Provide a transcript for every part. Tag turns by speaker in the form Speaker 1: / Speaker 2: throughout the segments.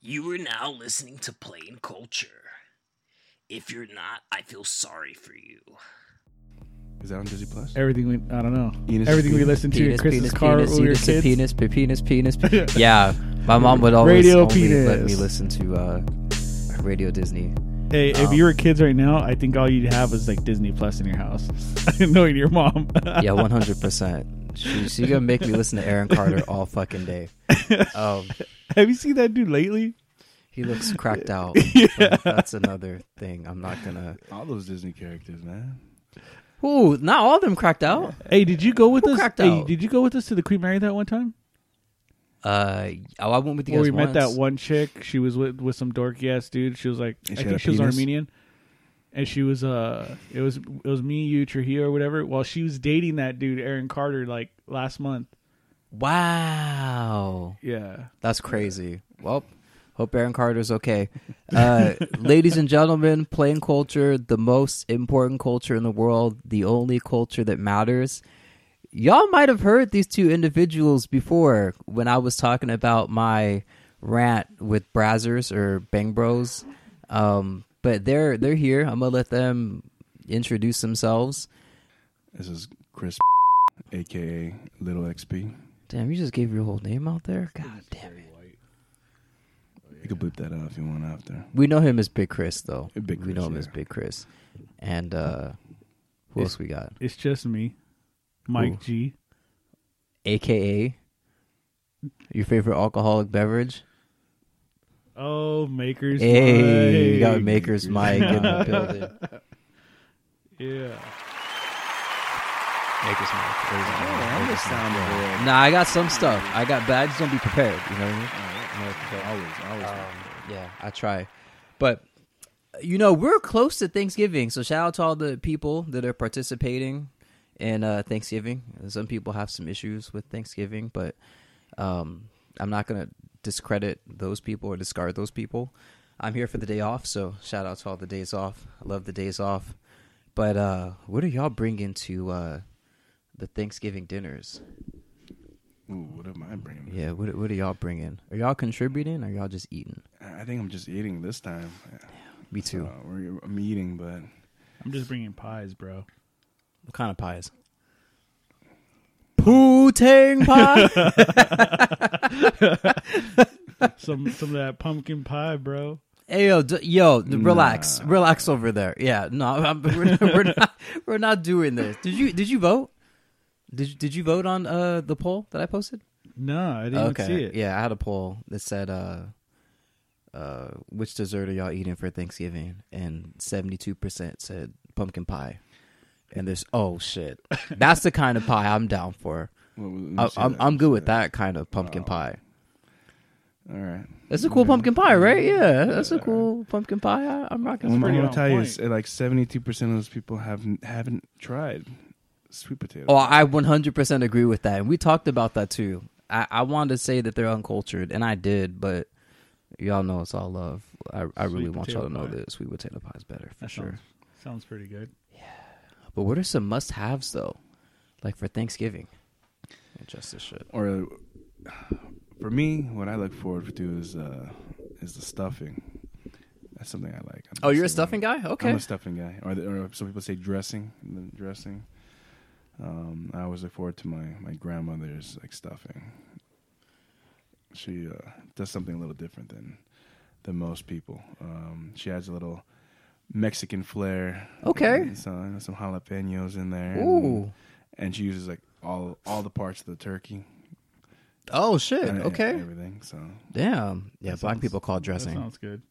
Speaker 1: You are now listening to Plain Culture. If you're not, I feel sorry for you.
Speaker 2: Is that on Disney Plus?
Speaker 3: Everything we, I don't know.
Speaker 2: Enos
Speaker 3: Everything we
Speaker 2: Penis.
Speaker 3: listened to in Chris's car
Speaker 4: penis,
Speaker 3: when we were
Speaker 4: penis,
Speaker 3: kids.
Speaker 4: penis, pe- penis, penis, penis. yeah, my mom would always
Speaker 3: Radio
Speaker 4: only let
Speaker 3: penis.
Speaker 4: me listen to uh, Radio Disney.
Speaker 3: Hey, if
Speaker 4: Um,
Speaker 3: you were kids right now, I think all you'd have was like Disney Plus in your house. Knowing your mom.
Speaker 4: Yeah, one hundred percent. She's she gonna make me listen to Aaron Carter all fucking day. Um,
Speaker 3: Have you seen that dude lately?
Speaker 4: he looks cracked out. But That's another thing. I'm not gonna.
Speaker 2: All those Disney characters, man.
Speaker 4: Ooh, not all of them cracked out.
Speaker 3: Hey, did you go with
Speaker 4: Who
Speaker 3: us?
Speaker 4: cracked
Speaker 3: Hey,
Speaker 4: out?
Speaker 3: did you go with us to the Queen Mary that one time?
Speaker 4: Uh, oh, I went with you
Speaker 3: Where
Speaker 4: guys
Speaker 3: we met that
Speaker 4: once.
Speaker 3: one chick. She was with with some dorky ass dude. She was like,
Speaker 2: And she had
Speaker 3: I
Speaker 2: a
Speaker 3: think she was
Speaker 2: penis?
Speaker 3: Armenian, and she was uh, it was it was me, you, Trujillo, or whatever. Well, she was dating that dude, Aaron Carter, like last month.
Speaker 4: Wow.
Speaker 3: Yeah,
Speaker 4: That's crazy. Well, hope Aaron Carter's okay. Uh, ladies and gentlemen, plain culture, the most important culture in the world, the only culture that matters. Y'all might have heard these two individuals before when I was talking about my rant with Brazzers or Bang Bros. Um, but they're they're here. I'm gonna let them introduce themselves.
Speaker 2: This is Chris, aka Little XP.
Speaker 4: Damn, you just gave your whole name out there. God damn it.
Speaker 2: You can bleep that out if you want after.
Speaker 4: We know him as Big Chris, though.
Speaker 2: Big
Speaker 4: we
Speaker 2: Chris,
Speaker 4: know him
Speaker 2: yeah.
Speaker 4: as Big Chris. And uh, who else we got?
Speaker 3: it's just me, Mike G.
Speaker 4: AKA your favorite alcoholic beverage.
Speaker 3: Oh, Maker's
Speaker 4: Hey, you got
Speaker 3: Mike.
Speaker 4: Maker's Mike in the building.
Speaker 3: Yeah,
Speaker 4: Maker's Mike. Ladies and gentlemen,
Speaker 2: I'm
Speaker 4: Maker's
Speaker 2: just
Speaker 4: Mike.
Speaker 2: sound boy.
Speaker 4: Nah, I got some stuff. I got, but I just don't be prepared. You know what I
Speaker 2: Oh,
Speaker 4: mean? Um,
Speaker 2: Always, always.
Speaker 4: Yeah, I try. But you know, we're close to Thanksgiving, so shout out to all the people that are participating in uh Thanksgiving. Some people have some issues with Thanksgiving, but um I'm not going to discredit those people or discard those people. I'm here for the day off, so shout out to all the days off. I love the days off. But uh what are y'all bringing to uh the Thanksgiving dinners?
Speaker 2: Ooh, what am I bringing?
Speaker 4: Yeah, what what are y'all bringing? Are y'all contributing or y'all just eating?
Speaker 2: I think I'm just eating this time.
Speaker 4: Me too.
Speaker 2: Uh, we're, I'm eating, but
Speaker 3: I'm just bringing pies, bro.
Speaker 4: What kind of pies? Poo-tang pie.
Speaker 3: Some some of that pumpkin pie, bro.
Speaker 4: hey, yo, d- yo, d- relax,
Speaker 2: Nah.
Speaker 4: relax over there. Yeah, no, I'm, we're, we're not, we're not doing this. Did you did you vote? Did you- did you vote on uh the poll that I posted?
Speaker 3: No, I didn't even see it.
Speaker 4: yeah, I had a poll that said uh uh which dessert are y'all eating for Thanksgiving, and seventy two percent said pumpkin pie. And there's oh shit, that's the kind of pie I'm down for.
Speaker 2: well, let me
Speaker 4: I,
Speaker 2: see
Speaker 4: I'm
Speaker 2: that.
Speaker 4: I'm good with that kind of pumpkin pie.
Speaker 2: All right.
Speaker 4: That's a cool pumpkin pie, right? Yeah, that's a cool pumpkin pie. I, I'm rocking.
Speaker 2: I'm
Speaker 3: pretty
Speaker 2: gonna
Speaker 3: on
Speaker 2: tell you,
Speaker 3: point.
Speaker 2: is, uh, like 72 percent of those people haven't haven't tried sweet potato.
Speaker 4: Oh, I 100% agree with that, and we talked about that too. I, I wanted to say that they're uncultured, and I did, but y'all know it's all love. I, I really
Speaker 3: Sweet
Speaker 4: want y'all to know
Speaker 3: potato pie.
Speaker 4: that sweet potato pie is better for
Speaker 3: That
Speaker 4: sure.
Speaker 3: sounds, sounds pretty good.
Speaker 4: But what are some must-haves though, like for Thanksgiving? Just this shit.
Speaker 2: Or uh, for me, what I look forward to is uh is the stuffing. That's something I like. I'm
Speaker 4: Oh, you're a
Speaker 2: say one-
Speaker 4: stuffing guy? Okay.
Speaker 2: I'm a stuffing guy, or, the, or some people say dressing. The dressing. Um, I always look forward to my my grandmother's like stuffing. She uh, does something a little different than than most people. Um, she adds a little Mexican flair.
Speaker 4: Okay.
Speaker 2: And so some jalapenos in there.
Speaker 4: Ooh.
Speaker 2: And she uses like all all the parts of the turkey.
Speaker 4: Oh shit.
Speaker 2: and- and
Speaker 4: Okay.
Speaker 2: everything. So
Speaker 4: Damn. Yeah, black
Speaker 2: sounds-
Speaker 4: people call
Speaker 3: That
Speaker 4: dressing.
Speaker 3: sounds good.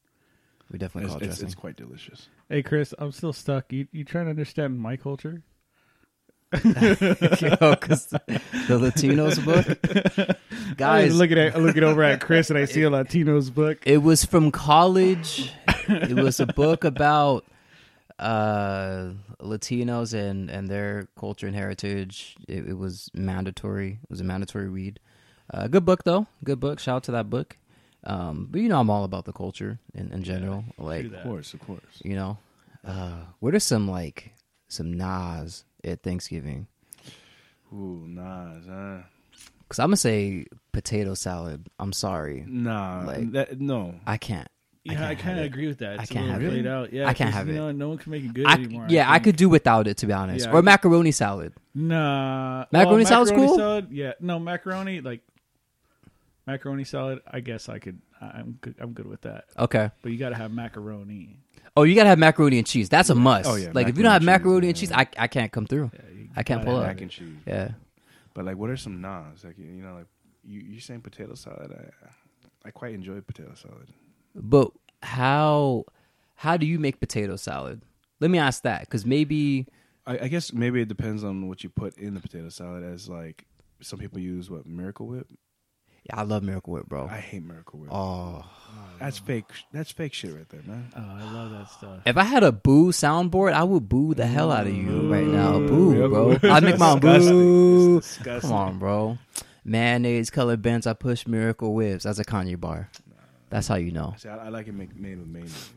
Speaker 4: We definitely
Speaker 2: it's,
Speaker 4: call
Speaker 2: it's,
Speaker 4: dressing.
Speaker 2: it's quite delicious.
Speaker 3: Hey, Chris, I'm still stuck. You you trying to understand my culture?
Speaker 4: because the, the Latinos book,
Speaker 3: I was
Speaker 4: guys.
Speaker 3: looking at looking over at Chris, and I see a Latino's book.
Speaker 4: It was from college. it was a book about uh, Latinos and, and their culture and heritage. It, it was mandatory. It was a mandatory read. Uh, good book though. Good book. Shout out to that book. Um, but you know, I'm all about the culture in, in general. like,
Speaker 2: Of course, of course.
Speaker 4: you know, uh, what are some like some nas at Thanksgiving?
Speaker 2: Ooh, Nas, huh?
Speaker 4: Because I'm gonna say potato salad. I'm sorry,
Speaker 2: Nah,
Speaker 4: Like-
Speaker 2: that, no.
Speaker 4: I can't.
Speaker 3: Yeah, I,
Speaker 4: can't have
Speaker 3: kind of
Speaker 4: it.
Speaker 3: agree with that.
Speaker 4: I
Speaker 3: It's a
Speaker 4: can't
Speaker 3: little
Speaker 4: have it.
Speaker 3: played out. Yeah,
Speaker 4: I can't
Speaker 3: 'cause,
Speaker 4: have
Speaker 3: you
Speaker 4: it.
Speaker 3: Know, no one can make it good
Speaker 4: I,
Speaker 3: anymore.
Speaker 4: yeah, I
Speaker 3: think.
Speaker 4: could do without it to be honest.
Speaker 3: Yeah, I
Speaker 4: or
Speaker 3: could-
Speaker 4: macaroni salad.
Speaker 3: Nah,
Speaker 4: Macaroni
Speaker 3: well,
Speaker 4: salad's
Speaker 3: macaroni
Speaker 4: cool?
Speaker 3: Salad, yeah, no macaroni like macaroni salad. I guess I could. I- I'm good. I'm good with that.
Speaker 4: Okay.
Speaker 3: But you got to have macaroni.
Speaker 4: Oh, you gotta have macaroni and cheese. That's a must.
Speaker 2: Oh, yeah,
Speaker 4: Like if you don't
Speaker 2: macaroni
Speaker 4: have
Speaker 2: and
Speaker 4: macaroni and
Speaker 2: cheese,
Speaker 4: cheese, I I can't come through.
Speaker 3: you
Speaker 4: I can't
Speaker 3: gotta
Speaker 4: pull
Speaker 3: have
Speaker 4: up.
Speaker 2: Mac and cheese.
Speaker 4: Yeah.
Speaker 2: But like, what are some nas? Like, you know, like you you saying potato salad. I I quite enjoy potato salad.
Speaker 4: But how how do you make potato salad? Let me ask that because maybe
Speaker 2: I, I guess maybe it depends on what you put in the potato salad. As like some people use what Miracle Whip.
Speaker 4: yeah, I love Miracle Whip, bro.
Speaker 2: I hate Miracle Whip.
Speaker 4: oh,
Speaker 2: that's fake. That's fake shit right there, man.
Speaker 3: Oh, I love that stuff.
Speaker 4: if I had a boo soundboard, I would boo the hell out of you right now, boo,
Speaker 2: Mm, Miracle
Speaker 4: bro.
Speaker 2: Whip
Speaker 4: I'd make my own boo.
Speaker 2: It's
Speaker 4: Come on, bro. Mayonnaise, colored bends. I push Miracle Whips. That's a Kanye bar. That's how you know.
Speaker 2: See, I, I like it make, made with mayonnaise.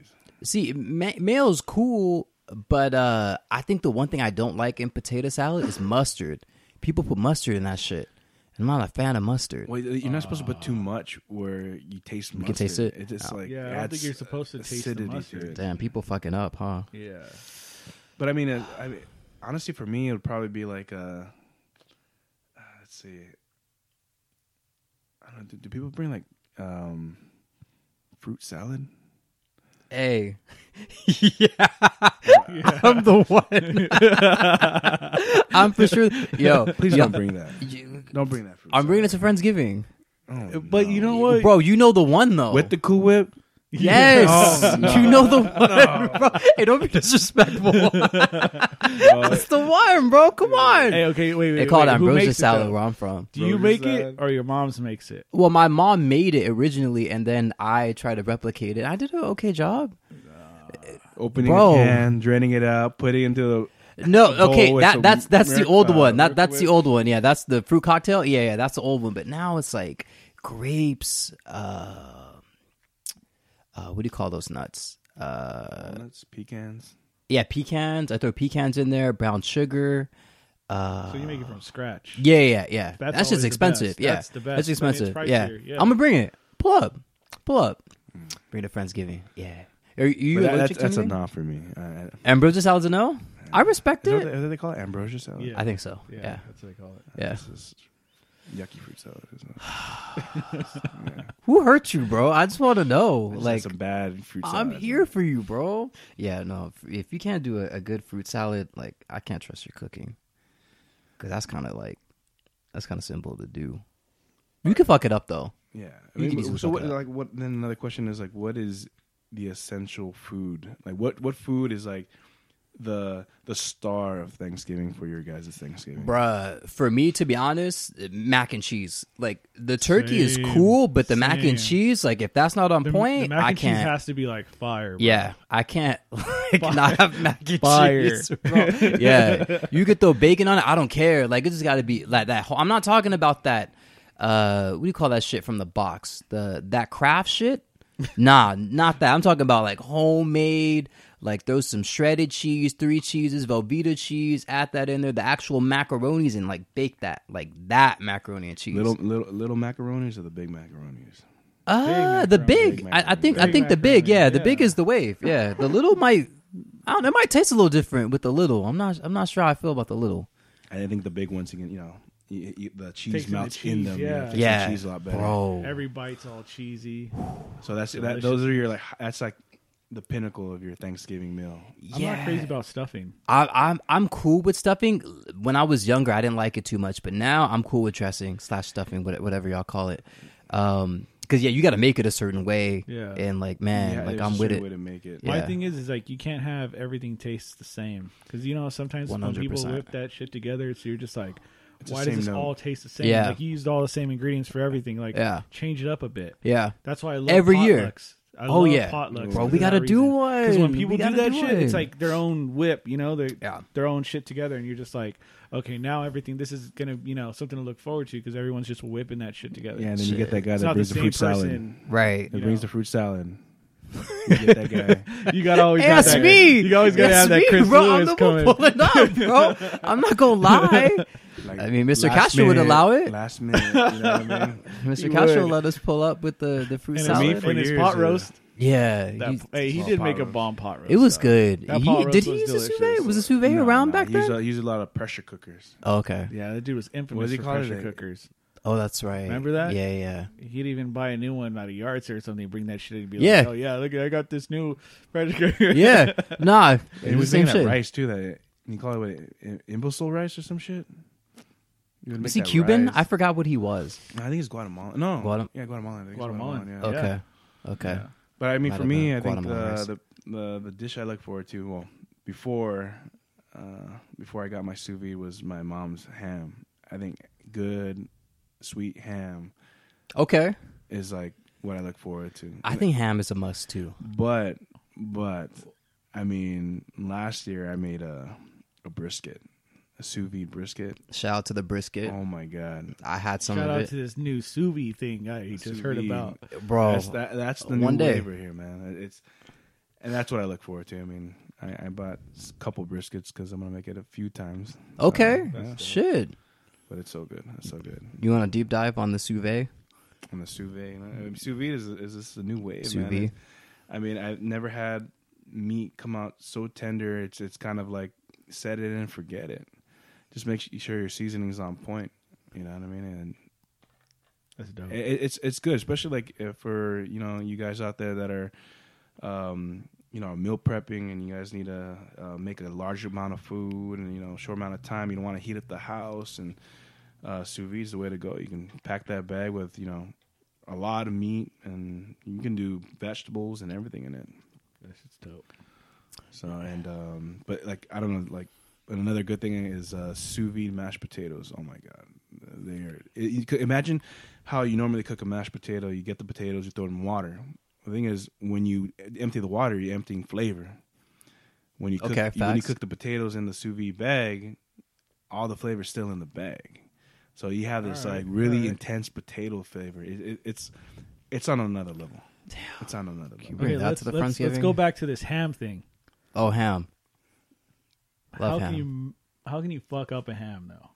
Speaker 4: See, ma- mayo's cool, but uh, I think the one thing I don't like in potato salad is mustard. People put mustard in that shit. I'm not a fan of mustard.
Speaker 2: Well, you're not supposed to put too much where you taste. Mustard.
Speaker 4: Oh. can taste it. Oh.
Speaker 2: It just like
Speaker 3: Yeah, I don't
Speaker 2: adds
Speaker 3: think you're supposed to taste the
Speaker 2: acidity
Speaker 3: mustard.
Speaker 2: To it.
Speaker 4: Damn, people fucking up, huh?
Speaker 3: Yeah.
Speaker 2: But I mean, it, I mean, honestly, for me, it would probably be like, uh, uh, let's see, I don't. know, Do, do people bring like um, fruit salad?
Speaker 4: Hey. yeah. I'm the one. I'm for sure. Yo,
Speaker 2: Please
Speaker 4: yo,
Speaker 2: don't bring that.
Speaker 4: you-
Speaker 2: Don't bring that fruit.
Speaker 4: I'm bringing it to Friendsgiving.
Speaker 2: salad. Oh,
Speaker 3: But
Speaker 2: no.
Speaker 3: you know what?
Speaker 4: Bro, you know the one, though.
Speaker 2: with the Cool Whip,
Speaker 4: yes.
Speaker 2: Oh, no.
Speaker 4: You know the one, bro. Hey, don't be disrespectful. That's the one, bro. Come on.
Speaker 3: Hey, okay, wait, wait.
Speaker 4: They call it
Speaker 3: wait. Who makes
Speaker 4: ambrosia
Speaker 3: it,
Speaker 4: salad
Speaker 3: though?
Speaker 4: where I'm from.
Speaker 3: Do you
Speaker 2: Ambrosia
Speaker 3: make it
Speaker 2: salad.
Speaker 3: or your mom's makes it?
Speaker 4: Well, my mom made it originally, and then I tried to replicate it. I did an okay job.
Speaker 2: opening
Speaker 4: Bro.
Speaker 2: a can, draining it out, putting it into
Speaker 4: No,
Speaker 3: Oh,
Speaker 2: bowl
Speaker 4: okay,
Speaker 2: with
Speaker 4: that
Speaker 2: some
Speaker 4: that's that's the
Speaker 2: Merc-
Speaker 4: old
Speaker 2: uh,
Speaker 4: one. That
Speaker 2: Merc
Speaker 4: that's the
Speaker 2: Whip.
Speaker 4: old one. Yeah, that's the fruit cocktail. Yeah, yeah, that's the old one. But now it's like grapes. Uh, uh, what do you call those nuts?
Speaker 2: the
Speaker 4: Uh,
Speaker 2: walnuts, pecans.
Speaker 4: yeah, pecans. I throw pecans in there. Brown sugar. Uh,
Speaker 3: So you make it from scratch.
Speaker 4: yeah, yeah, yeah.
Speaker 3: That's
Speaker 4: That's, just
Speaker 3: always the
Speaker 4: expensive.
Speaker 3: best.
Speaker 4: Yeah,
Speaker 3: That's the best.
Speaker 4: That's
Speaker 3: I mean, it's
Speaker 4: expensive.
Speaker 3: pricier, yeah.
Speaker 4: yeah, I'm gonna bring it. Pull up, pull up.
Speaker 2: Mm.
Speaker 4: Bring it to Friendsgiving. Yeah. Are you
Speaker 2: But that- that's,
Speaker 4: allergic to
Speaker 2: that's a
Speaker 4: anything?
Speaker 2: no for me. I, I, is
Speaker 4: Ambrosia salad's a no. I respect
Speaker 2: that
Speaker 4: it.
Speaker 2: what they, what do they call it? Ambrosia salad.
Speaker 3: Yeah.
Speaker 4: I think so.
Speaker 3: Yeah,
Speaker 4: Yeah,
Speaker 3: that's what they call it.
Speaker 4: yeah.
Speaker 2: This is yucky fruit salad. Isn't it?
Speaker 4: Who hurt you, bro? I just want to know.
Speaker 2: It's
Speaker 4: like,
Speaker 2: some bad fruit salad.
Speaker 4: I'm here for you, bro. Yeah, no. if- If you can't do a, a good fruit salad, like, I can't trust your cooking because that's kind of like that's kind of simple to do. You can fuck it up though.
Speaker 2: Yeah. I
Speaker 4: You
Speaker 2: mean,
Speaker 4: can
Speaker 2: but-
Speaker 4: easily
Speaker 2: so
Speaker 4: fuck
Speaker 2: what,
Speaker 4: it up.
Speaker 2: like what then another question is like what is the essential food? Like what what food is like the the star of Thanksgiving for your guys' Thanksgiving?
Speaker 4: Bruh, for me to be honest, mac and cheese. Like the turkey
Speaker 3: Same,
Speaker 4: is cool, but the mac
Speaker 3: same.
Speaker 4: and cheese, like if that's not on
Speaker 3: The,
Speaker 4: point,
Speaker 3: the mac and
Speaker 4: I can't.
Speaker 3: cheese has to be like fire. Bro.
Speaker 4: Yeah, I can't like not have mac and
Speaker 3: Fire.
Speaker 4: cheese. Bro. Yeah, you could throw bacon on it. I don't care. Like it just got to be like that. Whole, I'm not talking about that. Uh, what do you call that shit from the box? The that craft shit. Nah, not that. I'm talking about like homemade. Like throw some shredded cheese, three cheeses, Velveeta cheese. Add that in there. The actual macaronis and like bake that like that macaroni and cheese.
Speaker 2: Little little little macaronis or the big macaronis?
Speaker 4: Uh, the big.
Speaker 2: Big
Speaker 4: I, I think. I
Speaker 3: Big
Speaker 4: think the big.
Speaker 3: macaroni,
Speaker 4: Yeah, the big
Speaker 3: yeah.
Speaker 4: is the wave. Yeah, the little might. I don't. know, It might taste a little different with the little. I'm not. I'm not sure how I feel about the little.
Speaker 2: And I think the big ones you can you know you, you, the cheese
Speaker 3: Takes in the
Speaker 2: melts in,
Speaker 3: cheese,
Speaker 2: them.
Speaker 3: yeah.
Speaker 2: takes the
Speaker 4: Yeah,
Speaker 2: cheese a lot better.
Speaker 4: bro.
Speaker 3: Every bite's all cheesy.
Speaker 2: So that's that, those are your like h- that's like the pinnacle of your Thanksgiving meal.
Speaker 3: I'm
Speaker 4: yeah.
Speaker 3: not crazy about stuffing.
Speaker 4: I, I'm. I'm cool with stuffing. When I was younger, I didn't like it too much, but now I'm cool with dressing slash stuffing, what- whatever y'all call it. Um, because yeah, you got to make it a certain way.
Speaker 3: Yeah.
Speaker 4: And like, man,
Speaker 2: Yeah,
Speaker 4: like
Speaker 2: there's
Speaker 4: I'm
Speaker 2: a
Speaker 4: with
Speaker 2: certain
Speaker 4: it.
Speaker 2: Way to make it.
Speaker 4: Yeah.
Speaker 3: My thing is, is like you can't have everything tastes the same because you know sometimes when people
Speaker 4: 100%.
Speaker 3: whip that shit together, so you're just like,
Speaker 2: the
Speaker 3: why does
Speaker 2: same
Speaker 3: this
Speaker 2: note.
Speaker 3: all taste the same?
Speaker 4: Yeah.
Speaker 3: Like you used all the same ingredients for everything. Like
Speaker 4: Yeah.
Speaker 3: change it up a bit.
Speaker 4: Yeah.
Speaker 3: That's why I love
Speaker 4: Every
Speaker 3: potlucks.
Speaker 4: year.
Speaker 3: I
Speaker 4: Oh,
Speaker 3: love
Speaker 4: yeah.
Speaker 3: potlucks.
Speaker 4: Bro,
Speaker 3: for
Speaker 4: we
Speaker 3: that
Speaker 4: gotta do
Speaker 3: reason. 'Cause
Speaker 4: one.
Speaker 3: when
Speaker 4: We
Speaker 3: people do
Speaker 4: gotta
Speaker 3: that
Speaker 4: do
Speaker 3: shit, it's
Speaker 4: one.
Speaker 3: like their own whip. You know, they
Speaker 4: Yeah.
Speaker 3: their own shit together, and you're just like, okay, now everything. This is gonna, you know, something to look forward to because everyone's just whipping that shit together.
Speaker 2: Yeah, and then you get that guy
Speaker 3: it's
Speaker 2: that
Speaker 3: not the
Speaker 2: brings the,
Speaker 3: same
Speaker 2: fruit salad.
Speaker 3: person.
Speaker 4: Right.
Speaker 2: That
Speaker 3: you
Speaker 2: brings
Speaker 3: know.
Speaker 2: the fruit salad. You get that guy.
Speaker 3: You got to always have
Speaker 4: That's
Speaker 3: that,
Speaker 4: me.
Speaker 3: You always got to
Speaker 4: That's
Speaker 3: have that
Speaker 4: me,
Speaker 3: Chris
Speaker 4: bro.
Speaker 3: Lewis
Speaker 4: I'm the
Speaker 3: coming.
Speaker 4: one pulling up, bro. I'm not gonna lie.
Speaker 2: Like,
Speaker 4: I mean, Mr.
Speaker 2: last
Speaker 4: Castro would
Speaker 2: minute-
Speaker 4: allow it.
Speaker 2: Last minute, you know what I mean?
Speaker 3: He
Speaker 4: Mr. Castro
Speaker 3: would.
Speaker 4: let us pull up with the the
Speaker 3: And
Speaker 4: fruit
Speaker 3: his,
Speaker 4: salad.
Speaker 2: meat for
Speaker 3: and his
Speaker 2: years,
Speaker 3: pot
Speaker 2: uh,
Speaker 3: roast.
Speaker 4: yeah,
Speaker 3: That,
Speaker 4: he-
Speaker 3: hey, he
Speaker 2: Well,
Speaker 3: did
Speaker 2: pot
Speaker 3: make a
Speaker 2: roast.
Speaker 3: bomb pot roast.
Speaker 4: it was
Speaker 3: though.
Speaker 4: good.
Speaker 3: That
Speaker 4: He-
Speaker 3: pot roast
Speaker 4: did he
Speaker 3: was
Speaker 4: use a
Speaker 3: delicious.
Speaker 4: souvet? Was a souvet
Speaker 2: No,
Speaker 4: around
Speaker 2: no,
Speaker 4: back
Speaker 2: he
Speaker 4: then?
Speaker 2: Used a, he used a lot of pressure cookers.
Speaker 4: oh, okay.
Speaker 3: Yeah, that dude was
Speaker 2: What
Speaker 3: infamous
Speaker 2: does he
Speaker 3: for
Speaker 2: call it?
Speaker 3: pressure
Speaker 2: Like-
Speaker 3: cookers.
Speaker 4: Oh, that's right.
Speaker 3: Remember that?
Speaker 4: Yeah, yeah.
Speaker 3: He'd even buy a new one at a yard sale or something, bring that shit in and be
Speaker 4: Yeah.
Speaker 3: like, oh, yeah, look, I got this new pressure cooker.
Speaker 4: Yeah. nah.
Speaker 2: It
Speaker 4: It was
Speaker 2: was
Speaker 4: the same
Speaker 2: making that
Speaker 4: shit.
Speaker 2: rice too. That you call it what, i- imbecile rice or some shit. You would
Speaker 4: Was he
Speaker 2: make that
Speaker 4: Cuban?
Speaker 2: rice.
Speaker 4: I forgot what he was.
Speaker 2: I think it's Guatemala. No,
Speaker 4: Guatem-
Speaker 2: yeah, Guatemala. I think it's
Speaker 3: Guatemalan.
Speaker 2: Guatemalan, Oh, yeah.
Speaker 3: Yeah.
Speaker 4: Okay. Okay.
Speaker 3: Yeah.
Speaker 2: But I mean,
Speaker 4: Might
Speaker 2: for
Speaker 4: have
Speaker 2: me,
Speaker 4: been uh,
Speaker 2: I think
Speaker 4: Guatemalan rice.
Speaker 2: the, the the the dish I look forward to. Well, before uh, before I got my sous vide was my mom's ham. I think good sweet ham
Speaker 4: Okay.
Speaker 2: is like what I look forward to.
Speaker 4: I think ham is a must too.
Speaker 2: but but I mean, last year I made a a brisket, a sous vide brisket.
Speaker 4: Shout out to the brisket.
Speaker 2: Oh my god,
Speaker 4: I had some
Speaker 3: Shout
Speaker 4: of
Speaker 3: out
Speaker 4: it.
Speaker 3: to this new sous vide thing I just
Speaker 2: Sous
Speaker 3: heard
Speaker 2: vide.
Speaker 3: about.
Speaker 4: Bro,
Speaker 2: that's that, that's the
Speaker 4: Oh, one
Speaker 2: new
Speaker 4: day.
Speaker 2: wave right here, man. It's and that's what I look forward to. I mean, I, I bought a couple briskets because I'm gonna make it a few times.
Speaker 4: Okay.
Speaker 2: Uh, yeah.
Speaker 4: Shit.
Speaker 2: but it's so good. It's so good.
Speaker 4: You want a deep dive on the Suve?
Speaker 2: And the sous vide, you know? I mean, sous vide is is this the new wave?
Speaker 4: Sous
Speaker 2: man.
Speaker 4: vide.
Speaker 2: It- I mean, I've never had meat come out so tender. It's it's kind of like set it and forget it. Just make sure your seasoning's on point. You know what I mean? And
Speaker 3: That's dope.
Speaker 2: It- it, it's it's good, especially like if for you know you guys out there that are, um, you know, meal prepping and you guys need to uh, make a large amount of food and you know short amount of time. You don't want to heat up the house and uh, sous vide is the way to go. You can pack that bag with you know a lot of meat and you can do vegetables and everything in it.
Speaker 3: That shit's dope.
Speaker 2: So and um, but like I don't know like. Another good thing is uh, sous vide mashed potatoes. Oh my god, they are. It, you could imagine how you normally cook a mashed potato. You get the potatoes, you throw them in water. The thing is, when you empty the water, you're emptying flavor. When you cook,
Speaker 4: Okay,
Speaker 2: when you
Speaker 4: facts.
Speaker 2: cook the potatoes in the sous vide bag, all the flavor's still in the bag. So you have this
Speaker 3: All right,
Speaker 2: like really
Speaker 3: all right.
Speaker 2: intense potato flavor. It, it, it's it's on another level. It's on another level.
Speaker 4: Bring that
Speaker 3: let's,
Speaker 4: to the
Speaker 3: let's, let's
Speaker 4: Friendsgiving.
Speaker 3: go back to this ham thing.
Speaker 4: Oh, ham.
Speaker 3: how
Speaker 4: Love ham.
Speaker 3: can you how can you fuck up a ham though?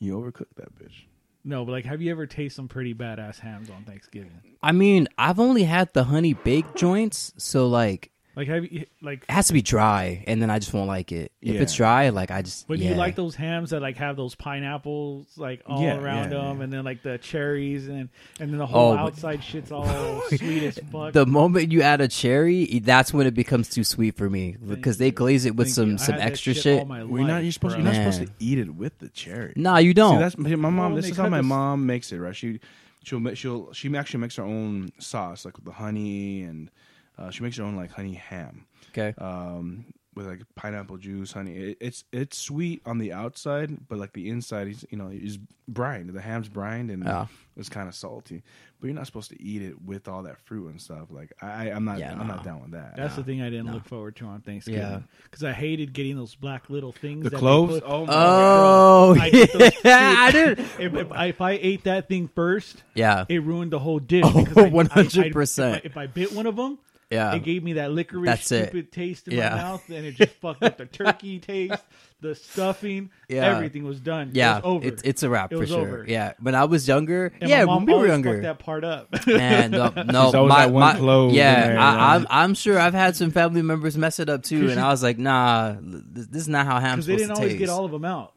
Speaker 2: You overcook that bitch.
Speaker 3: No, but like, have you ever tasted some pretty badass hams on Thanksgiving?
Speaker 4: I mean, I've only had the honey baked joints, so like
Speaker 3: Like, have you like?
Speaker 4: it has to be dry, and then I just won't like it. If
Speaker 2: Yeah.
Speaker 4: it's dry, like I just.
Speaker 3: But do
Speaker 4: yeah.
Speaker 3: you like those hams that like have those pineapples like all
Speaker 2: Yeah,
Speaker 3: around
Speaker 2: yeah,
Speaker 3: them,
Speaker 2: yeah.
Speaker 3: and then like the cherries, and and then the whole
Speaker 4: Oh, but-
Speaker 3: outside shit's all sweet as fuck.
Speaker 4: The moment you add a cherry, e, that's when it becomes too sweet for me because they
Speaker 3: you.
Speaker 4: glaze it with
Speaker 3: Thank
Speaker 4: some
Speaker 3: you. I
Speaker 4: some
Speaker 3: had that
Speaker 4: extra
Speaker 3: shit.
Speaker 4: shit.
Speaker 3: all my
Speaker 2: Well, you're not.
Speaker 3: life,
Speaker 2: You're supposed.
Speaker 3: bro.
Speaker 2: You're not
Speaker 4: Man.
Speaker 2: supposed to eat it with the cherry.
Speaker 4: Nah, you
Speaker 2: See,
Speaker 4: don't.
Speaker 2: that's my my mom.
Speaker 3: when
Speaker 2: this
Speaker 3: they
Speaker 2: is how
Speaker 3: cut
Speaker 2: my
Speaker 3: this-
Speaker 2: mom makes it. Right? She she'll ma- she'll she actually makes her own sauce, like with the honey, and uh, she makes her own like honey ham
Speaker 4: okay.
Speaker 3: Oh,
Speaker 2: um, with like pineapple juice, honey. It, it's it's sweet on the outside, but like the inside is you know is brined. The ham's brined and
Speaker 4: Yeah.
Speaker 2: it's kind of salty. But you're not supposed to eat it with all that fruit and stuff. Like I, I'm not
Speaker 4: Yeah,
Speaker 2: I'm
Speaker 4: nah.
Speaker 2: not down with that.
Speaker 3: That's the thing I didn't look forward to on
Speaker 4: Yeah.
Speaker 3: Thanksgiving because I hated getting those black little things.
Speaker 2: the
Speaker 3: that they
Speaker 2: cloves.
Speaker 3: put-
Speaker 2: Oh my
Speaker 4: oh,
Speaker 3: I get those-
Speaker 4: yeah, I did.
Speaker 3: if, if, I- if I ate that thing first,
Speaker 4: Yeah,
Speaker 3: it ruined the whole dish.
Speaker 4: Oh,
Speaker 3: because I- I- I-
Speaker 4: 100%.
Speaker 3: If I if I bit one of them,
Speaker 4: Yeah.
Speaker 3: it gave me that licorice
Speaker 4: That's it.
Speaker 3: stupid taste in
Speaker 4: Yeah.
Speaker 3: my mouth, and it just fucked up the turkey taste, the stuffing,
Speaker 4: Yeah.
Speaker 3: everything was done.
Speaker 4: yeah.
Speaker 3: it was over.
Speaker 4: It's it's a wrap
Speaker 3: It
Speaker 4: for
Speaker 3: was
Speaker 4: sure.
Speaker 3: over.
Speaker 4: Yeah, when I was younger,
Speaker 3: And
Speaker 4: yeah,
Speaker 3: my mom
Speaker 4: when we were
Speaker 3: always
Speaker 4: younger,
Speaker 3: fucked that part up.
Speaker 4: Man, no, no,
Speaker 2: There's always
Speaker 4: my,
Speaker 2: that one
Speaker 4: my-
Speaker 2: clove in
Speaker 4: yeah,
Speaker 2: there,
Speaker 4: I,
Speaker 2: you
Speaker 4: I'm, I'm sure I've had some family members mess it up too, and I was like, nah, this, this is not how
Speaker 3: Because
Speaker 4: ham's
Speaker 3: they
Speaker 4: supposed
Speaker 3: didn't
Speaker 4: to
Speaker 3: always
Speaker 4: taste.
Speaker 3: get all of them out.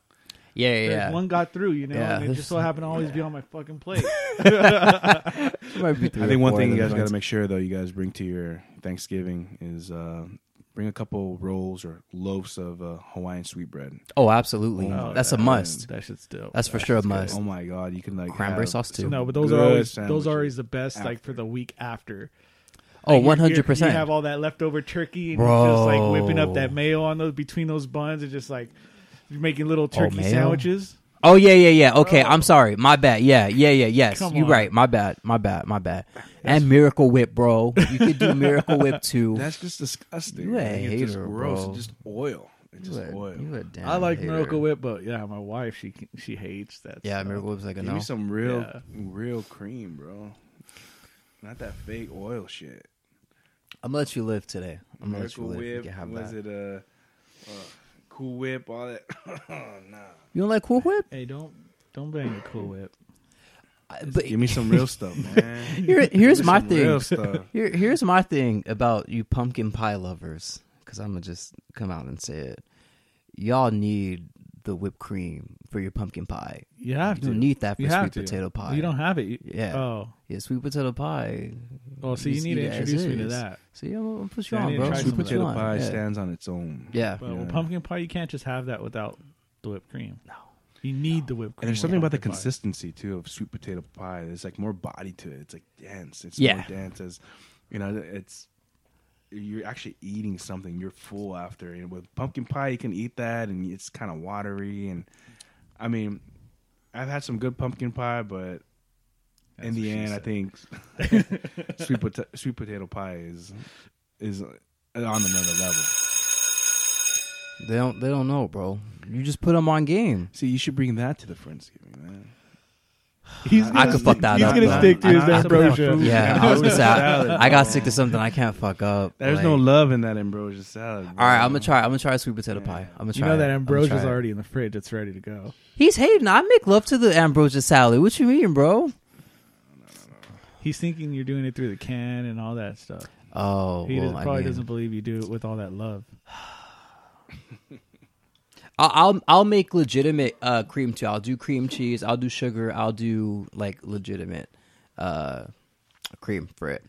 Speaker 4: yeah, yeah,
Speaker 3: There's
Speaker 4: yeah.
Speaker 3: One got through, you know,
Speaker 4: Yeah.
Speaker 3: and it just so happened to always be on my fucking plate.
Speaker 4: Might be three
Speaker 2: I
Speaker 4: or
Speaker 2: think one
Speaker 4: four
Speaker 2: thing
Speaker 4: of
Speaker 2: you guys got
Speaker 4: those
Speaker 2: to
Speaker 4: ones.
Speaker 2: make sure though you guys bring to your Thanksgiving is uh, bring a couple rolls or loaves of uh, Hawaiian sweetbread.
Speaker 4: Oh, absolutely,
Speaker 2: Oh,
Speaker 4: that's a
Speaker 2: man.
Speaker 4: must.
Speaker 3: that shit's dope.
Speaker 4: That's for sure a must.
Speaker 2: Oh my god, you can like
Speaker 4: Cranberry
Speaker 2: have
Speaker 4: sauce too.
Speaker 2: some
Speaker 3: No, but those
Speaker 2: good
Speaker 3: are always
Speaker 2: sandwiches.
Speaker 3: those are always the best, like for
Speaker 2: after.
Speaker 3: the week after.
Speaker 4: Oh,
Speaker 3: Like, you're-
Speaker 4: one
Speaker 3: you're-
Speaker 4: hundred
Speaker 3: You have
Speaker 4: percent.
Speaker 3: all that leftover turkey and you're just like whipping up that
Speaker 4: Bro.
Speaker 3: mayo on those between those buns and just like you're making little turkey
Speaker 4: Oh, mayo?
Speaker 3: sandwiches.
Speaker 4: Oh yeah, yeah, yeah. Okay, I'm sorry. My bad. Yeah, yeah, yeah. Yes,
Speaker 3: Come
Speaker 4: you're
Speaker 3: on.
Speaker 4: right. My bad. My bad. My bad. And Miracle Whip, bro. You could do Miracle Whip too.
Speaker 2: That's just disgusting.
Speaker 4: You a
Speaker 2: Like, it's just
Speaker 4: hater,
Speaker 2: gross.
Speaker 4: bro.
Speaker 2: It's just oil. It's
Speaker 4: You
Speaker 2: just
Speaker 4: a-
Speaker 2: oil.
Speaker 4: you a damn
Speaker 3: I like
Speaker 4: hater.
Speaker 3: Miracle Whip, but yeah, my wife she can- she hates that.
Speaker 4: Yeah,
Speaker 3: stuff.
Speaker 4: Miracle Whip's like a
Speaker 2: Give
Speaker 4: no.
Speaker 2: me some real
Speaker 3: Yeah.
Speaker 2: real cream, bro. Not that fake oil shit.
Speaker 4: I'm gonna let you live today. I'm gonna let you
Speaker 2: Miracle
Speaker 4: live. You
Speaker 2: Whip.
Speaker 4: can have
Speaker 2: Was it
Speaker 4: that.
Speaker 2: uh, uh, Cool Whip, all that. oh, nah.
Speaker 4: You don't like Cool Whip?
Speaker 3: Hey, don't don't bang a cool whip.
Speaker 4: I- But
Speaker 2: Give me some real stuff, man.
Speaker 4: here,
Speaker 2: Give
Speaker 4: here's
Speaker 2: me
Speaker 4: my
Speaker 2: some real
Speaker 4: thing.
Speaker 2: stuff.
Speaker 4: Here, here's my thing about you pumpkin pie lovers, because I'm gonna just come out and say it. Y'all need the whipped cream for your pumpkin pie.
Speaker 3: You have
Speaker 4: You
Speaker 3: to
Speaker 4: don't need that for
Speaker 3: You have
Speaker 4: sweet
Speaker 3: to.
Speaker 4: potato pie.
Speaker 3: You don't have it. You-
Speaker 4: Yeah.
Speaker 3: Oh.
Speaker 4: yeah, sweet potato pie.
Speaker 3: Well, see, you
Speaker 4: You just
Speaker 3: need
Speaker 4: eat
Speaker 3: to
Speaker 4: it as
Speaker 3: introduce me to
Speaker 4: is.
Speaker 3: that.
Speaker 4: See, I'm gonna put you
Speaker 3: Yeah, I
Speaker 4: on,
Speaker 3: need to
Speaker 4: bro.
Speaker 3: try
Speaker 4: I'm
Speaker 2: Sweet
Speaker 3: some
Speaker 4: gonna put you
Speaker 2: potato
Speaker 4: on.
Speaker 2: pie
Speaker 4: Yeah.
Speaker 2: stands on its own.
Speaker 4: Yeah.
Speaker 3: But well,
Speaker 2: Yeah.
Speaker 3: pumpkin pie, you can't just have that without the whipped cream. No. You need the whipped cream.
Speaker 2: And there's
Speaker 3: with
Speaker 2: something about the
Speaker 3: pumpkin pie.
Speaker 2: consistency too of sweet potato pie. There's like more body to it. It's like dense. It's
Speaker 4: Yeah.
Speaker 2: more dense as you know. It's you're actually eating something. You're full after. And with pumpkin pie, you can eat that, and it's kind of watery. And I mean, I've had some good pumpkin pie, but in
Speaker 3: That's what
Speaker 2: the
Speaker 3: she
Speaker 2: end, I
Speaker 3: said.
Speaker 2: think sweet pota- sweet potato pie is is on another level.
Speaker 4: They don't. They don't know, bro. You just put them on game.
Speaker 2: See, you should bring that to the Friendsgiving, man.
Speaker 3: He's
Speaker 4: I could fuck that
Speaker 3: he's
Speaker 4: up.
Speaker 3: gonna
Speaker 4: bro.
Speaker 3: stick to his
Speaker 4: I- I-
Speaker 3: ambrosia.
Speaker 4: Yeah,
Speaker 2: Ambrosia
Speaker 4: I was gonna say
Speaker 2: salad,
Speaker 4: I, I got
Speaker 2: bro.
Speaker 4: sick to something I can't fuck up.
Speaker 2: There's
Speaker 4: like-
Speaker 2: no love in that ambrosia salad.
Speaker 4: All right, I'm gonna try. I'm gonna try sweet potato pie. I'm gonna
Speaker 3: You
Speaker 4: try.
Speaker 3: know
Speaker 4: it.
Speaker 3: that
Speaker 4: I'm gonna try
Speaker 3: ambrosia's
Speaker 4: it.
Speaker 3: already in the fridge. It's ready to go.
Speaker 4: He's hating. I make love to the ambrosia salad. What you mean, bro?
Speaker 3: He's thinking you're doing it through the can and all that stuff.
Speaker 4: Oh,
Speaker 3: He
Speaker 4: well,
Speaker 3: doesn't,
Speaker 4: I
Speaker 3: probably
Speaker 4: mean,
Speaker 3: doesn't believe you do it with all that love.
Speaker 4: I'll, I'll I'll make legitimate uh, cream too. I'll do cream cheese. I'll do sugar. I'll do like legitimate uh, cream for it.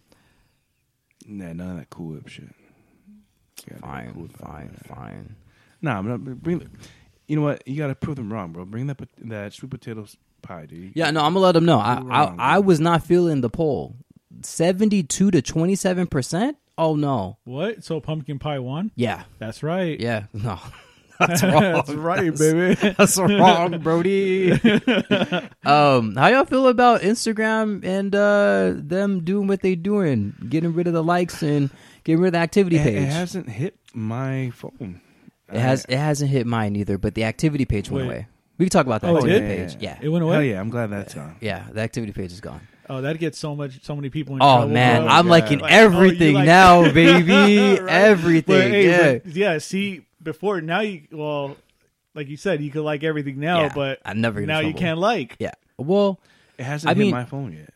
Speaker 2: Nah, none of that Cool Whip shit. Gotta have Cool
Speaker 4: Fine,
Speaker 2: Whip on
Speaker 4: fine,
Speaker 2: there.
Speaker 4: fine.
Speaker 2: Nah, I'm not bring. The, you know what? You gotta prove them wrong, bro. Bring that pot- that sweet potato s- pie, dude.
Speaker 4: Yeah, no, I'm gonna let them know. I
Speaker 2: You were
Speaker 4: I,
Speaker 2: wrong,
Speaker 4: I
Speaker 2: dude.
Speaker 4: was not feeling the poll. Seventy two to twenty seven percent. Oh no.
Speaker 3: What? So pumpkin pie won?
Speaker 4: Yeah.
Speaker 3: That's right.
Speaker 4: Yeah. No. That's wrong.
Speaker 3: That's right, baby.
Speaker 4: That's wrong, Brody. um, how y'all feel about Instagram and uh them doing what they doing, getting rid of the likes and getting rid of the activity
Speaker 2: it,
Speaker 4: page?
Speaker 2: it hasn't hit my phone.
Speaker 4: it has. It hasn't hit mine either, but the activity page went
Speaker 3: Wait.
Speaker 4: away. We can talk about that
Speaker 3: Oh, it
Speaker 4: activity
Speaker 2: did?
Speaker 4: page. Yeah.
Speaker 3: It went
Speaker 2: Hell
Speaker 3: away.
Speaker 2: yeah, I'm glad that's on.
Speaker 4: Yeah, the activity page is gone.
Speaker 3: Oh, that gets so much, so many people. In
Speaker 4: Oh
Speaker 3: trouble,
Speaker 4: man,
Speaker 3: bro.
Speaker 4: I'm liking
Speaker 3: Like, oh, you
Speaker 4: everything
Speaker 3: like-
Speaker 4: now, baby.
Speaker 3: Right?
Speaker 4: Everything.
Speaker 3: But, hey,
Speaker 4: yeah.
Speaker 3: but, yeah. See, before now, you well, like you said, you could like everything now,
Speaker 4: Yeah,
Speaker 3: but
Speaker 4: I'm never gonna
Speaker 3: now you
Speaker 4: trouble.
Speaker 3: can't like.
Speaker 4: yeah. Well,
Speaker 2: It hasn't
Speaker 4: I
Speaker 2: hit
Speaker 4: mean-
Speaker 2: my phone yet.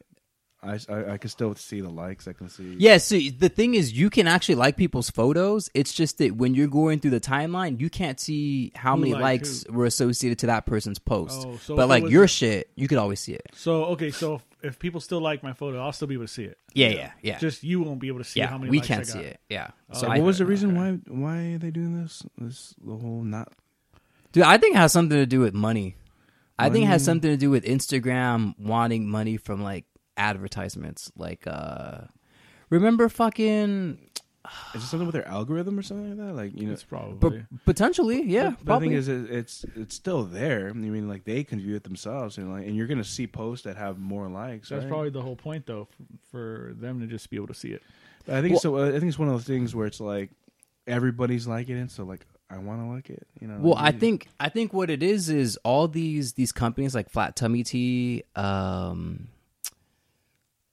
Speaker 2: I, s- I- I can still see the likes. I can see.
Speaker 4: Yeah, so the thing is, you can actually like people's photos. It's just that when you're going through the timeline, you can't see how
Speaker 3: Who
Speaker 4: many
Speaker 3: liked
Speaker 4: likes were associated to that person's post.
Speaker 3: Oh, so if it
Speaker 4: but like
Speaker 3: was-
Speaker 4: your shit, you could always see it.
Speaker 3: So okay, so if, if people still like my photo, I'll still be able to see it.
Speaker 4: Yeah, yeah, yeah.
Speaker 3: Just you won't be able to see
Speaker 4: yeah,
Speaker 3: how many.
Speaker 4: we
Speaker 3: likes I
Speaker 4: can't
Speaker 3: got. Oh,
Speaker 4: see it. Yeah.
Speaker 2: So
Speaker 4: I-
Speaker 2: Uh, what was the reason why why are they doing this? This the whole not
Speaker 4: Dude, I think it has something to do with money. I think it has something to do with Instagram wanting money from like advertisements. Like, uh remember fucking
Speaker 2: is it something with their algorithm or something like that? Like you know,
Speaker 3: It's probably.
Speaker 4: but potentially, yeah,
Speaker 2: But
Speaker 4: probably.
Speaker 2: The thing is, it, it's it's still there. I mean, like they can view it themselves, and like, and you're gonna see posts that have more likes.
Speaker 3: that's
Speaker 2: right?
Speaker 3: probably the whole point, though, f- for them to just be able to see it.
Speaker 2: I think so. I think it's one of those things where it's like everybody's liking it, so like I want to like it. You know.
Speaker 4: Well, I
Speaker 2: you-
Speaker 4: think I think what it is is all these these companies like Flat Tummy Tea, um,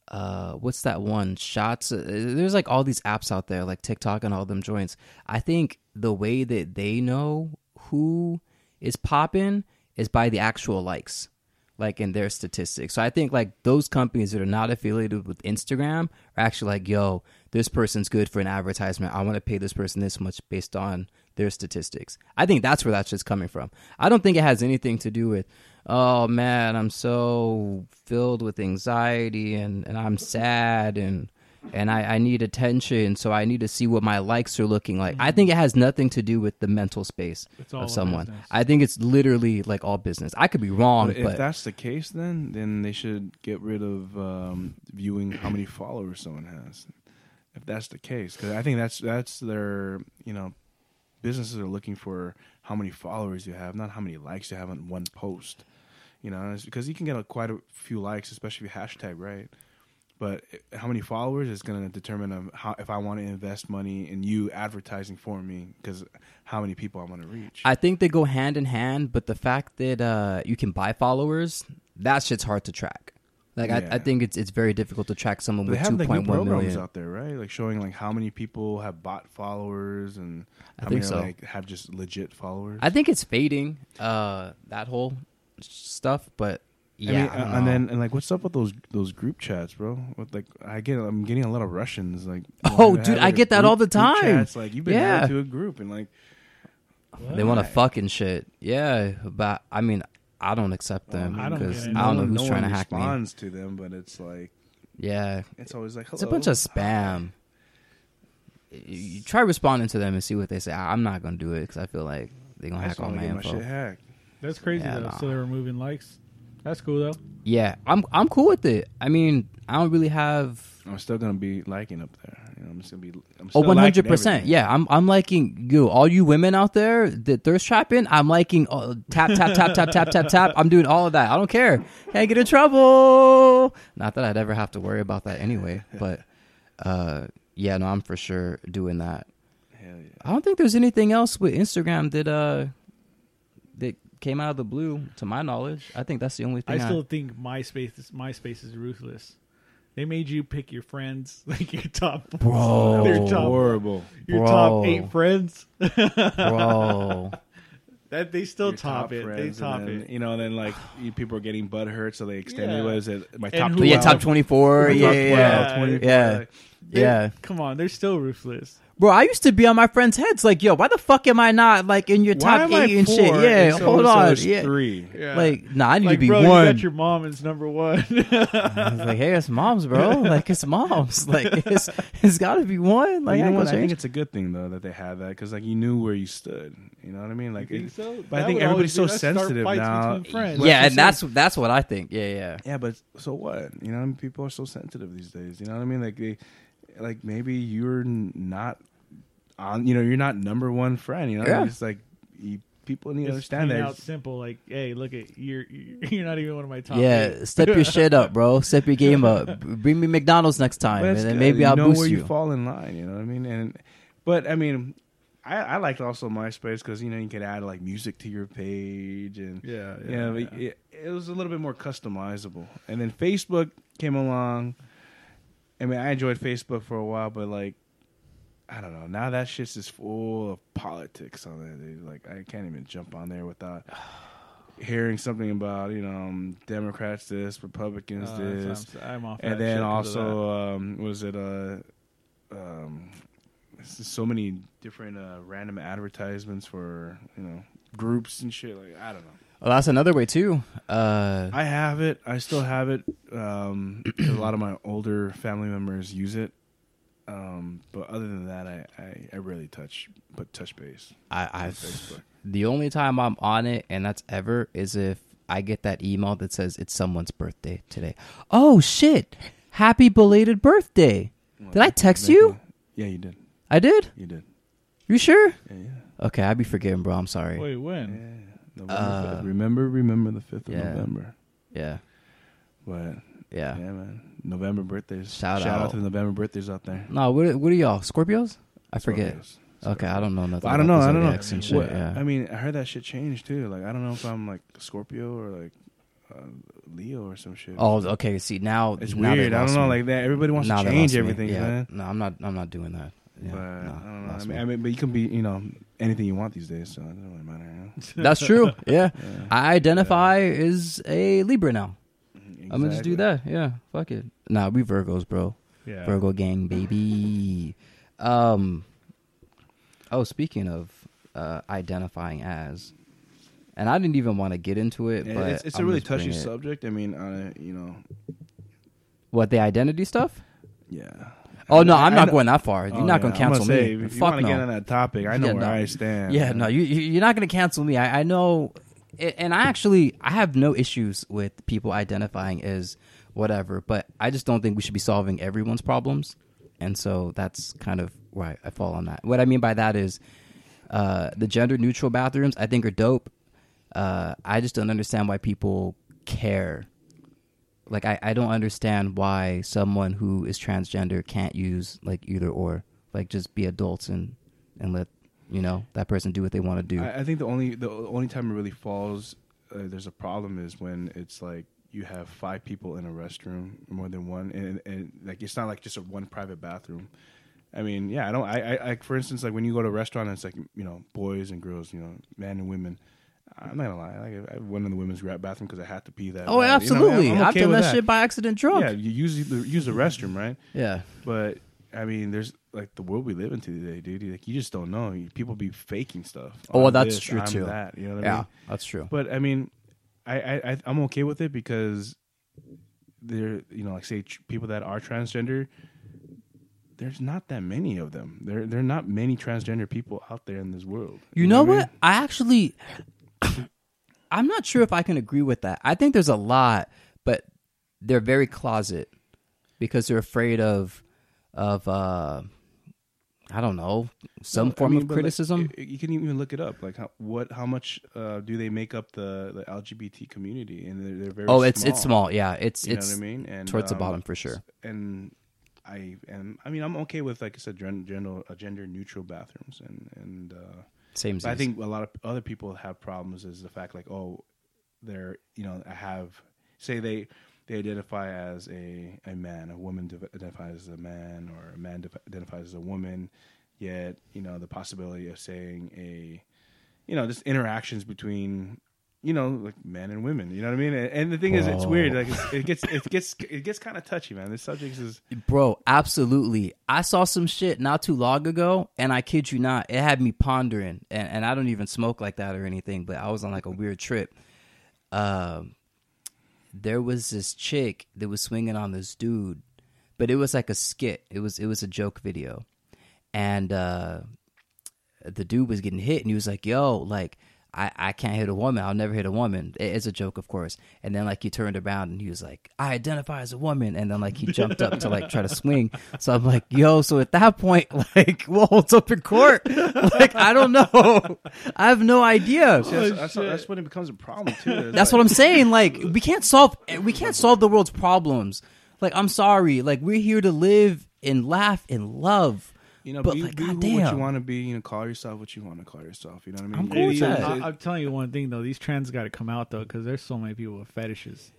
Speaker 4: uh, what's that one? Shots. uh, There's like all these apps out there, like TikTok and all them joints. I think the way that they know who is popping is by the actual likes, like in their statistics. So I think like those companies that are not affiliated with Instagram are actually like, yo, this person's good for an advertisement. I want to pay this person this much based on their statistics. I think that's where that's just coming from. I don't think it has anything to do with, oh man, I'm so filled with anxiety and, and I'm sad and and I, I need attention, so I need to see what my likes are looking like. I think it has nothing to do with the mental space
Speaker 3: all
Speaker 4: of
Speaker 3: a
Speaker 4: someone.
Speaker 3: business.
Speaker 4: I think it's literally like all business. I could be wrong,
Speaker 2: But
Speaker 4: but,
Speaker 2: if that's the case, then then they should get rid of um, viewing how many followers someone has. If that's the case, because I think that's that's their you know businesses are looking for how many followers you have, not how many likes you have on one post. You know, and it's because you can get a, quite a few likes, especially if you hashtag right. But i- how many followers is going to determine um, how, if I want to invest money in you advertising for me, because how many people I'm going to reach.
Speaker 4: I think they go hand in hand. But the fact that uh, you can buy followers, that shit's hard to track. Like
Speaker 2: Yeah.
Speaker 4: I, I think it's it's very difficult to track someone
Speaker 2: They
Speaker 4: with
Speaker 2: have
Speaker 4: two
Speaker 2: like new
Speaker 4: point one
Speaker 2: programs
Speaker 4: million.
Speaker 2: out there, right? Like showing like how many people have bot followers and
Speaker 4: I
Speaker 2: how
Speaker 4: think
Speaker 2: many
Speaker 4: so.
Speaker 2: like have just legit followers.
Speaker 4: I think it's fading. Uh, that whole stuff, but
Speaker 2: I
Speaker 4: yeah,
Speaker 2: mean,
Speaker 4: I don't
Speaker 2: and
Speaker 4: know.
Speaker 2: then and like, what's up with those those group chats, bro? With like, I get, I'm getting a lot of Russians. Like,
Speaker 4: Oh,
Speaker 2: wanting to
Speaker 4: dude,
Speaker 2: have
Speaker 4: I
Speaker 2: their
Speaker 4: get that all the
Speaker 2: group
Speaker 4: time.
Speaker 2: chats, like, you've been
Speaker 4: Yeah.
Speaker 2: added to a group, and like,
Speaker 4: they want to fucking shit. Yeah, but I mean, I don't accept them
Speaker 3: I don't
Speaker 4: because
Speaker 3: get
Speaker 4: I,
Speaker 3: it.
Speaker 4: don't
Speaker 2: no
Speaker 4: know
Speaker 2: one-
Speaker 4: who's
Speaker 2: no
Speaker 4: trying to
Speaker 2: one
Speaker 4: hack me.
Speaker 2: responds to them, but it's like,
Speaker 4: Yeah,
Speaker 2: it's always like, hello.
Speaker 4: it's a bunch of spam. You try responding to them and see what they say. I- I'm not gonna do it because I feel like they gonna
Speaker 2: I
Speaker 4: hack
Speaker 2: just
Speaker 4: all
Speaker 2: want to
Speaker 4: my
Speaker 2: get my
Speaker 4: info.
Speaker 2: shit hacked.
Speaker 3: That's crazy
Speaker 4: Yeah,
Speaker 3: though.
Speaker 4: nah.
Speaker 3: So they're removing likes. That's cool though.
Speaker 4: Yeah, I'm I'm cool with it. I mean, I don't really have
Speaker 2: I'm still gonna be liking up there. You know, I'm just gonna be. I'm
Speaker 4: Oh,
Speaker 2: still
Speaker 4: one
Speaker 2: liking
Speaker 4: hundred percent.
Speaker 2: everything.
Speaker 4: Yeah, I'm. I'm liking you. All you women out there that thirst trapping, I'm liking. Uh, tap tap tap tap tap tap tap. I'm doing all of that. I don't care. Can't get in trouble. Not that I'd ever have to worry about that anyway. But uh, yeah, no, I'm for sure doing that.
Speaker 2: Hell yeah.
Speaker 4: I don't think there's anything else with Instagram that uh that came out of the blue, to my knowledge. I think that's the only
Speaker 3: I
Speaker 4: thing. I
Speaker 3: still think MySpace is MySpace is ruthless. They made you pick your friends, like your top
Speaker 4: Bro.
Speaker 3: their top,
Speaker 2: Horrible.
Speaker 3: your
Speaker 4: Bro.
Speaker 3: top eight friends.
Speaker 4: bro.
Speaker 3: That they still
Speaker 2: Your
Speaker 3: top, it. They
Speaker 2: friends, and
Speaker 3: top
Speaker 2: then,
Speaker 3: it.
Speaker 2: You know, and then like you, people are getting butt hurt, so they extend
Speaker 3: Yeah.
Speaker 2: it. What is it? My
Speaker 3: And
Speaker 2: top.
Speaker 3: who-
Speaker 4: But yeah, top
Speaker 2: 12,
Speaker 4: twenty four.
Speaker 2: my
Speaker 4: Yeah,
Speaker 2: top 12,
Speaker 4: yeah,
Speaker 2: 24,
Speaker 4: yeah.
Speaker 2: like,
Speaker 3: They-
Speaker 4: yeah.
Speaker 3: Come on, they're still ruthless.
Speaker 4: Bro, I used to be on my friends' heads like, yo, why the fuck am I not like in your
Speaker 2: Why
Speaker 4: top
Speaker 2: am I
Speaker 4: eight and
Speaker 2: four
Speaker 4: shit? Yeah,
Speaker 2: so-
Speaker 4: hold
Speaker 2: so
Speaker 4: on.
Speaker 2: there's
Speaker 4: Yeah.
Speaker 2: Three.
Speaker 3: Yeah.
Speaker 4: Like, nah, I need
Speaker 3: like,
Speaker 4: to be
Speaker 3: bro,
Speaker 4: one.
Speaker 3: you got your mom as number one.
Speaker 4: I was like, hey, it's mom's, bro. Like, it's mom's. Like, it's it's got to be one.
Speaker 2: But
Speaker 4: Like,
Speaker 2: you know
Speaker 4: I ain't
Speaker 2: what? I
Speaker 4: gonna
Speaker 2: think
Speaker 4: change.
Speaker 2: it's a good thing though that they had that because like you knew where you stood. You know what I mean? Like,
Speaker 3: think
Speaker 2: it-
Speaker 3: so?
Speaker 2: but
Speaker 3: That
Speaker 2: I think
Speaker 3: would
Speaker 2: everybody's so
Speaker 3: always be- that's start
Speaker 2: sensitive
Speaker 3: fights
Speaker 2: now.
Speaker 3: between friends.
Speaker 2: Like,
Speaker 4: Yeah,
Speaker 2: you
Speaker 4: and
Speaker 2: said-
Speaker 4: that's that's what I think. Yeah, yeah.
Speaker 2: yeah, but so what? You know, people are so sensitive these days. You know what I mean? Like they, like maybe you're n- not on. You know, you're not number one friend. You know,
Speaker 4: Yeah.
Speaker 2: it's like you, people need to
Speaker 3: It's
Speaker 2: understand
Speaker 3: plain
Speaker 2: that.
Speaker 3: out simple. Like, hey, look at you're you're not even one of my top.
Speaker 4: Yeah,
Speaker 3: eight.
Speaker 4: step your shit up, bro. Step your game up. Bring me McDonald's next time,
Speaker 2: But
Speaker 4: and
Speaker 2: it's
Speaker 4: then
Speaker 2: good.
Speaker 4: maybe
Speaker 2: you
Speaker 4: I'll
Speaker 2: know
Speaker 4: boost
Speaker 2: where
Speaker 4: you.
Speaker 2: you fall in line. You know what I mean? And but I mean, I, I liked also MySpace because you know you could add like music to your page and
Speaker 3: Yeah,
Speaker 2: you know,
Speaker 3: yeah,
Speaker 2: it- It, it was a little bit more customizable. And then Facebook came along. I mean, I enjoyed Facebook for a while, but like. I don't know. Now that shit's just full of politics on it. dude. Like I can't even jump on there without hearing something about you know um, Democrats this, Republicans
Speaker 3: Uh,
Speaker 2: this,
Speaker 3: that's- I'm off.
Speaker 2: and
Speaker 3: that shit
Speaker 2: then
Speaker 3: 'cause of
Speaker 2: also um, was it uh, um, s- so many different uh, random advertisements for you know groups and shit like i don't know
Speaker 4: Well, that's another way too. Uh,
Speaker 2: i have it i still have it um, 'cause a lot of my older family members use it um, but other than that I, I, I really touch but touch base
Speaker 4: I,
Speaker 2: on
Speaker 4: I've
Speaker 2: facebook
Speaker 4: The only time I'm on it, and that's ever, is if I get that email that says it's someone's birthday today. Oh shit! Happy belated birthday! Did I text you?
Speaker 2: yeah you did
Speaker 4: I did.
Speaker 2: you did
Speaker 4: You sure?
Speaker 2: yeah yeah
Speaker 4: Okay, I'd be forgetting, bro. I'm
Speaker 3: that.
Speaker 4: sorry.
Speaker 3: Wait, when?
Speaker 2: yeah,
Speaker 4: Uh,
Speaker 2: November fifth. remember remember the 5th of
Speaker 4: yeah.
Speaker 2: november
Speaker 4: Yeah,
Speaker 2: but
Speaker 4: yeah.
Speaker 2: Yeah, man. November birthdays.
Speaker 4: Shout out.
Speaker 2: to the November birthdays out there.
Speaker 4: No, what, what are y'all? Scorpios? I forget.
Speaker 2: Scorpios.
Speaker 4: Okay, I don't know nothing.
Speaker 2: But I don't know.
Speaker 4: about the
Speaker 2: I don't know.
Speaker 4: zodiacs and shit,
Speaker 2: What-
Speaker 4: yeah.
Speaker 2: I mean, I heard that shit changed too. Like, I don't know if I'm like a Scorpio or like uh, Leo or some shit.
Speaker 4: oh, okay. See now,
Speaker 2: it's
Speaker 4: now they
Speaker 2: weird. I
Speaker 4: lost
Speaker 2: don't know.
Speaker 4: me.
Speaker 2: Like that. Everybody wants
Speaker 4: Now
Speaker 2: to
Speaker 4: they
Speaker 2: change
Speaker 4: lost me.
Speaker 2: everything,
Speaker 4: Yeah.
Speaker 2: man.
Speaker 4: No, I'm not. I'm not doing that. Yeah,
Speaker 2: but
Speaker 4: no,
Speaker 2: I don't know. I
Speaker 4: lost
Speaker 2: mean,
Speaker 4: me.
Speaker 2: I mean, but you can be, you know, anything you want these days. So it doesn't really matter. You know?
Speaker 4: That's true. Yeah.
Speaker 2: Yeah.
Speaker 4: I identify as a Libra now. I'm gonna just do
Speaker 2: Exactly.
Speaker 4: that. Yeah, fuck it. Nah, we Virgos, bro.
Speaker 3: Yeah.
Speaker 4: Virgo gang, baby. Um. Oh, speaking of uh, identifying as, and I didn't even want to get into it,
Speaker 2: Yeah,
Speaker 4: but
Speaker 2: it's it's a
Speaker 4: I'm
Speaker 2: really
Speaker 4: just bring
Speaker 2: touchy
Speaker 4: it.
Speaker 2: subject. I mean, uh, you know,
Speaker 4: What the identity stuff?
Speaker 2: yeah.
Speaker 4: Oh no, I'm
Speaker 2: I
Speaker 4: not
Speaker 2: know-
Speaker 4: going that far. You're
Speaker 2: Oh,
Speaker 4: not
Speaker 2: yeah.
Speaker 4: gonna
Speaker 2: I'm
Speaker 4: cancel
Speaker 2: say,
Speaker 4: me.
Speaker 2: If you
Speaker 4: Fuck
Speaker 2: want to
Speaker 4: no.
Speaker 2: get on that topic, I know
Speaker 4: Yeah,
Speaker 2: where
Speaker 4: no.
Speaker 2: I stand.
Speaker 4: Yeah, no, you you- you're not gonna cancel me. I, I know, a- and I actually I have no issues with people identifying as whatever, but I just don't think we should be solving everyone's problems, and so that's kind of where I, I fall on that. What I mean by that is, uh, the gender neutral bathrooms I think are dope. Uh, I just don't understand why people care. Like I, I don't understand why someone who is transgender can't use like either or like just be adults and and let you know that person do what they want to do.
Speaker 2: I, I think the only the only time it really falls uh, there's a problem is when it's like you have five people in a restroom, more than one, and, and like it's not like just a one private bathroom. I mean, yeah, I don't. I, I like for instance, like when you go to a restaurant, it's like you know, boys and girls, you know, men and women. I'm not gonna lie. Like I went in the women's grab bathroom because I had to pee that. bad. You
Speaker 4: Oh,
Speaker 2: know, I'm-
Speaker 4: absolutely.
Speaker 2: I'm
Speaker 4: I've
Speaker 2: okay
Speaker 4: done
Speaker 2: with
Speaker 4: that, shit by accident drunk.
Speaker 2: Yeah, you use the, use the restroom, right?
Speaker 4: yeah.
Speaker 2: But I mean, there's like the world we live in today, dude. Like you just don't know. You- People be faking stuff.
Speaker 4: Oh, well,
Speaker 2: I'm
Speaker 4: that's
Speaker 2: this,
Speaker 4: true,
Speaker 2: I'm
Speaker 4: too.
Speaker 2: That you know what I
Speaker 4: Yeah,
Speaker 2: mean?
Speaker 4: that's true.
Speaker 2: But I mean, I, I I- I'm okay with it because there, you know, like say tr- people that are transgender. There's not that many of them. There, there are not many transgender people out there in this world.
Speaker 4: You know
Speaker 2: I mean?
Speaker 4: what? I actually, I'm not sure if I can agree with that. I think there's a lot, but they're very closet because they're afraid of, of, uh, I don't know, some
Speaker 2: I
Speaker 4: form
Speaker 2: mean,
Speaker 4: of
Speaker 2: but, like,
Speaker 4: criticism.
Speaker 2: y- you can even look it up. Like how what how much uh, do they make up the, the LGBT community? And they're, they're very
Speaker 4: oh, it's it's small. Yeah, it's
Speaker 2: You
Speaker 4: it's
Speaker 2: know what I mean? And
Speaker 4: towards the
Speaker 2: um,
Speaker 4: bottom for sure.
Speaker 2: And I am. I mean, I'm okay with like I said, gen- gender uh, gender neutral bathrooms. And and uh,
Speaker 4: Same.
Speaker 2: but I think a lot of other people have problems is the fact like oh, they're you know I have say they. They identify as a, a man. A woman de- identifies as a man, or a man de- identifies as a woman. Yet, you know, the possibility of saying a you know, just interactions between, you know, like men and women. You know what I mean? And, and the thing is, it's weird. Like it's, it gets, it gets, it gets kind of touchy, man. This subject is
Speaker 4: Bro, absolutely. I saw some shit not too long ago, and I kid you not, it had me pondering. And, and I don't even smoke like that or anything, but I was on like a weird trip. Um, there was this chick that was swinging on this dude, but it was like a skit. It was it was a joke video, and uh, the dude was getting hit, and he was like, "Yo, like." I, I can't hit a woman. I'll never hit a woman. It- It's a joke, of course. And then like he turned around and he was like, "I identify as a woman." And then like he jumped up to like try to swing. So I'm like, "Yo!" So at that point, like, what holds up in court? Like I don't know. I have no idea.
Speaker 2: that's, that's, that's when it becomes a problem too. It's
Speaker 4: Oh, That's
Speaker 2: like-
Speaker 4: what I'm saying. Like we can't solve we can't solve the world's problems. Like I'm sorry. Like we're here to live and laugh and love.
Speaker 2: you know.
Speaker 4: but
Speaker 2: be
Speaker 4: like,
Speaker 2: be who- what
Speaker 4: goddamn.
Speaker 2: you want to be. You know, call yourself what you want to call yourself. You know what I mean?
Speaker 4: I'm cool with
Speaker 2: It-
Speaker 4: that.
Speaker 2: it-
Speaker 3: I, I'm telling you one thing though. These trends got to come out though, because there's so many people with fetishes.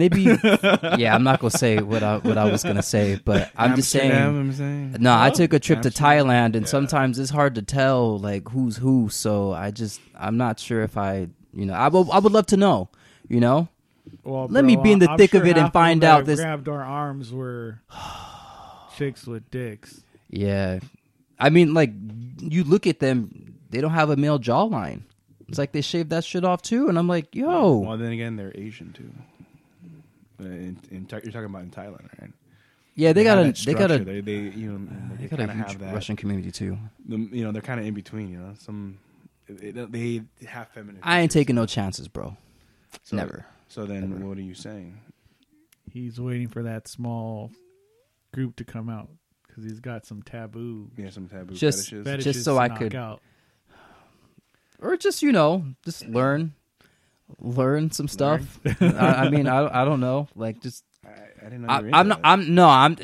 Speaker 4: they be yeah. I'm not gonna say what I what I was gonna say, but I'm just
Speaker 2: Amsterdam,
Speaker 4: saying.
Speaker 2: I'm saying.
Speaker 4: No, I took a trip to Thailand, and sometimes it's hard to tell like who's who. So I just I'm not sure if I you know I would I would love to know. You know,
Speaker 3: Well,
Speaker 4: Let
Speaker 3: bro,
Speaker 4: me be in the
Speaker 3: I'm
Speaker 4: thick of
Speaker 3: sure
Speaker 4: it and
Speaker 3: half them
Speaker 4: find
Speaker 3: that
Speaker 4: out
Speaker 3: have
Speaker 4: this-
Speaker 3: Grabbed our arms were chicks with dicks.
Speaker 4: yeah. I mean, like you look at them, they don't have a male jawline. It's like they shaved that shit off too, and I'm like, yo,
Speaker 2: Well, then again, they're Asian too. Uh, In, in, Thai- you're talking about in Thailand, right?
Speaker 4: yeah, they got
Speaker 2: have
Speaker 4: a
Speaker 2: that
Speaker 4: they got
Speaker 2: structure. they,
Speaker 4: a
Speaker 2: they you know
Speaker 4: they
Speaker 2: they,
Speaker 4: got
Speaker 2: kind
Speaker 4: a
Speaker 2: of
Speaker 4: huge
Speaker 2: have that
Speaker 4: Russian community too.
Speaker 2: the, you know they're kind of in between you know some they, they have feminine
Speaker 4: I ain't taking no chances, bro.
Speaker 2: So-
Speaker 4: Never.
Speaker 2: so then what are you saying
Speaker 3: He's waiting for that small group to come out because he's got some taboo
Speaker 2: yeah some taboo
Speaker 4: Just-
Speaker 2: fetishes
Speaker 3: fetishes.
Speaker 4: Just so
Speaker 3: to
Speaker 4: I
Speaker 3: knock
Speaker 4: could-
Speaker 3: out.
Speaker 4: or just you know just learn learn some stuff I, I mean I, I don't know like just
Speaker 2: I, I didn't know
Speaker 4: I,
Speaker 2: you were into
Speaker 4: i'm not
Speaker 2: that.
Speaker 4: i'm no i'm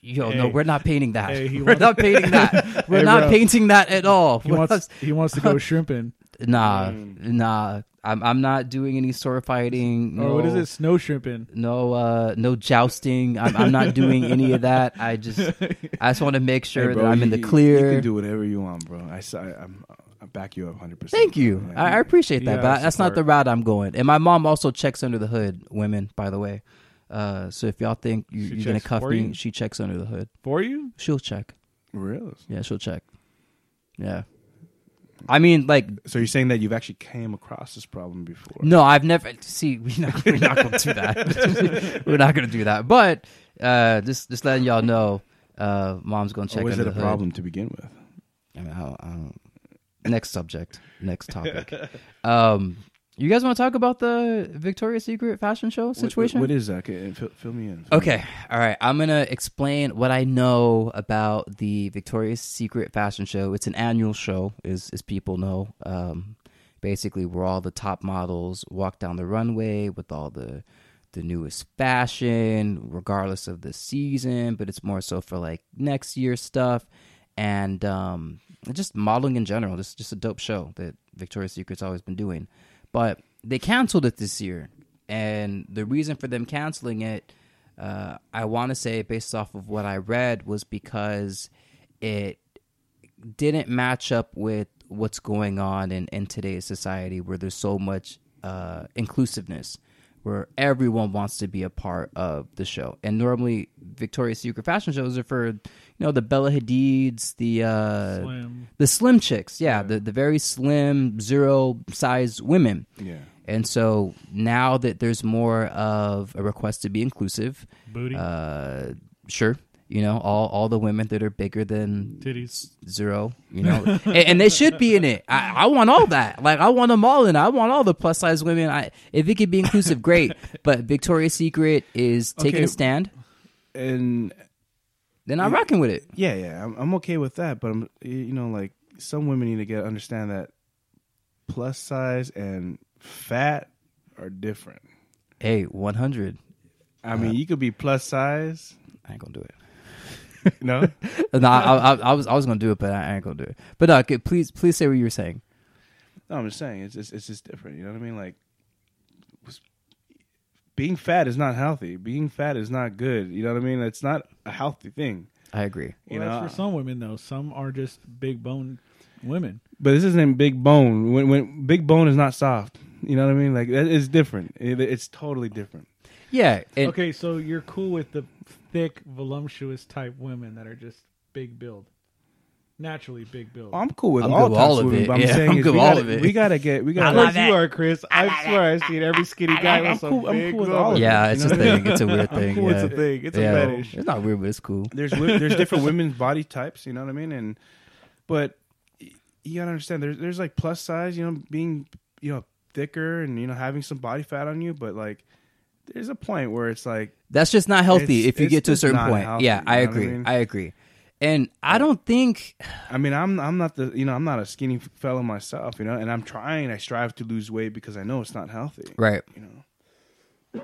Speaker 4: yo no
Speaker 3: Hey.
Speaker 4: we're not painting that
Speaker 3: Hey, he
Speaker 4: we're
Speaker 3: wants-
Speaker 4: not painting that we're
Speaker 3: Hey,
Speaker 4: not
Speaker 3: bro.
Speaker 4: painting that at all
Speaker 3: He
Speaker 4: We're
Speaker 3: wants
Speaker 4: not-
Speaker 3: he wants to go shrimping
Speaker 4: nah nah I'm, I'm not doing any sword fighting
Speaker 2: Oh,
Speaker 4: no,
Speaker 3: or what is it? Snow shrimping.
Speaker 4: no uh no jousting I'm, I'm not doing any of that i just i just want to make
Speaker 2: Hey,
Speaker 4: sure
Speaker 2: bro,
Speaker 4: that i'm
Speaker 2: you-
Speaker 4: in the
Speaker 2: you-
Speaker 4: clear
Speaker 2: you can do whatever you want bro i s- I, am I back you up 100 percent.
Speaker 4: Thank you. I, I appreciate that,
Speaker 2: Yeah,
Speaker 4: but that's not
Speaker 2: support.
Speaker 4: the route I'm going. And my mom also checks under the hood, women, by the way. Uh, so if y'all think you,
Speaker 3: She
Speaker 4: you're gonna
Speaker 3: checks
Speaker 4: cuff
Speaker 3: for
Speaker 4: me,
Speaker 3: you?
Speaker 4: she checks under the hood.
Speaker 3: For you?
Speaker 4: She'll check.
Speaker 2: really
Speaker 4: Yeah, she'll check. Yeah. I mean, like,
Speaker 2: so you're saying that you've actually came across this problem before
Speaker 4: no, I've never. See, we're not, we're not gonna do that. we're not gonna do that. But uh, just just letting y'all know, uh, mom's gonna check
Speaker 2: or was
Speaker 4: under
Speaker 2: it a
Speaker 4: the hood.
Speaker 2: problem to begin with
Speaker 4: I mean, I don't, I don't. Next subject. Next topic. um, you guys want to talk about the Victoria's Secret fashion show
Speaker 2: What-
Speaker 4: situation?
Speaker 2: what is that okay, fill, fill me in
Speaker 4: Okay, all right. I'm gonna explain what I know about the Victoria's Secret fashion show. It's an annual show, as as people know. Um, basically, where all the top models walk down the runway with all the the newest fashion, regardless of the season. But it's more so for like next year stuff and um, just modeling in general. Just just a dope show that Victoria's Secret's always been doing, but they canceled it this year And the reason for them canceling it, uh, I want to say, based off of what I read, was because it didn't match up with what's going on in, in today's society where there's so much uh, inclusiveness where everyone wants to be a part of the show and normally victoria's secret fashion shows are for you know the bella hadids the uh
Speaker 3: Slim.
Speaker 4: the slim chicks yeah, The, the very slim zero size women
Speaker 2: Yeah.
Speaker 4: and so now that there's more of a request to be inclusive
Speaker 3: Booty.
Speaker 4: uh sure you know all all the women that are bigger than
Speaker 3: Titties.
Speaker 4: zero, you know, and, and they should be in it. I, I want all that. Like I want them all in. it. I want all the plus size women. I if it could be inclusive, great. But Victoria's Secret is taking
Speaker 2: Okay.
Speaker 4: a stand.
Speaker 2: And
Speaker 4: Then I'm rocking with it.
Speaker 2: yeah, yeah, I'm, I'm okay with that. But I'm, you know, like some women need to get understand that plus size and fat are different.
Speaker 4: Hey, 100.
Speaker 2: I
Speaker 4: Uh.
Speaker 2: mean, you could be plus size.
Speaker 4: I ain't gonna do it.
Speaker 2: No,
Speaker 4: No, I, I, I was I was gonna do it, but I ain't gonna do it. But no, okay, please please say what you were saying.
Speaker 2: no, I'm just saying it's just, it's just different. You know what I mean? Like s- being fat is not healthy. Being fat is not good. You know what I mean? It's not a healthy thing.
Speaker 4: I agree.
Speaker 2: You
Speaker 3: Well, that's
Speaker 2: know,
Speaker 3: for some women though. Some are just big boned women.
Speaker 2: but this isn't in big bone. When when big bone is not soft. You know what I mean? Like that is different. It, it's totally different.
Speaker 4: Yeah. And,
Speaker 3: okay, so you're cool with the thick, voluptuous type women that are just big build, naturally big build.
Speaker 2: I'm cool with
Speaker 4: I'm
Speaker 2: all,
Speaker 4: good with
Speaker 2: types
Speaker 4: all
Speaker 2: of
Speaker 4: of
Speaker 2: women,
Speaker 4: it.
Speaker 2: but I'm
Speaker 4: Yeah,
Speaker 2: saying
Speaker 4: I'm
Speaker 2: is
Speaker 4: good
Speaker 2: we
Speaker 4: with all
Speaker 2: gotta,
Speaker 4: of it.
Speaker 2: we gotta get we
Speaker 3: I
Speaker 2: gotta.
Speaker 3: love you are, Chris. I, swear, I've seen every skinny guy with some
Speaker 2: I'm cool- I'm
Speaker 3: big
Speaker 2: cool with
Speaker 3: woman.
Speaker 2: all of it.
Speaker 4: Yeah, it's
Speaker 2: You
Speaker 4: a
Speaker 2: know what I mean?
Speaker 4: thing. It's a weird thing.
Speaker 2: cool,
Speaker 4: yeah.
Speaker 2: it's a thing. It's a
Speaker 4: yeah.
Speaker 2: fetish.
Speaker 4: It's not weird, but it's cool.
Speaker 2: There's wi- there's different women's body types. You know what I mean? And but y- you gotta understand there's there's like plus size. You know, being you know thicker and you know having some body fat on you, but like there's a point where it's like
Speaker 4: That's just not healthy
Speaker 2: It's-
Speaker 4: if you
Speaker 2: it's
Speaker 4: get to a
Speaker 2: just
Speaker 4: certain
Speaker 2: not
Speaker 4: point.
Speaker 2: healthy,
Speaker 4: yeah, I
Speaker 2: you know what I
Speaker 4: agree. I,
Speaker 2: mean?
Speaker 4: agree. And I don't think
Speaker 2: I mean, I'm I'm not the you know I'm not a skinny fellow myself. You know, and I'm trying. I strive to lose weight because I know it's not healthy.
Speaker 4: right.
Speaker 2: You know.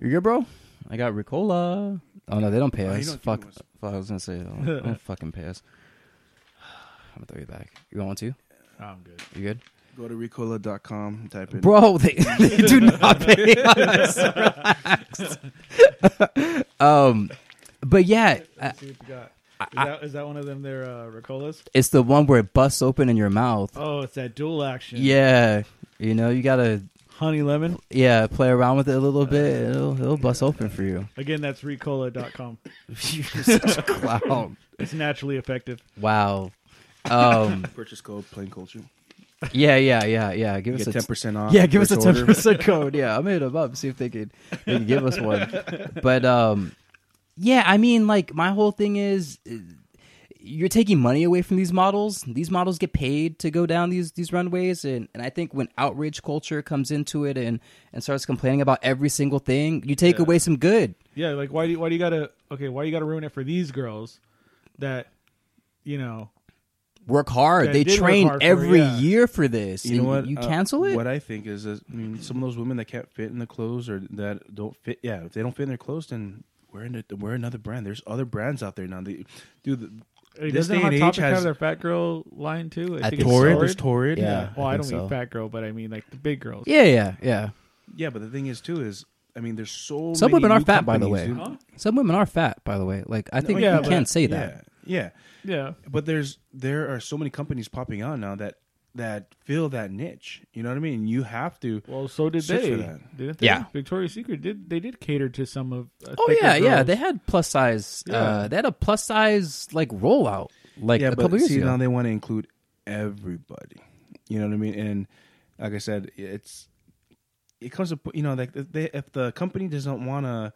Speaker 4: You good, bro? I got Ricola. Oh no, they don't pay
Speaker 2: you
Speaker 4: us.
Speaker 2: don't give
Speaker 4: Fuck.
Speaker 2: me one.
Speaker 4: Fuck, I was gonna say they don't, they don't fucking pay us. I'm gonna throw you back. You want to?
Speaker 3: I'm good.
Speaker 4: You good,
Speaker 2: Go to ricola.com. Type in
Speaker 4: bro? They, they do not pay us. Relax. um, but yeah, Uh, I-
Speaker 3: Let's see what you got. Is, that, is that one of them? Their uh, Ricolas?
Speaker 4: it's the one where it busts open in your mouth.
Speaker 3: Oh, it's that dual action.
Speaker 4: Yeah, you know you gotta
Speaker 3: honey lemon.
Speaker 4: yeah play around with it a little bit. It'll, it'll bust open for you.
Speaker 3: Again, that's Ricola.com.
Speaker 4: You're such a clown.
Speaker 3: It's naturally effective.
Speaker 4: Wow. Um.
Speaker 2: purchase code plain culture.
Speaker 4: Yeah. Yeah. Yeah. Yeah. Give us
Speaker 2: Get
Speaker 4: a
Speaker 2: ten percent off.
Speaker 4: Yeah, give us a
Speaker 2: first order.
Speaker 4: ten percent code. Yeah, I'm gonna hit them up see if they could they can give us one. But um, yeah, I mean, like my whole thing is, uh, you're taking money away from these models. These models get paid to go down these these runways, and and I think when outrage culture comes into it and and starts complaining about every single thing, you take away some good.
Speaker 3: Yeah, like why do you, why do you gotta okay? Why you gotta ruin it for these girls? That you know,
Speaker 4: Work hard.
Speaker 3: Yeah,
Speaker 4: they
Speaker 3: did work
Speaker 4: train
Speaker 3: hard for it,
Speaker 4: every
Speaker 3: yeah.
Speaker 4: year for this.
Speaker 2: You know
Speaker 4: and
Speaker 2: what?
Speaker 4: You
Speaker 2: Uh,
Speaker 4: cancel it.
Speaker 2: What I think is, is I mean, some of those women that can't fit in the clothes or that don't fit. Yeah, if they don't fit in their clothes, then wear in a, wear another brand. There's other brands out there now. They, dude, the,
Speaker 3: Hey,
Speaker 2: this
Speaker 3: doesn't
Speaker 2: day
Speaker 3: Hot
Speaker 2: and age
Speaker 3: Topic
Speaker 2: has
Speaker 3: have their fat girl line too?
Speaker 4: I
Speaker 3: I, think,
Speaker 4: think so.
Speaker 3: it's
Speaker 2: Torrid.
Speaker 3: Torrid.
Speaker 2: There's Torrid.
Speaker 4: Yeah.
Speaker 3: Well,
Speaker 4: I
Speaker 3: I,
Speaker 4: think
Speaker 3: don't
Speaker 4: so.
Speaker 3: mean fat girl, but I mean like the big girls.
Speaker 4: yeah. Yeah. Yeah.
Speaker 2: yeah. But the thing is, too, is I mean, there's so
Speaker 4: Some
Speaker 2: many
Speaker 4: women are
Speaker 2: new
Speaker 4: fat, by the
Speaker 2: companies,
Speaker 4: way.
Speaker 2: dude.
Speaker 3: Huh?
Speaker 4: Some women are fat, by the way. Like I think
Speaker 3: yeah,
Speaker 4: you can
Speaker 3: but-
Speaker 4: say that.
Speaker 2: Yeah, yeah.
Speaker 3: Yeah.
Speaker 2: But there's there are so many companies popping out now that that fill that niche. You know what I mean? You have to.
Speaker 3: Well, so did
Speaker 2: Search
Speaker 3: they?
Speaker 2: for that.
Speaker 3: Didn't they?
Speaker 4: Yeah.
Speaker 3: Victoria's Secret did. They did cater to some of. Uh,
Speaker 4: Oh
Speaker 3: thicker
Speaker 4: yeah, yeah.
Speaker 3: girls.
Speaker 4: They had plus size. Uh,
Speaker 3: Yeah.
Speaker 4: they had a plus size like rollout like
Speaker 2: yeah,
Speaker 4: a
Speaker 2: but
Speaker 4: couple years
Speaker 2: see,
Speaker 4: ago.
Speaker 2: now they want to include everybody. You know what I mean? And like I said, it's it comes to you know like they, if the company doesn't want to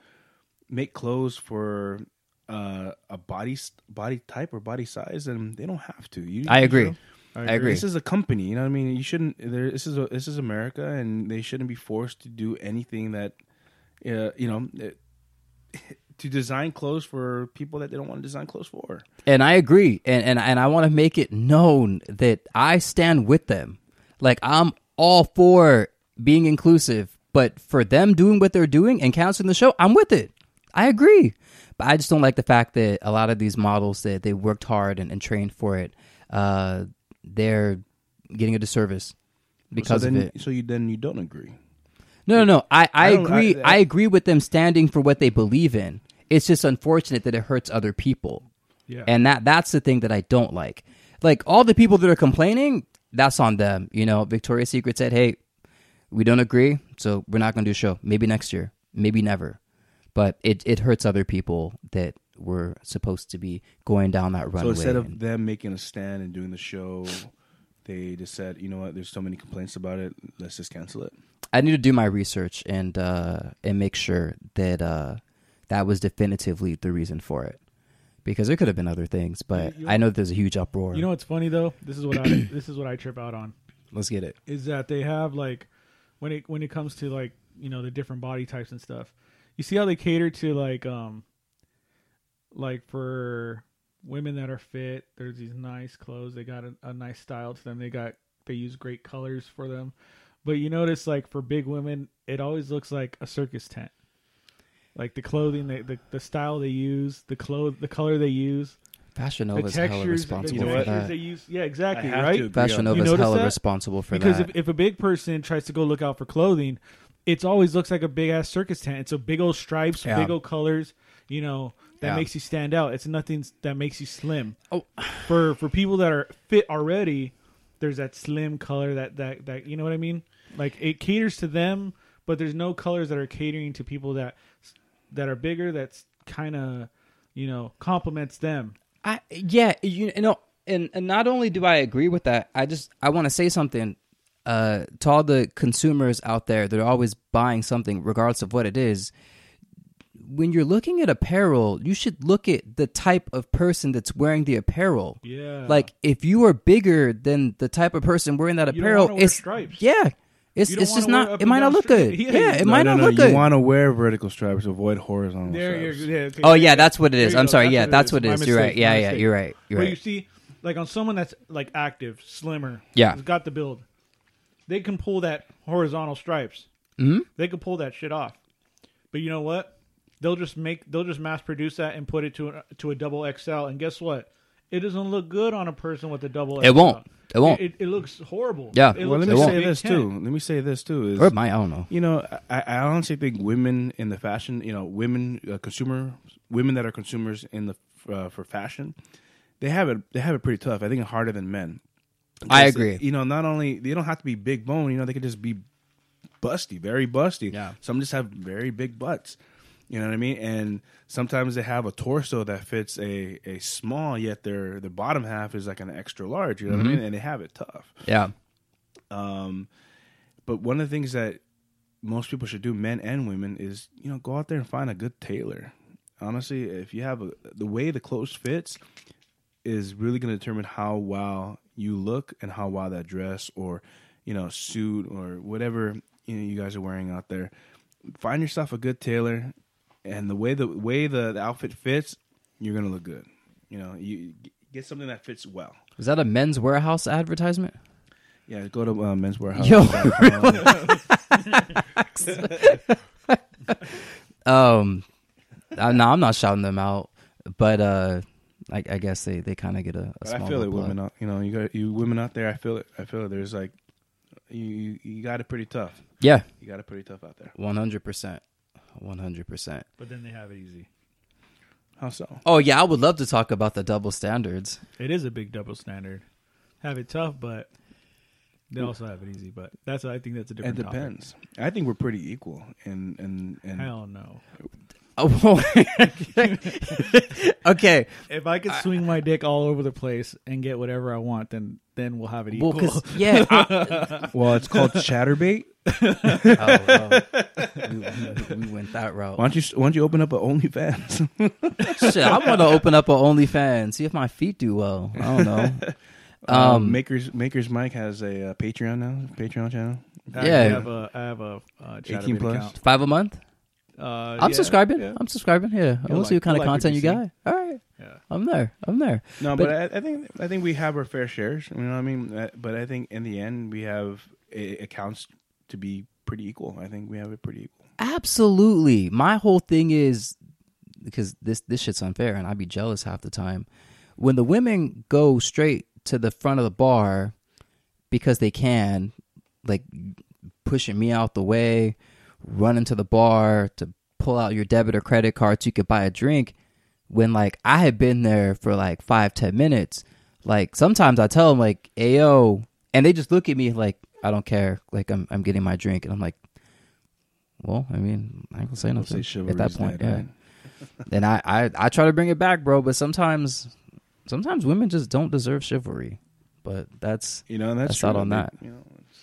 Speaker 2: make clothes for uh, a body s- body type or body size, then they don't have to. You,
Speaker 4: I
Speaker 2: you
Speaker 4: agree.
Speaker 2: know?
Speaker 4: I
Speaker 3: agree.
Speaker 4: agree.
Speaker 2: This is a company, you know what I mean. You shouldn't. There, this is a, this is America, and they shouldn't be forced to do anything that, uh, you know, it- to design clothes for people that they don't want to design clothes for.
Speaker 4: and I agree. And and and I want to make it known that I stand with them. Like I'm all for being inclusive, but for them doing what they're doing and canceling the show, I'm with it. I agree. But I just don't like the fact that a lot of these models that they worked hard and, and trained for it, uh, they're getting a disservice because
Speaker 2: so then,
Speaker 4: of it.
Speaker 2: So you then you don't agree.
Speaker 4: No, no, no. I, I,
Speaker 2: I don't-
Speaker 4: agree.
Speaker 2: I-
Speaker 4: I,
Speaker 2: I-
Speaker 4: agree with them standing for what they believe in. It's just unfortunate that it hurts other people.
Speaker 3: Yeah.
Speaker 4: And that that's the thing that I don't like. Like all the people that are complaining, that's on them. You know, Victoria's Secret said, "Hey, we don't agree, so we're not going to do a show. Maybe next year, maybe never." But it it hurts other people that were supposed to be going down that runway.
Speaker 2: So instead of
Speaker 4: and-
Speaker 2: them making a stand and doing the show, they just said, you know what? There's so many complaints about it. Let's just cancel it.
Speaker 4: I need to do my research and uh, and make sure that uh, that was definitively the reason for it, because there could have been other things, but I know there's a huge uproar.
Speaker 3: You know what's funny though? This is what I this is what I trip out on
Speaker 4: let's get it.
Speaker 3: is that they have like when it when it comes to like you know the different body types and stuff. You see how they cater to like um like for women that are fit. There's these nice clothes. They got a, a nice style to them. They got they use great colors for them. But you notice like for big women, it always looks like a circus tent. Like the clothing, they, the the style they use, the clothes, the color they use,
Speaker 4: Fashion
Speaker 3: the
Speaker 4: Nova is hella
Speaker 3: textures, the
Speaker 4: responsible
Speaker 2: you know
Speaker 4: for
Speaker 3: textures
Speaker 2: what?
Speaker 4: that.
Speaker 3: they use. Yeah, exactly.
Speaker 2: I have
Speaker 3: right.
Speaker 2: to agree
Speaker 4: Fashion
Speaker 2: on
Speaker 4: Nova
Speaker 3: You
Speaker 4: is
Speaker 3: notice
Speaker 4: hella
Speaker 3: that?
Speaker 4: responsible for
Speaker 3: because
Speaker 4: that.
Speaker 3: If, if a big person tries to go look out for clothing, it's always looks like a big ass circus tent. It's a big old stripes,
Speaker 4: Yeah.
Speaker 3: big old colors. You know that
Speaker 4: Yeah.
Speaker 3: makes you stand out. It's nothing s- that makes you slim. Oh, for for people that are fit already, there's that slim color that that that you know what I mean. Like it caters to them, but there's no colors that are catering to people that that are bigger. That's kind of you know complements them.
Speaker 4: I yeah, you, you know, and, and not only do I agree with that, I just I want to say something uh, to all the consumers out there that are always buying something, regardless of what it is. When you're looking at apparel, you should look at the type of person that's wearing the apparel.
Speaker 3: Yeah.
Speaker 4: Like if you are bigger than the type of person wearing that
Speaker 3: You don't
Speaker 4: apparel,
Speaker 3: wanna wear
Speaker 4: it's
Speaker 3: stripes.
Speaker 4: yeah, it's
Speaker 3: You don't
Speaker 4: it's just
Speaker 3: wanna wear
Speaker 4: not.
Speaker 3: up
Speaker 4: It
Speaker 3: and
Speaker 4: might not
Speaker 3: down
Speaker 4: look
Speaker 3: stripes.
Speaker 4: good.
Speaker 3: Yeah,
Speaker 4: Yeah,
Speaker 3: you-
Speaker 4: it might
Speaker 2: no,
Speaker 4: not
Speaker 2: no,
Speaker 4: look
Speaker 2: no.
Speaker 4: good.
Speaker 2: You want to wear vertical stripes, avoid horizontal
Speaker 3: There you're,
Speaker 2: stripes.
Speaker 3: yeah, okay,
Speaker 4: oh
Speaker 3: there
Speaker 4: yeah,
Speaker 3: you go.
Speaker 4: that's what it
Speaker 3: There
Speaker 4: is.
Speaker 3: you
Speaker 4: I'm
Speaker 3: go.
Speaker 4: sorry. yeah, that's what it
Speaker 3: My
Speaker 4: is. You're
Speaker 3: mistake,
Speaker 4: right. Yeah,
Speaker 3: my
Speaker 4: yeah,
Speaker 3: mistake.
Speaker 4: you're right. You're
Speaker 3: but
Speaker 4: right.
Speaker 3: you see, like on someone that's like active, slimmer,
Speaker 4: Yeah.
Speaker 3: who's got the build, they can pull that horizontal stripes.
Speaker 4: Mhm.
Speaker 3: They can pull that shit off. But you know what? They'll just make they'll just mass produce that and put it to a, to a double XL, and guess what? It doesn't look good on a person with a double.
Speaker 4: It
Speaker 3: XL.
Speaker 4: won't. It won't.
Speaker 3: It, it looks horrible.
Speaker 4: Yeah.
Speaker 3: It
Speaker 2: Well, let
Speaker 3: looks
Speaker 2: me
Speaker 3: like a
Speaker 2: say
Speaker 3: big
Speaker 2: this
Speaker 3: tent.
Speaker 2: too. Let me say this too. Is
Speaker 4: or it might. I don't know.
Speaker 2: You know, I, I honestly think women in the fashion, you know, women uh, consumer, women that are consumers in the uh, for fashion, they have it. They have it pretty tough. I think harder than men.
Speaker 4: I
Speaker 2: Because,
Speaker 4: agree.
Speaker 2: You know, not only they don't have to be big bone. You know, they could just be busty, very busty.
Speaker 4: Yeah.
Speaker 2: Some just have very big butts. You know what I mean? And sometimes they have a torso that fits a, a small, yet their the bottom half is like an extra large. You know
Speaker 4: Mm-hmm.
Speaker 2: what I mean? And they have it tough.
Speaker 4: Yeah.
Speaker 2: But one of the things that most people should do, men and women, is you know go out there and find a good tailor. Honestly, if you have a, the way the clothes fits, is really going to determine how well you look and how well that dress or you know suit or whatever you know you guys are wearing out there. Find yourself a good tailor, and the way the way the, the outfit fits, you're going to look good. You know, you get something that fits well.
Speaker 4: Is that a men's warehouse advertisement?
Speaker 2: Yeah, go to uh, Men's Warehouse.
Speaker 4: Yo, Um, I, no, I'm not shouting them out, but uh, I, I guess they, they kind of get a, a
Speaker 2: But
Speaker 4: small.
Speaker 2: I feel it,
Speaker 4: plug.
Speaker 2: women. Out, you know, you got you women out there. I feel it. I feel it. There's like, you you, you got it pretty tough.
Speaker 4: Yeah,
Speaker 2: You got it pretty tough out there.
Speaker 4: one hundred percent, one hundred percent.
Speaker 3: But then they have it easy.
Speaker 2: How so?
Speaker 4: Oh yeah, I would love to talk about the double standards.
Speaker 3: It is a big double standard. Have it tough, but they also have it easy. But that's I think that's a
Speaker 2: It
Speaker 3: different. topic.
Speaker 2: depends. I think we're pretty equal, and and and
Speaker 3: Hell no.
Speaker 4: Oh, okay.
Speaker 3: If I could swing my dick all over the place and get whatever I want, then then we'll have it
Speaker 4: Well,
Speaker 3: equal.
Speaker 4: 'cause- yeah, I-
Speaker 2: well, it's called chatterbait.
Speaker 4: oh, well, we, we- we went that route.
Speaker 2: Why don't you why don't you open up an OnlyFans?
Speaker 4: Shit, I'm gonna open up a OnlyFans, see if my feet do well. I don't know.
Speaker 2: um, Makers Makers Mike has a uh, Patreon now. Patreon channel.
Speaker 3: I
Speaker 4: yeah.
Speaker 3: have a I have a uh,
Speaker 2: 18
Speaker 3: 18
Speaker 2: plus.
Speaker 3: account.
Speaker 4: Five a month.
Speaker 3: Uh,
Speaker 4: I'm
Speaker 3: yeah,
Speaker 4: subscribing.
Speaker 2: yeah.
Speaker 4: I'm subscribing. Yeah, I
Speaker 3: You'll
Speaker 4: want to see
Speaker 3: like-
Speaker 4: what kind
Speaker 3: you'll like
Speaker 4: of
Speaker 3: what
Speaker 4: content
Speaker 3: you
Speaker 4: you got. All right,
Speaker 3: Yeah.
Speaker 4: I'm there. I'm there.
Speaker 2: No, but, I, I think I think we have our fair shares. You know what I mean? Uh, But I think in the end we have it, it counts to be pretty equal. I think we have it pretty equal.
Speaker 4: Absolutely. My whole thing is because this this shit's unfair, and I'd be jealous half the time. When the women go straight to the front of the bar because they can, like pushing me out the way, running to the bar to pull out your debit or credit card so you could buy a drink when like I had been there for like five, ten minutes. Like sometimes I tell them like, "Ayo," and they just look at me like I don't care. Like I'm I'm getting my drink, and I'm like, "Well, I mean, I ain't gonna say
Speaker 2: We'll
Speaker 4: nothing
Speaker 2: say
Speaker 4: at that
Speaker 2: chivalry's
Speaker 4: point."
Speaker 2: dead,
Speaker 4: yeah.
Speaker 2: right?
Speaker 4: and I, I I try to bring it back, bro. But sometimes sometimes women just don't deserve chivalry. But that's
Speaker 2: You know, and that's,
Speaker 4: That's out
Speaker 2: true,
Speaker 4: on
Speaker 2: dude.
Speaker 4: that.
Speaker 2: You know, it's,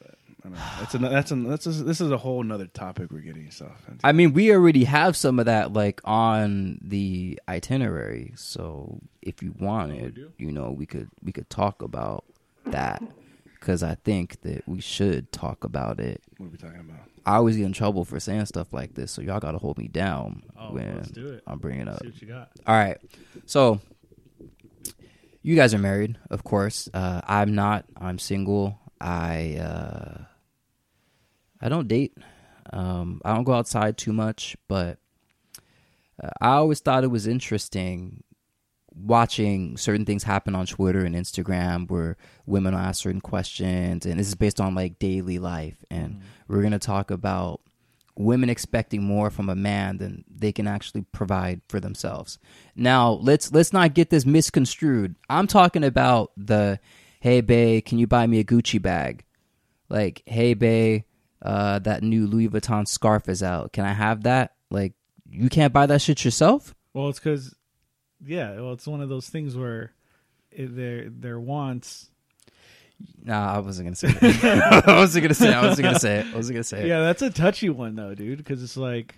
Speaker 2: but, I don't know. that's an, that's an, that's a, this is a whole nother topic we're getting yourself into.
Speaker 4: I mean, we already have some of that like on the itinerary. So if you
Speaker 3: Oh,
Speaker 4: wanted, you know, we could we could talk about that because I think that we should talk about it.
Speaker 2: what are we talking about?
Speaker 4: I always get in trouble for saying stuff like this, so y'all gotta hold me down
Speaker 3: Oh,
Speaker 4: when
Speaker 3: let's do it.
Speaker 4: I'm bringing up.
Speaker 3: See what you got.
Speaker 4: All right, so you guys are married, of course. Uh, I'm not. I'm single. I uh, I don't date. Um, I don't go outside too much, but uh, I always thought it was interesting watching certain things happen on Twitter and Instagram where women will ask certain questions, and this is based on like daily life. And we're gonna talk about women expecting more from a man than they can actually provide for themselves. Now, let's let's not get this misconstrued. I'm talking about the hey bae, can you buy me a Gucci bag? Like, hey bae, uh that new Louis Vuitton scarf is out. Can I have that? Like you can't buy that shit yourself?
Speaker 3: Well, it's because, yeah, well, it's one of those things where it, their their wants.
Speaker 4: Nah, I wasn't gonna say that. I wasn't gonna say it. I wasn't gonna say it. I wasn't gonna say it.
Speaker 3: Yeah, that's a touchy one though, dude, because it's like,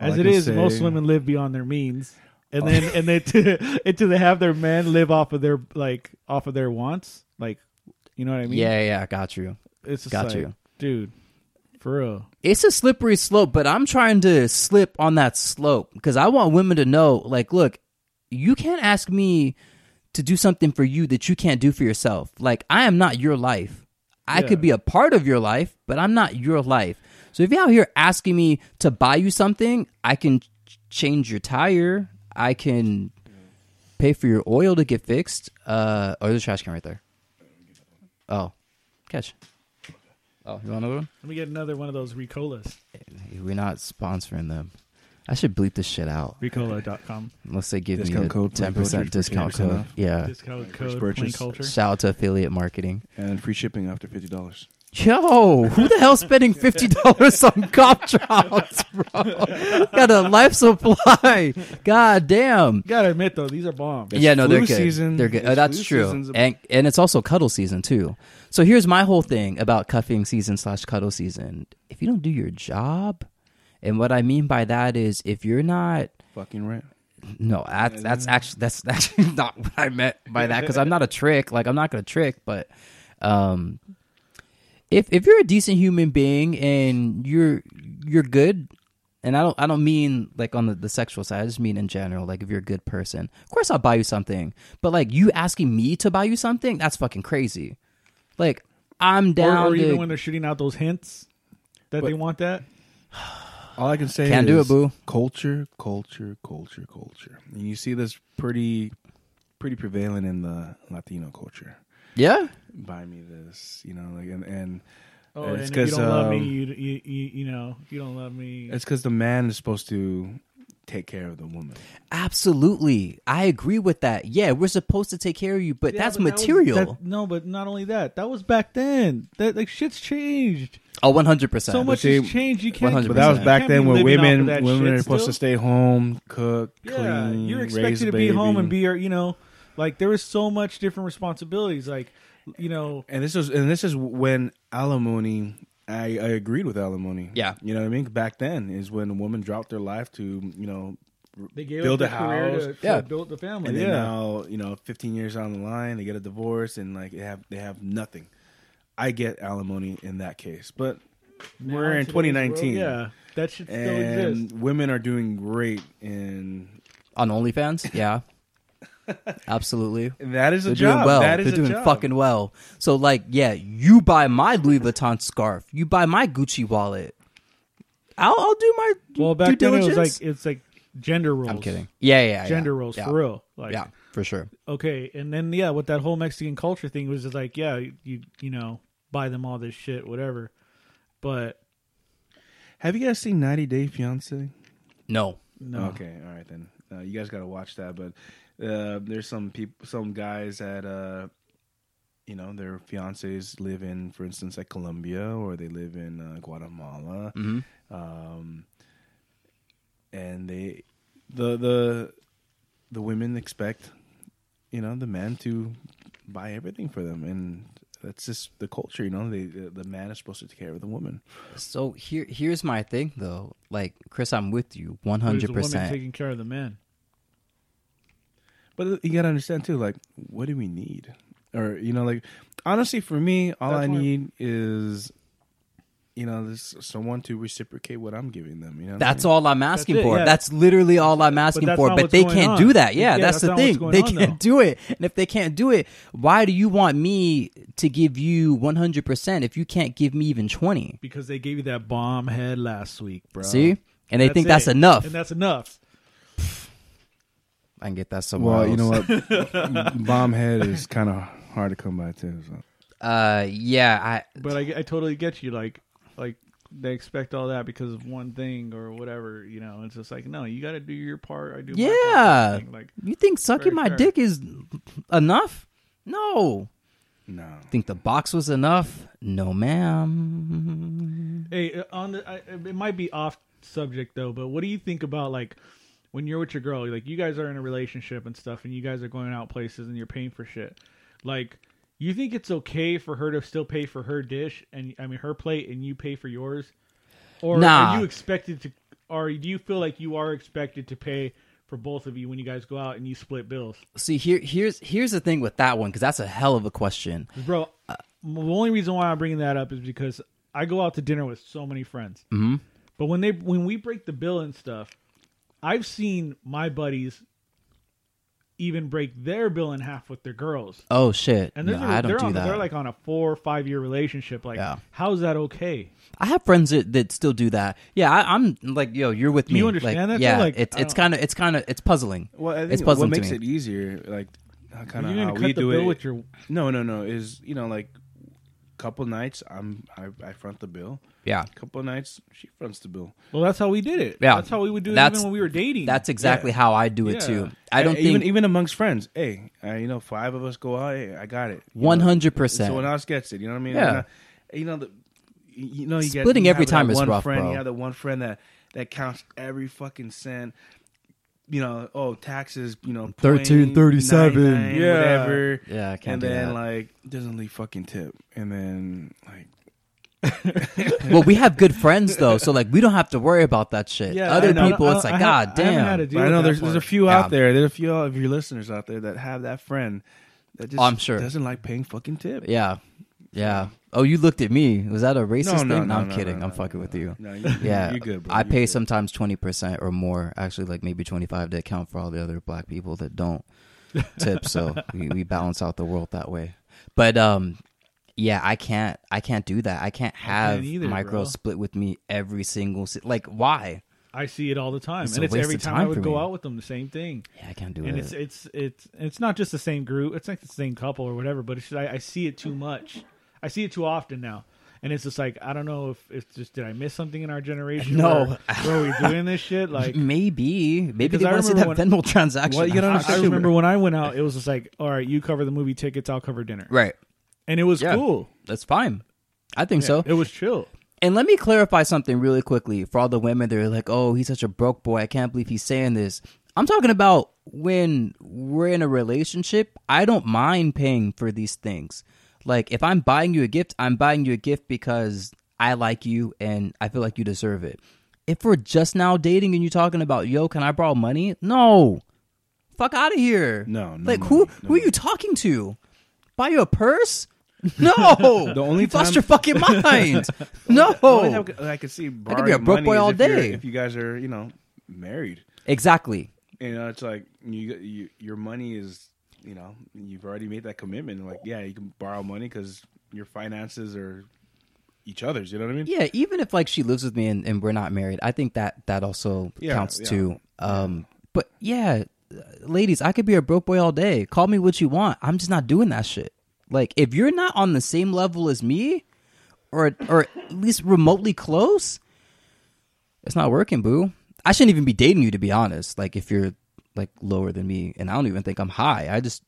Speaker 2: All
Speaker 3: as
Speaker 2: I
Speaker 3: it
Speaker 2: can
Speaker 3: is, most
Speaker 2: say-
Speaker 3: women live beyond their means, and then and they until they have their men live off of their like off of their wants, like, you know what I mean?
Speaker 4: Yeah, yeah, got you.
Speaker 3: it's just
Speaker 4: got
Speaker 3: like,
Speaker 4: you.
Speaker 3: dude, for real.
Speaker 4: it's a slippery slope, but I'm trying to slip on that slope because I want women to know, like, look, you can't ask me to do something for you that you can't do for yourself. Like, I am not your life. I
Speaker 3: Yeah.
Speaker 4: could be a part of your life, but I'm not your life. So if you're out here asking me to buy you something, I can ch- change your tire. I can pay for your oil to get fixed. Uh, oh, there's a trash can right there. Oh, catch. Oh, you want another one?
Speaker 3: Let me get another one of those Ricolas.
Speaker 4: We're not sponsoring them. I should bleep this shit out
Speaker 3: Ricola.com.
Speaker 4: unless they give me
Speaker 2: Discount
Speaker 4: a
Speaker 2: code, plain
Speaker 4: ten percent
Speaker 2: culture,
Speaker 4: discount
Speaker 2: 10%
Speaker 4: code.
Speaker 2: off.
Speaker 4: Yeah,
Speaker 3: Discount
Speaker 2: first
Speaker 3: code plain
Speaker 2: purchase.
Speaker 3: culture.
Speaker 4: shout out to affiliate marketing.
Speaker 2: And free shipping after fifty dollars.
Speaker 4: Yo, who the hell's spending fifty dollars on cop drops, bro? Got a life supply. God damn.
Speaker 3: You gotta admit though, these are bombs.
Speaker 2: It's
Speaker 4: yeah, no, they're
Speaker 2: flu
Speaker 4: good.
Speaker 2: season.
Speaker 4: They're good. Oh,
Speaker 2: It's
Speaker 4: that's
Speaker 2: flu
Speaker 4: true,
Speaker 2: season's a-
Speaker 4: and and it's also cuddle season too. So here's my whole thing about cuffing season slash cuddle season. If you don't do your job, and what I mean by that is if you're not
Speaker 2: Fucking right.
Speaker 4: No, that, that's actually that's actually not what I meant by that because I'm not a trick. Like I'm not gonna trick, but um, if if you're a decent human being and you're you're good, and I don't I don't mean like on the, the sexual side. I just mean in general. Like if you're a good person, of course I'll buy you something. But like you asking me to buy you something, that's fucking crazy. Like I'm
Speaker 3: Or,
Speaker 4: down
Speaker 3: or
Speaker 4: to
Speaker 3: even when they're shooting out those hints that they want that.
Speaker 2: All I can say
Speaker 4: Can't do
Speaker 2: is
Speaker 4: it, boo.
Speaker 2: culture, culture, culture, culture. And you see this pretty pretty prevalent in the Latino culture.
Speaker 4: yeah.
Speaker 2: Buy me this, you know, like and, and
Speaker 3: Oh,
Speaker 2: It's
Speaker 3: and if you
Speaker 2: 'cause,
Speaker 3: don't love me,
Speaker 2: um,
Speaker 3: you, you you you know you don't love me.
Speaker 2: it's cause the man is supposed to take care of the woman.
Speaker 4: Absolutely, I agree with that. Yeah, we're supposed to take care of you, but
Speaker 3: Yeah,
Speaker 4: that's
Speaker 3: but that was-
Speaker 4: material.
Speaker 3: that- no, but not only that. That was back then. That like shit's changed.
Speaker 4: oh, one hundred percent.
Speaker 3: So much
Speaker 2: see,
Speaker 3: has changed. You can't.
Speaker 4: 100%.
Speaker 2: But that was
Speaker 4: You
Speaker 2: back then when
Speaker 3: when
Speaker 2: women women are supposed to stay home, cook,
Speaker 3: Yeah,
Speaker 2: clean,
Speaker 3: you're
Speaker 2: raise
Speaker 3: expected to
Speaker 2: baby.
Speaker 3: be home and be your. You know, like there was so much different responsibilities. Like, you know,
Speaker 2: And this was and this is when alimony. I, I agreed with alimony.
Speaker 4: Yeah.
Speaker 2: you know what I mean. Back then is when a woman dropped their life to you know
Speaker 3: they gave
Speaker 2: Build
Speaker 3: up
Speaker 2: a
Speaker 3: their career
Speaker 2: house.
Speaker 3: to, to
Speaker 4: Yeah.
Speaker 3: build the family.
Speaker 2: and
Speaker 3: yeah,
Speaker 2: then now you know 15 years down the line they get a divorce and like they have they have nothing i get alimony in that case but
Speaker 3: Now
Speaker 2: we're in
Speaker 3: today's world,
Speaker 2: 2019
Speaker 3: yeah, that should still exist.
Speaker 2: and women are doing great and
Speaker 4: on OnlyFans. Yeah, absolutely.
Speaker 2: that is a
Speaker 4: They're
Speaker 2: job
Speaker 4: doing well.
Speaker 2: that is
Speaker 4: They're
Speaker 2: a
Speaker 4: doing
Speaker 2: job.
Speaker 4: fucking well. So like, yeah, you buy my Louis Vuitton scarf, you buy my Gucci wallet. I'll, I'll do my
Speaker 3: Well, back
Speaker 4: due
Speaker 3: then it was
Speaker 4: diligence.
Speaker 3: like it's like gender roles.
Speaker 4: I'm kidding. Yeah, yeah, yeah
Speaker 3: Gender roles
Speaker 4: yeah.
Speaker 3: for real. Like,
Speaker 4: yeah, for sure.
Speaker 3: okay and then yeah with that whole mexican culture thing was just like yeah you you know buy them all this shit whatever but
Speaker 2: Have you guys seen 90 Day Fiance?
Speaker 4: No.
Speaker 3: No.
Speaker 2: Okay, all right then. Uh, you guys got to watch that. But uh, there's some people, some guys that uh, you know their fiancés live in, for instance, like Colombia or they live in uh, Guatemala,
Speaker 4: Mm-hmm.
Speaker 2: um, and they the the the women expect you know the man to buy everything for them and. That's just the culture, you know. They, the the man is supposed to take care of the woman.
Speaker 4: So here, here's my thing though. Like Chris, I'm with you
Speaker 3: But is the
Speaker 4: 100.
Speaker 3: woman
Speaker 4: percent
Speaker 3: taking care of the men.
Speaker 2: But you gotta understand too, like, what do we need? Or you know, like, honestly, for me, all
Speaker 3: That's
Speaker 2: I
Speaker 3: why-
Speaker 2: need is, you know, this someone to reciprocate what I'm giving them. You know, what I
Speaker 4: That's
Speaker 2: mean?
Speaker 4: all I'm asking
Speaker 3: it,
Speaker 4: for.
Speaker 3: yeah.
Speaker 4: That's literally all I'm asking
Speaker 3: that's
Speaker 4: for.
Speaker 3: not
Speaker 4: But
Speaker 3: what's
Speaker 4: they
Speaker 3: going
Speaker 4: can't
Speaker 3: on.
Speaker 4: do that. Yeah,
Speaker 3: Yeah, that's
Speaker 4: that's, the
Speaker 3: not what's
Speaker 4: thing.
Speaker 3: going
Speaker 4: They
Speaker 3: on,
Speaker 4: can't
Speaker 3: though.
Speaker 4: do it. And if they can't do it, why do you want me to give you 100 percent if you can't give me even 20?
Speaker 3: Because they gave you that bomb head last week, bro.
Speaker 4: See, and they think
Speaker 3: it.
Speaker 4: that's enough.
Speaker 3: And that's enough.
Speaker 4: I can get that somewhere.
Speaker 2: Well, you
Speaker 4: else.
Speaker 2: know what, bomb head is kind of hard to come by too. So.
Speaker 4: Uh, yeah, I
Speaker 3: But I, I totally get you. Like, like they expect all that because of one thing or whatever. You know, it's just like, no, you got to do your part. I do. my part kind
Speaker 4: Yeah.
Speaker 3: of thing. Like,
Speaker 4: You think
Speaker 3: Very
Speaker 4: sucking my
Speaker 3: fair.
Speaker 4: dick is enough? No.
Speaker 2: No,
Speaker 4: Think the box was enough? No, ma'am.
Speaker 3: Hey, uh, on the, I, it might be off subject though, but what do you think about like when you're with your girl? Like you guys are in a relationship and stuff, and you guys are going out places and you're paying for shit. Like, you think it's okay for her to still pay for her dish and I mean her plate, and you pay for yours? Or
Speaker 4: Nah.
Speaker 3: are you expected to? Or do you feel like you are expected to pay for both of you when you guys go out and you split bills,
Speaker 4: See, here, here's here's the thing with that one because that's a hell of a question.
Speaker 3: bro? uh, the only reason why I'm bringing that up is because I go out to dinner with so many friends.
Speaker 4: hmm
Speaker 3: But when they when we break the bill and stuff, I've seen my buddies even break their bill in half with their girls.
Speaker 4: Oh shit!
Speaker 3: And
Speaker 4: no,
Speaker 3: there's a-
Speaker 4: I
Speaker 3: they're
Speaker 4: don't do
Speaker 3: on,
Speaker 4: that.
Speaker 3: They're like on a four or five year relationship. Like,
Speaker 4: Yeah.
Speaker 3: how is that okay?
Speaker 4: I have friends that, that still do that. Yeah, I, I'm like, yo, you're with
Speaker 3: Do
Speaker 4: me.
Speaker 3: you understand
Speaker 4: like,
Speaker 3: that, though?
Speaker 4: Yeah,
Speaker 3: Like,
Speaker 4: it's
Speaker 3: I
Speaker 4: it's
Speaker 3: don't-
Speaker 4: kind of it's kind of it's puzzling.
Speaker 2: well, I think
Speaker 4: It's
Speaker 2: what
Speaker 4: puzzling to
Speaker 2: makes
Speaker 4: me.
Speaker 2: it easier, like, kind of
Speaker 3: You're
Speaker 2: how we
Speaker 3: gonna cut the
Speaker 2: do
Speaker 3: bill
Speaker 2: it.
Speaker 3: with your.
Speaker 2: no, no, no. Is you know, like, couple nights, I'm I, I front the bill.
Speaker 4: Yeah,
Speaker 2: Couple nights, she fronts the bill.
Speaker 3: Well, that's how we did it.
Speaker 4: Yeah.
Speaker 3: that's how we would do it
Speaker 4: That's-
Speaker 3: even when we were dating.
Speaker 4: that's exactly how I do it
Speaker 3: Yeah.
Speaker 4: too. I don't
Speaker 2: And E, even
Speaker 4: think
Speaker 2: even amongst friends. Hey, uh, you know, five of us go out. Hey, I got it. You know,
Speaker 4: 100. percent
Speaker 2: Someone else gets it. You know what I mean?
Speaker 4: Yeah.
Speaker 2: We're not- you know the. You know, you get-
Speaker 4: Splitting
Speaker 2: you have
Speaker 4: every
Speaker 2: that
Speaker 4: time is
Speaker 2: one
Speaker 4: rough,
Speaker 2: friend,
Speaker 4: bro.
Speaker 2: You have the one friend that that counts every fucking cent. You know, oh taxes. You know,
Speaker 4: 13.37.
Speaker 2: 0.99,
Speaker 3: Yeah.
Speaker 2: whatever.
Speaker 4: Yeah, I can't
Speaker 2: And
Speaker 4: do
Speaker 2: then
Speaker 4: that.
Speaker 2: like doesn't leave fucking tip, and then like
Speaker 4: well, we have good friends though, so like we don't have to worry about that shit.
Speaker 3: Yeah,
Speaker 4: Other
Speaker 3: I know.
Speaker 4: people,
Speaker 3: I-
Speaker 4: it's
Speaker 3: I
Speaker 4: like,
Speaker 3: ha-
Speaker 4: god
Speaker 3: I haven't
Speaker 4: damn.
Speaker 3: had to deal
Speaker 2: But I
Speaker 3: with
Speaker 2: know
Speaker 3: that
Speaker 2: there's there's a
Speaker 3: part.
Speaker 2: few
Speaker 4: Yeah.
Speaker 2: out there. There's a few of your listeners out there that have that friend that just
Speaker 4: Oh, I'm sure.
Speaker 2: doesn't like paying fucking tip.
Speaker 4: Yeah, yeah. Oh, you looked at me. Was that a racist
Speaker 2: No,
Speaker 4: thing?
Speaker 2: no, no,
Speaker 4: I'm
Speaker 2: no,
Speaker 4: kidding.
Speaker 2: no,
Speaker 4: I'm
Speaker 2: no,
Speaker 4: fucking with you.
Speaker 2: No, you,
Speaker 4: Yeah,
Speaker 2: you're good. Bro.
Speaker 4: I
Speaker 2: You're
Speaker 4: pay
Speaker 2: good.
Speaker 4: sometimes twenty percent or more. Actually, like maybe twenty five to account for all the other black people that don't tip. so we, we balance out the world that way. But um, yeah, I can't. I can't do that. I can't have
Speaker 3: either,
Speaker 4: my girl
Speaker 3: bro.
Speaker 4: split with me every single. Si- like, why?
Speaker 3: I see it all the time,
Speaker 4: It's
Speaker 3: and
Speaker 4: a
Speaker 3: it's
Speaker 4: waste
Speaker 3: every
Speaker 4: of
Speaker 3: time,
Speaker 4: time
Speaker 3: I
Speaker 4: for
Speaker 3: would go
Speaker 4: me.
Speaker 3: out with them. The same thing.
Speaker 4: Yeah, I can't do
Speaker 3: and
Speaker 4: it.
Speaker 3: it's it's it's it's not just the same group. It's not the same couple or whatever. But it's just, I, I see it too much. I see it too often now, and it's just like I don't know if it's just did I miss something in our generation?
Speaker 4: No.
Speaker 3: where, where we doing this shit like.
Speaker 4: maybe, maybe
Speaker 3: Because
Speaker 4: they
Speaker 3: I
Speaker 4: want to see that
Speaker 3: remember
Speaker 4: Venmo transaction.
Speaker 2: Well, you gotta
Speaker 3: I, I
Speaker 2: understand-
Speaker 3: remember when I went out, it was just like, all right, you cover the movie tickets, I'll cover dinner,
Speaker 4: right?
Speaker 3: and it was
Speaker 4: Yeah.
Speaker 3: cool.
Speaker 4: That's fine. I think so.
Speaker 3: It was chill.
Speaker 4: And let me clarify something really quickly for all the women that are like, "Oh, he's such a broke boy. I can't believe he's saying this." I'm talking about when we're in a relationship. I don't mind paying for these things. Like if I'm buying you a gift, I'm buying you a gift because I like you and I feel like you deserve it. If we're just now dating and you're talking about, "Yo, can I borrow money?" No. Fuck out of here.
Speaker 2: No, no
Speaker 4: Like who
Speaker 2: money, no
Speaker 4: who are you talking to? Buy you a purse? No.
Speaker 2: The only
Speaker 4: you lost
Speaker 2: time-
Speaker 4: your fucking mind. no.
Speaker 2: Only time I could see
Speaker 4: Oh. be a
Speaker 2: borrowing
Speaker 4: broke
Speaker 2: money
Speaker 4: boy
Speaker 2: is
Speaker 4: all
Speaker 2: if you're-
Speaker 4: day.
Speaker 2: if you guys are you know married.
Speaker 4: Exactly.
Speaker 2: You know, it's like you, you your money is you know you've already made that commitment. Like yeah, you can borrow money because your finances are each other's. You know what I mean?
Speaker 4: Yeah, even if like she lives with me and, and we're not married, I think that that also
Speaker 2: Yeah,
Speaker 4: counts
Speaker 2: yeah.
Speaker 4: too. Um but yeah, uh, ladies, I could be a broke boy all day. Call me what you want. I'm just not doing that shit. Like if you're not on the same level as me or or at least remotely close, It's not working, boo. I shouldn't even be dating you to be honest. Like if you're like lower than me and I don't even think I'm high. I just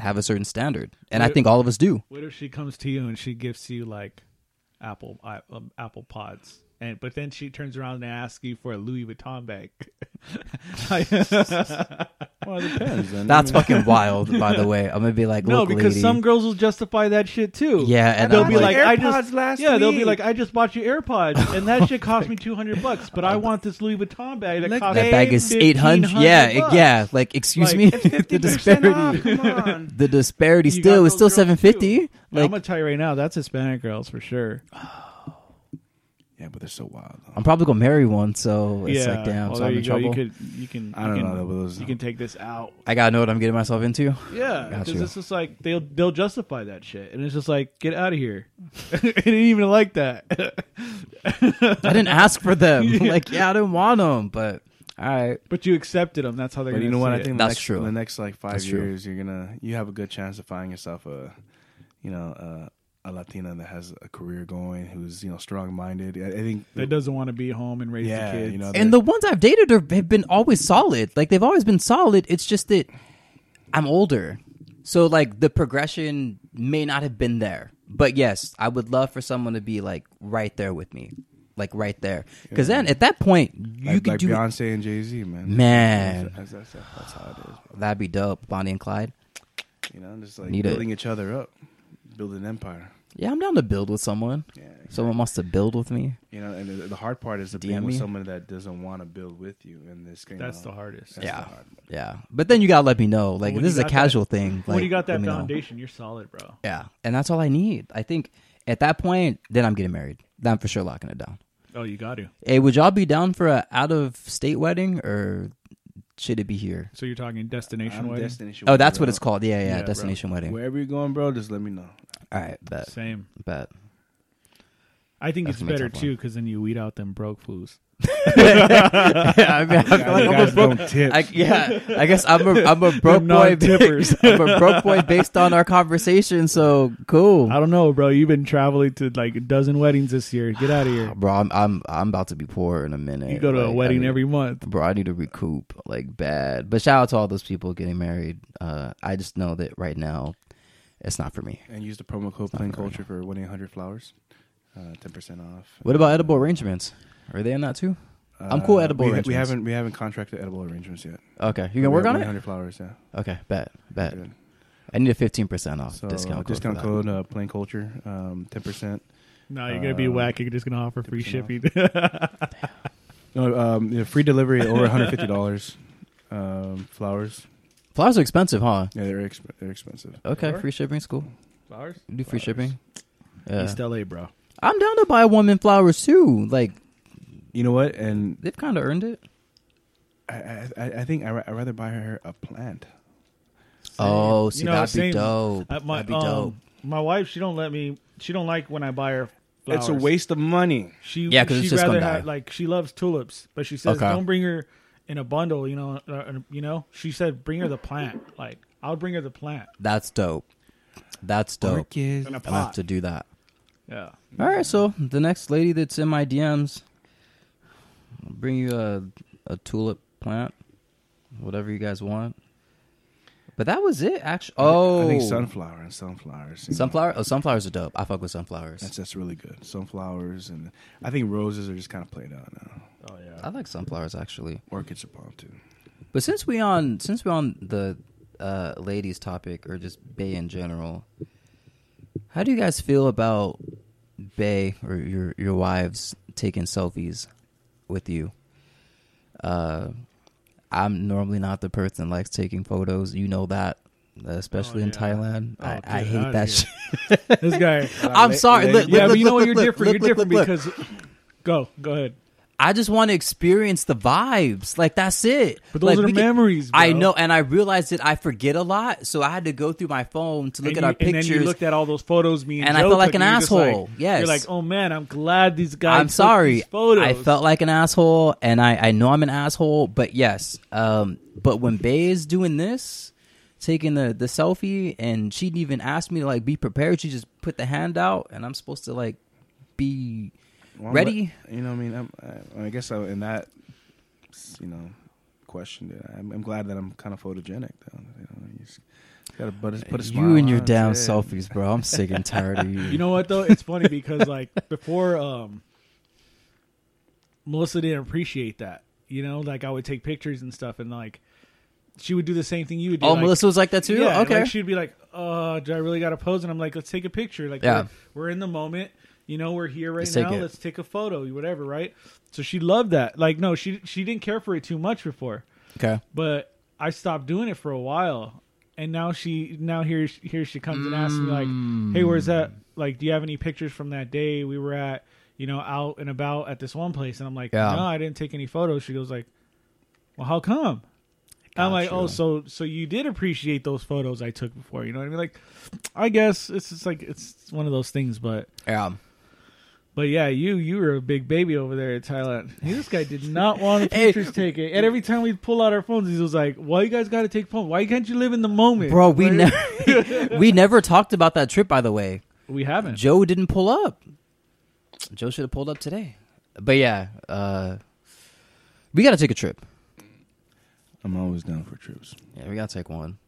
Speaker 4: have a certain standard. And I
Speaker 3: Right.
Speaker 4: think all of us do.
Speaker 3: What if she comes to you and she gifts you like apple i- um, apple pods, and but then she turns around and asks you for a Louis Vuitton bag?
Speaker 2: Well, it depends. Then.
Speaker 4: That's
Speaker 2: I mean,
Speaker 4: fucking wild, by the way. I'm gonna be like,
Speaker 3: Mm. no,
Speaker 4: look,
Speaker 3: because
Speaker 4: lady.
Speaker 3: some girls will justify that shit too.
Speaker 4: Yeah, and
Speaker 3: they'll
Speaker 4: I'm
Speaker 3: be like,
Speaker 4: like-
Speaker 3: I just
Speaker 2: AirPods last
Speaker 3: yeah, they'll be
Speaker 2: week.
Speaker 3: like, I just bought you AirPods, and that shit cost me two hundred bucks, but I want this Louis Vuitton bag that
Speaker 2: Look,
Speaker 3: costs
Speaker 4: that bag is
Speaker 3: 800
Speaker 4: eight hundred. Yeah, it-
Speaker 3: bucks.
Speaker 4: yeah. Like, excuse
Speaker 3: Like,
Speaker 4: me,
Speaker 3: it's
Speaker 2: 50%
Speaker 4: the
Speaker 2: off,
Speaker 4: disparity.
Speaker 2: Come on.
Speaker 4: The disparity
Speaker 3: You got
Speaker 4: still is
Speaker 3: those
Speaker 4: still
Speaker 3: girls, too.
Speaker 4: seven fifty.
Speaker 3: And
Speaker 4: Like,
Speaker 3: I'm gonna tell you right now, that's Hispanic girls for sure.
Speaker 2: yeah, but they're so wild. though.
Speaker 4: I'm probably gonna marry one, so it's like, damn,
Speaker 3: Well,
Speaker 4: so
Speaker 3: there
Speaker 4: I'm
Speaker 3: you
Speaker 4: in
Speaker 3: go.
Speaker 4: trouble.
Speaker 3: You could, you can,
Speaker 2: I
Speaker 3: you
Speaker 2: don't
Speaker 3: can-
Speaker 2: know, but those-
Speaker 3: you can take this out.
Speaker 4: I gotta know what I'm getting myself into.
Speaker 3: Yeah, because
Speaker 4: you.
Speaker 3: it's just like they'll they'll justify that shit, and it's just like get out of here. I didn't even like that,
Speaker 4: I didn't ask for them. like, yeah, I didn't want them, but all right.
Speaker 3: but you accepted them. That's how they're.
Speaker 2: But
Speaker 3: gonna
Speaker 2: you know what? I
Speaker 3: see
Speaker 2: think
Speaker 3: it.
Speaker 2: the
Speaker 4: That's
Speaker 2: next,
Speaker 4: true.
Speaker 2: The next like five
Speaker 4: That's true.
Speaker 2: years, you're gonna you have a good chance of finding yourself a, you know, uh, a Latina that has a career going, who's you know strong minded. I, I think
Speaker 3: that doesn't want to be home and raise
Speaker 2: Yeah,
Speaker 3: the kids.
Speaker 2: you know,
Speaker 4: And the ones I've dated are, have been always solid. Like they've always been solid. It's just that I'm older, so like the progression may not have been there. But yes, I would love for someone to be like right there with me, like right there. Because then at that point you
Speaker 2: like,
Speaker 4: could
Speaker 2: like
Speaker 4: do
Speaker 2: Beyonce and Jay Z, man.
Speaker 4: Man.
Speaker 2: that's, that's, that's, that's how it is. bro.
Speaker 4: that'd be dope, Bonnie and Clyde.
Speaker 2: You know, just like
Speaker 4: Need it.
Speaker 2: building each other up, build an empire.
Speaker 4: Yeah, I'm down to build with someone.
Speaker 2: Yeah,
Speaker 4: Someone wants to build with me.
Speaker 2: you know, and the, the hard part is to being
Speaker 4: DM
Speaker 2: with
Speaker 4: me.
Speaker 2: someone that doesn't want to build with you in this. You
Speaker 3: that's
Speaker 2: know,
Speaker 3: the hardest.
Speaker 2: that's
Speaker 4: Yeah.
Speaker 2: the hard part.
Speaker 4: Yeah, but then you gotta let me know. Like
Speaker 3: When
Speaker 4: if
Speaker 3: you
Speaker 4: this is a
Speaker 3: got
Speaker 4: casual thing. Like
Speaker 3: when you got
Speaker 4: let
Speaker 3: that
Speaker 4: me know.
Speaker 3: foundation, you're solid, bro.
Speaker 4: Yeah, and that's all I need. I think at that point, then I'm getting married. Then I'm for sure locking it down.
Speaker 3: Oh, you got to.
Speaker 4: Hey, would y'all be down for a out of state wedding or should it be here?
Speaker 3: So you're talking destination
Speaker 2: I'm
Speaker 3: wedding.
Speaker 2: destination
Speaker 4: Oh,
Speaker 2: wedding,
Speaker 4: that's what
Speaker 2: bro.
Speaker 4: it's called. Yeah, yeah,
Speaker 3: Yeah, bro.
Speaker 4: destination wedding.
Speaker 2: Wherever you're going, bro, just let me know.
Speaker 4: All right, bet,
Speaker 3: Same.
Speaker 4: bet.
Speaker 3: I think
Speaker 4: That's
Speaker 3: it's
Speaker 4: my
Speaker 3: better
Speaker 4: top one.
Speaker 3: too because then you weed out them broke fools.
Speaker 4: yeah, I mean, I feel like
Speaker 2: you
Speaker 4: I'm a
Speaker 2: guys
Speaker 4: broke.
Speaker 2: don't tip.
Speaker 4: I, yeah, I guess I'm a I'm a broke boy.
Speaker 3: non-tippers.
Speaker 4: I'm a broke boy based on our conversation. So cool,
Speaker 3: I don't know, bro. You've been traveling to like a dozen weddings this year. Get out of here.
Speaker 4: bro. I'm I'm I'm about to be poor in a minute.
Speaker 3: You go to
Speaker 4: Like,
Speaker 3: a
Speaker 4: I
Speaker 3: wedding
Speaker 4: mean-
Speaker 3: every month.
Speaker 4: bro i need to recoup like bad but shout out to all those people getting married uh i just know that right now it's not for me
Speaker 2: and use the promo code Plain Culture for one eight hundred flowers, uh, ten percent off.
Speaker 4: what about edible arrangements are they in that too
Speaker 2: Uh,
Speaker 4: I'm cool with edible
Speaker 2: we, we
Speaker 4: arrangements.
Speaker 2: haven't we haven't contracted edible arrangements yet.
Speaker 4: okay
Speaker 3: Oh,
Speaker 4: you gonna work on
Speaker 2: One
Speaker 4: it
Speaker 2: hundred flowers, yeah.
Speaker 4: okay bet bet
Speaker 2: Good.
Speaker 4: i need a 15% off
Speaker 2: So
Speaker 4: Oh, discount code
Speaker 2: discount
Speaker 4: for that.
Speaker 2: code uh, Plain Culture, ten percent.
Speaker 3: No, you're gonna be
Speaker 2: Uh,
Speaker 3: whack. You're just gonna offer free
Speaker 2: 10% off.
Speaker 3: shipping.
Speaker 2: No, um, yeah, free delivery over one hundred fifty dollars. Um, flowers,
Speaker 4: flowers are expensive huh
Speaker 2: yeah, they're exp- they're expensive.
Speaker 4: okay
Speaker 3: Sure.
Speaker 4: free shipping's cool
Speaker 3: Flowers?
Speaker 4: You do free
Speaker 2: Flowers.
Speaker 4: shipping yeah.
Speaker 3: East LA, bro.
Speaker 4: i'm down to buy a woman flowers too like
Speaker 2: You know what? And
Speaker 4: they've kind of earned it
Speaker 2: I I, I I think I would rather buy her a plant.
Speaker 4: oh
Speaker 3: You
Speaker 4: see
Speaker 3: know,
Speaker 4: that'd
Speaker 3: same-
Speaker 4: be dope
Speaker 3: Uh, my,
Speaker 4: that'd be
Speaker 3: um,
Speaker 4: dope
Speaker 3: my wife, she don't let me. She don't like when I buy her. Flowers.
Speaker 2: It's a waste of money.
Speaker 3: She
Speaker 4: Yeah, 'cause it's
Speaker 3: she'd
Speaker 4: just
Speaker 3: rather
Speaker 4: gonna
Speaker 3: have-
Speaker 4: die.
Speaker 3: like she loves tulips, but she says
Speaker 4: Okay.
Speaker 3: don't bring her in a bundle. You know, uh, uh, you know. She said bring her the plant. Like I'll bring her the plant
Speaker 4: that's dope that's dope
Speaker 2: Orchids.
Speaker 3: in a
Speaker 4: i will have
Speaker 3: pot.
Speaker 4: to do that
Speaker 3: Yeah,
Speaker 4: All right, so the next lady that's in my DMs, I'll bring you a a tulip plant, whatever you guys want. But that was it, actually. Oh,
Speaker 2: I think sunflower and sunflowers. you know.
Speaker 4: sunflower. Oh, sunflowers are dope. I fuck with sunflowers.
Speaker 2: That's that's really good. Sunflowers and I think roses are just kind of played out now.
Speaker 3: oh yeah.
Speaker 4: I like sunflowers actually.
Speaker 2: Orchids are bomb too.
Speaker 4: But since we on since we on the uh, ladies topic or just Bay in general, how do you guys feel about Bay or your your wives taking selfies with you? Uh, I'm normally not the person that likes taking photos. You know that, especially in
Speaker 3: yeah.
Speaker 4: Thailand.
Speaker 3: Oh,
Speaker 4: I, I
Speaker 3: get
Speaker 4: hate
Speaker 3: outta
Speaker 4: that
Speaker 3: here.
Speaker 4: shit.
Speaker 3: this guy.
Speaker 4: I'm sorry. Look,
Speaker 3: yeah,
Speaker 4: look,
Speaker 3: but you
Speaker 4: look,
Speaker 3: know what? You're
Speaker 4: look,
Speaker 3: different.
Speaker 4: look,
Speaker 3: you're
Speaker 4: look,
Speaker 3: different
Speaker 4: look, look.
Speaker 3: because. Go, go ahead.
Speaker 4: I just want to experience the vibes. Like that's it.
Speaker 3: But those
Speaker 4: Like,
Speaker 3: are
Speaker 4: we can-
Speaker 3: memories, bro.
Speaker 4: I know, and I realized that I forget a lot, so I had to go through my phone to look
Speaker 3: and
Speaker 4: at
Speaker 3: you,
Speaker 4: our
Speaker 3: And then you
Speaker 4: pictures.
Speaker 3: looked at all those photos, me and,
Speaker 4: And I
Speaker 3: Joe
Speaker 4: felt like
Speaker 3: took,
Speaker 4: an
Speaker 3: and you're just like-
Speaker 4: asshole. Yes.
Speaker 3: you're like, oh man, I'm glad these guys.
Speaker 4: I'm
Speaker 3: took
Speaker 4: sorry.
Speaker 3: These photos.
Speaker 4: I felt like an asshole, and I I know I'm an asshole, but yes. Um, but when Bay is doing this, taking the the selfie, and she didn't even ask me to like be prepared. She just put the hand out, and I'm supposed to like be
Speaker 2: Well, I'm
Speaker 4: Ready?
Speaker 2: le- you know, what I mean, I'm, I, I guess I, in that, you know, question, dude, I'm, I'm glad that I'm kind of photogenic. Though, you know, you just gotta put a, put a smile.
Speaker 4: you and your
Speaker 2: on,
Speaker 4: down
Speaker 2: that's it.
Speaker 4: selfies, bro. I'm sick and tired of you.
Speaker 3: You know what though? It's funny because like before, um, Melissa didn't appreciate that. You know, like I would take pictures and stuff, and like she would do the same thing you would do.
Speaker 4: oh,
Speaker 3: like-
Speaker 4: Melissa was like that too.
Speaker 3: Yeah,
Speaker 4: okay.
Speaker 3: Like she'd be like, "Uh, do I really got to pose?" And I'm like, "Let's take a picture. Like,
Speaker 4: Yeah.
Speaker 3: we're, we're in the moment. You know, we're here right
Speaker 4: Let's take
Speaker 3: now.
Speaker 4: it.
Speaker 3: Let's take a photo, whatever, right?" So she loved that. Like, no, she she didn't care for it too much before,
Speaker 4: okay.
Speaker 3: but I stopped doing it for a while, and now she now here she- here she comes and asks me like, "Hey, where's
Speaker 4: Hmm.
Speaker 3: that? Like, do you have any pictures from that day we were at?" You know, out and about at this one place, and I'm like,
Speaker 4: Yeah.
Speaker 3: no, I didn't take any photos. She goes like, well, how come? I'm like,
Speaker 4: Gotcha.
Speaker 3: oh, so so you did appreciate those photos I took before, you know what I mean? Like, I guess it's just like it's one of those things, but
Speaker 4: Yeah.
Speaker 3: but yeah, you you were a big baby over there in Thailand. This guy did not want the pictures taken, and every time we pull out our phones, he was like, "Why you guys got to take phones? Why can't you live in the moment,
Speaker 4: Bro, we
Speaker 3: Like,
Speaker 4: never we never talked about that trip. By the way,
Speaker 3: we haven't."
Speaker 4: Joe didn't pull up. Joe should have pulled up today. But yeah, uh, we gotta take a trip.
Speaker 2: I'm always down for trips.
Speaker 4: Yeah, we gotta take one.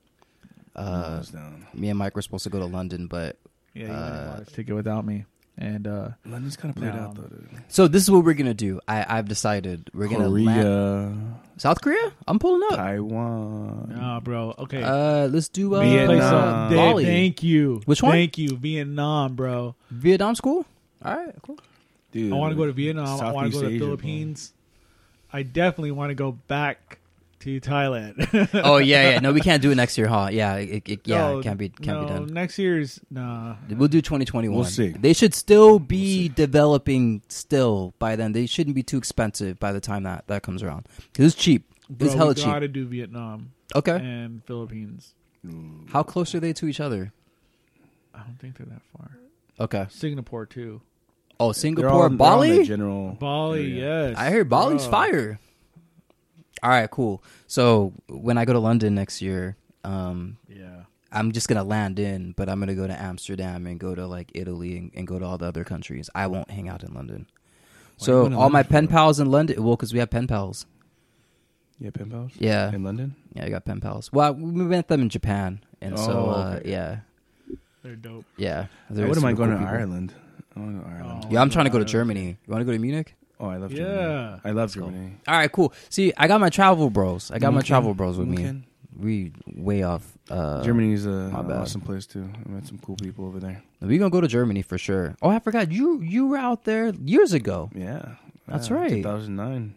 Speaker 2: I'm
Speaker 4: Uh,
Speaker 2: always down.
Speaker 4: me and Mike were supposed to go to London, but
Speaker 3: yeah, you
Speaker 4: uh,
Speaker 3: wanted to take it without me, and uh,
Speaker 2: London's kind of played
Speaker 3: No.
Speaker 2: out though, dude.
Speaker 4: so this is what we're gonna do. I, I've decided we're gonna
Speaker 2: Korea,
Speaker 4: land- South Korea. I'm pulling up.
Speaker 2: Taiwan.
Speaker 3: nah, bro, okay,
Speaker 4: Uh, let's do uh,
Speaker 2: Vietnam.
Speaker 3: Play some-
Speaker 2: Vietnam.
Speaker 3: Dave,
Speaker 4: Bali.
Speaker 3: thank you.
Speaker 4: Which one?
Speaker 3: Thank you, Vietnam, bro.
Speaker 4: Vietnam school. All right, cool.
Speaker 2: Dude,
Speaker 3: I want to go to Vietnam. I want to
Speaker 2: Southeast
Speaker 3: go to
Speaker 2: Asia, bro.
Speaker 3: Philippines. I definitely want to go back to Thailand.
Speaker 4: Oh yeah, yeah. No, we can't do it next year, huh? Yeah, it, it, yeah.
Speaker 3: No,
Speaker 4: it can't be can't be
Speaker 3: no,
Speaker 4: done.
Speaker 3: Next year's nah.
Speaker 4: We'll do 2021.
Speaker 2: We'll see.
Speaker 4: They should still be developing still by then. They shouldn't be too expensive by the time that that comes around. 'Cause It's cheap.
Speaker 3: Bro,
Speaker 4: it's hella
Speaker 3: we
Speaker 4: cheap.
Speaker 3: gotta do Vietnam
Speaker 4: Okay.
Speaker 3: and Philippines.
Speaker 4: How close are they to each other?
Speaker 3: I don't think they're that far.
Speaker 4: Okay.
Speaker 3: Singapore too.
Speaker 4: Oh,
Speaker 2: They're all
Speaker 4: Singapore,
Speaker 2: in- they're all in the
Speaker 4: Bali.
Speaker 2: general
Speaker 3: Bali,
Speaker 2: area.
Speaker 3: yes.
Speaker 4: I heard Bali's
Speaker 3: Bro.
Speaker 4: fire. All right, cool. So when I go to London next year, um,
Speaker 3: Yeah.
Speaker 4: I'm just gonna land in, but I'm gonna go to Amsterdam and go to like Italy and, and go to all the other countries. I won't hang out in London.
Speaker 2: you
Speaker 4: so
Speaker 2: going to
Speaker 4: all my
Speaker 2: London
Speaker 4: pen pals in London, well, because we have pen pals.
Speaker 2: Yeah, pen pals.
Speaker 4: Yeah,
Speaker 2: in London.
Speaker 4: yeah, I got pen pals. Well, we met them in Japan, and so
Speaker 2: Oh,
Speaker 4: uh,
Speaker 2: okay.
Speaker 4: yeah,
Speaker 3: They're dope.
Speaker 4: yeah.
Speaker 2: I
Speaker 4: they're
Speaker 2: wouldn't mind
Speaker 4: super
Speaker 2: going
Speaker 4: cool
Speaker 2: to
Speaker 4: people.
Speaker 2: Ireland. I want to go to Ireland.
Speaker 3: Oh.
Speaker 4: Yeah, I'm trying to go to Germany. You want to go to Munich?
Speaker 2: Oh, I love
Speaker 3: Yeah.
Speaker 2: Germany. I love Germany.
Speaker 4: All right, cool. See, I got my travel bros. I got my
Speaker 2: Munich.
Speaker 4: travel bros with me.
Speaker 2: Munich.
Speaker 4: We way off. Uh,
Speaker 2: Germany's a
Speaker 4: my
Speaker 2: an
Speaker 4: bad.
Speaker 2: awesome place too. I met some cool people over there.
Speaker 4: We gonna go to Germany for sure. Oh, I forgot you. You were out there years ago.
Speaker 2: Yeah,
Speaker 4: That's
Speaker 2: Yeah,
Speaker 4: right.
Speaker 2: 2009.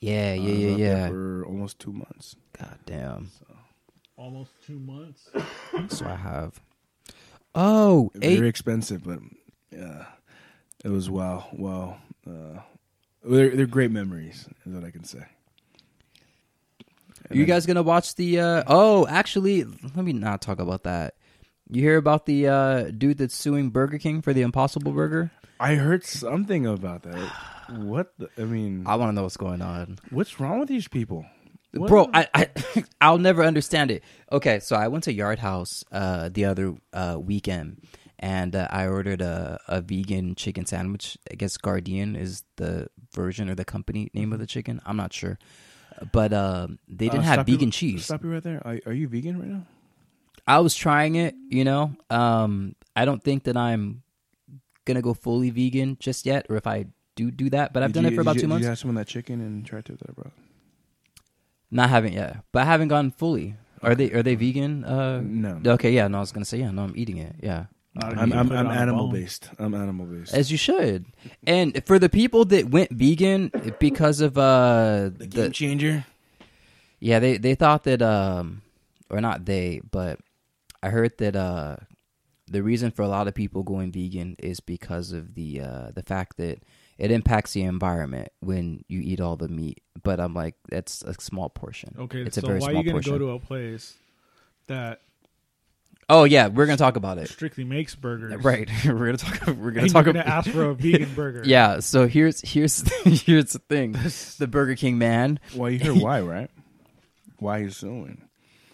Speaker 4: Yeah,
Speaker 2: I
Speaker 4: yeah,
Speaker 2: was
Speaker 4: yeah,
Speaker 2: out there
Speaker 4: yeah.
Speaker 2: For almost two months.
Speaker 4: God damn.
Speaker 3: Almost two months.
Speaker 4: So I have. Oh,
Speaker 2: Very
Speaker 4: eight.
Speaker 2: expensive, but yeah, it was wow, wow. Uh, they're, they're great memories, is what I can say.
Speaker 4: You guys gonna watch the? uh Oh, actually, let me not talk about that. You hear about the uh dude that's suing Burger King for the Impossible Burger?
Speaker 2: I heard something about that. What? The, I mean,
Speaker 4: I want to know what's going on,
Speaker 2: what's wrong with these people?
Speaker 4: bro. I, I I'll never understand it. Okay, so I went to Yard House uh the other uh weekend, and uh, I ordered a a vegan chicken sandwich. I guess Guardian is the version or the company name of the chicken. I'm not sure, but uh, they didn't
Speaker 2: Uh,
Speaker 4: have
Speaker 2: stop
Speaker 4: vegan
Speaker 2: you,
Speaker 4: cheese.
Speaker 2: Stop you right there. Are, are you vegan right now?
Speaker 4: I was trying it, you know. Um, I don't think that I'm gonna go fully vegan just yet, or if I do do that, but I've
Speaker 2: Did
Speaker 4: done
Speaker 2: you-
Speaker 4: it
Speaker 2: did
Speaker 4: for about
Speaker 2: you-
Speaker 4: two months.
Speaker 2: Did you have some of that chicken and try to that, bro?
Speaker 4: No, I haven't yet, but I haven't gone fully. Are they are they vegan? Uh,
Speaker 2: No.
Speaker 4: Okay, yeah, no, I was gonna say yeah, no, I'm eating it, yeah,
Speaker 2: I'm I'm, I'm animal based. I'm animal based.
Speaker 4: as you should. And for the people that went vegan because of uh the
Speaker 2: changer.
Speaker 4: Yeah, they they thought that um or not they, but I heard that uh the reason for a lot of people going vegan is because of the uh the fact that it impacts the environment when you eat all the meat. But I'm like that's a small portion.
Speaker 3: Okay,
Speaker 4: it's
Speaker 3: so
Speaker 4: a very
Speaker 3: why
Speaker 4: small
Speaker 3: are you gonna
Speaker 4: portion.
Speaker 3: go to a place that
Speaker 4: oh yeah, we're going to talk about it.
Speaker 3: strictly makes burgers?
Speaker 4: Right. we're going to talk we're going
Speaker 3: And
Speaker 4: to talk
Speaker 3: you're gonna
Speaker 4: about
Speaker 3: ask for a vegan burger.
Speaker 4: Yeah, so here's here's here's the thing. The Burger King man
Speaker 2: Well, you hear why, right? Why he's suing?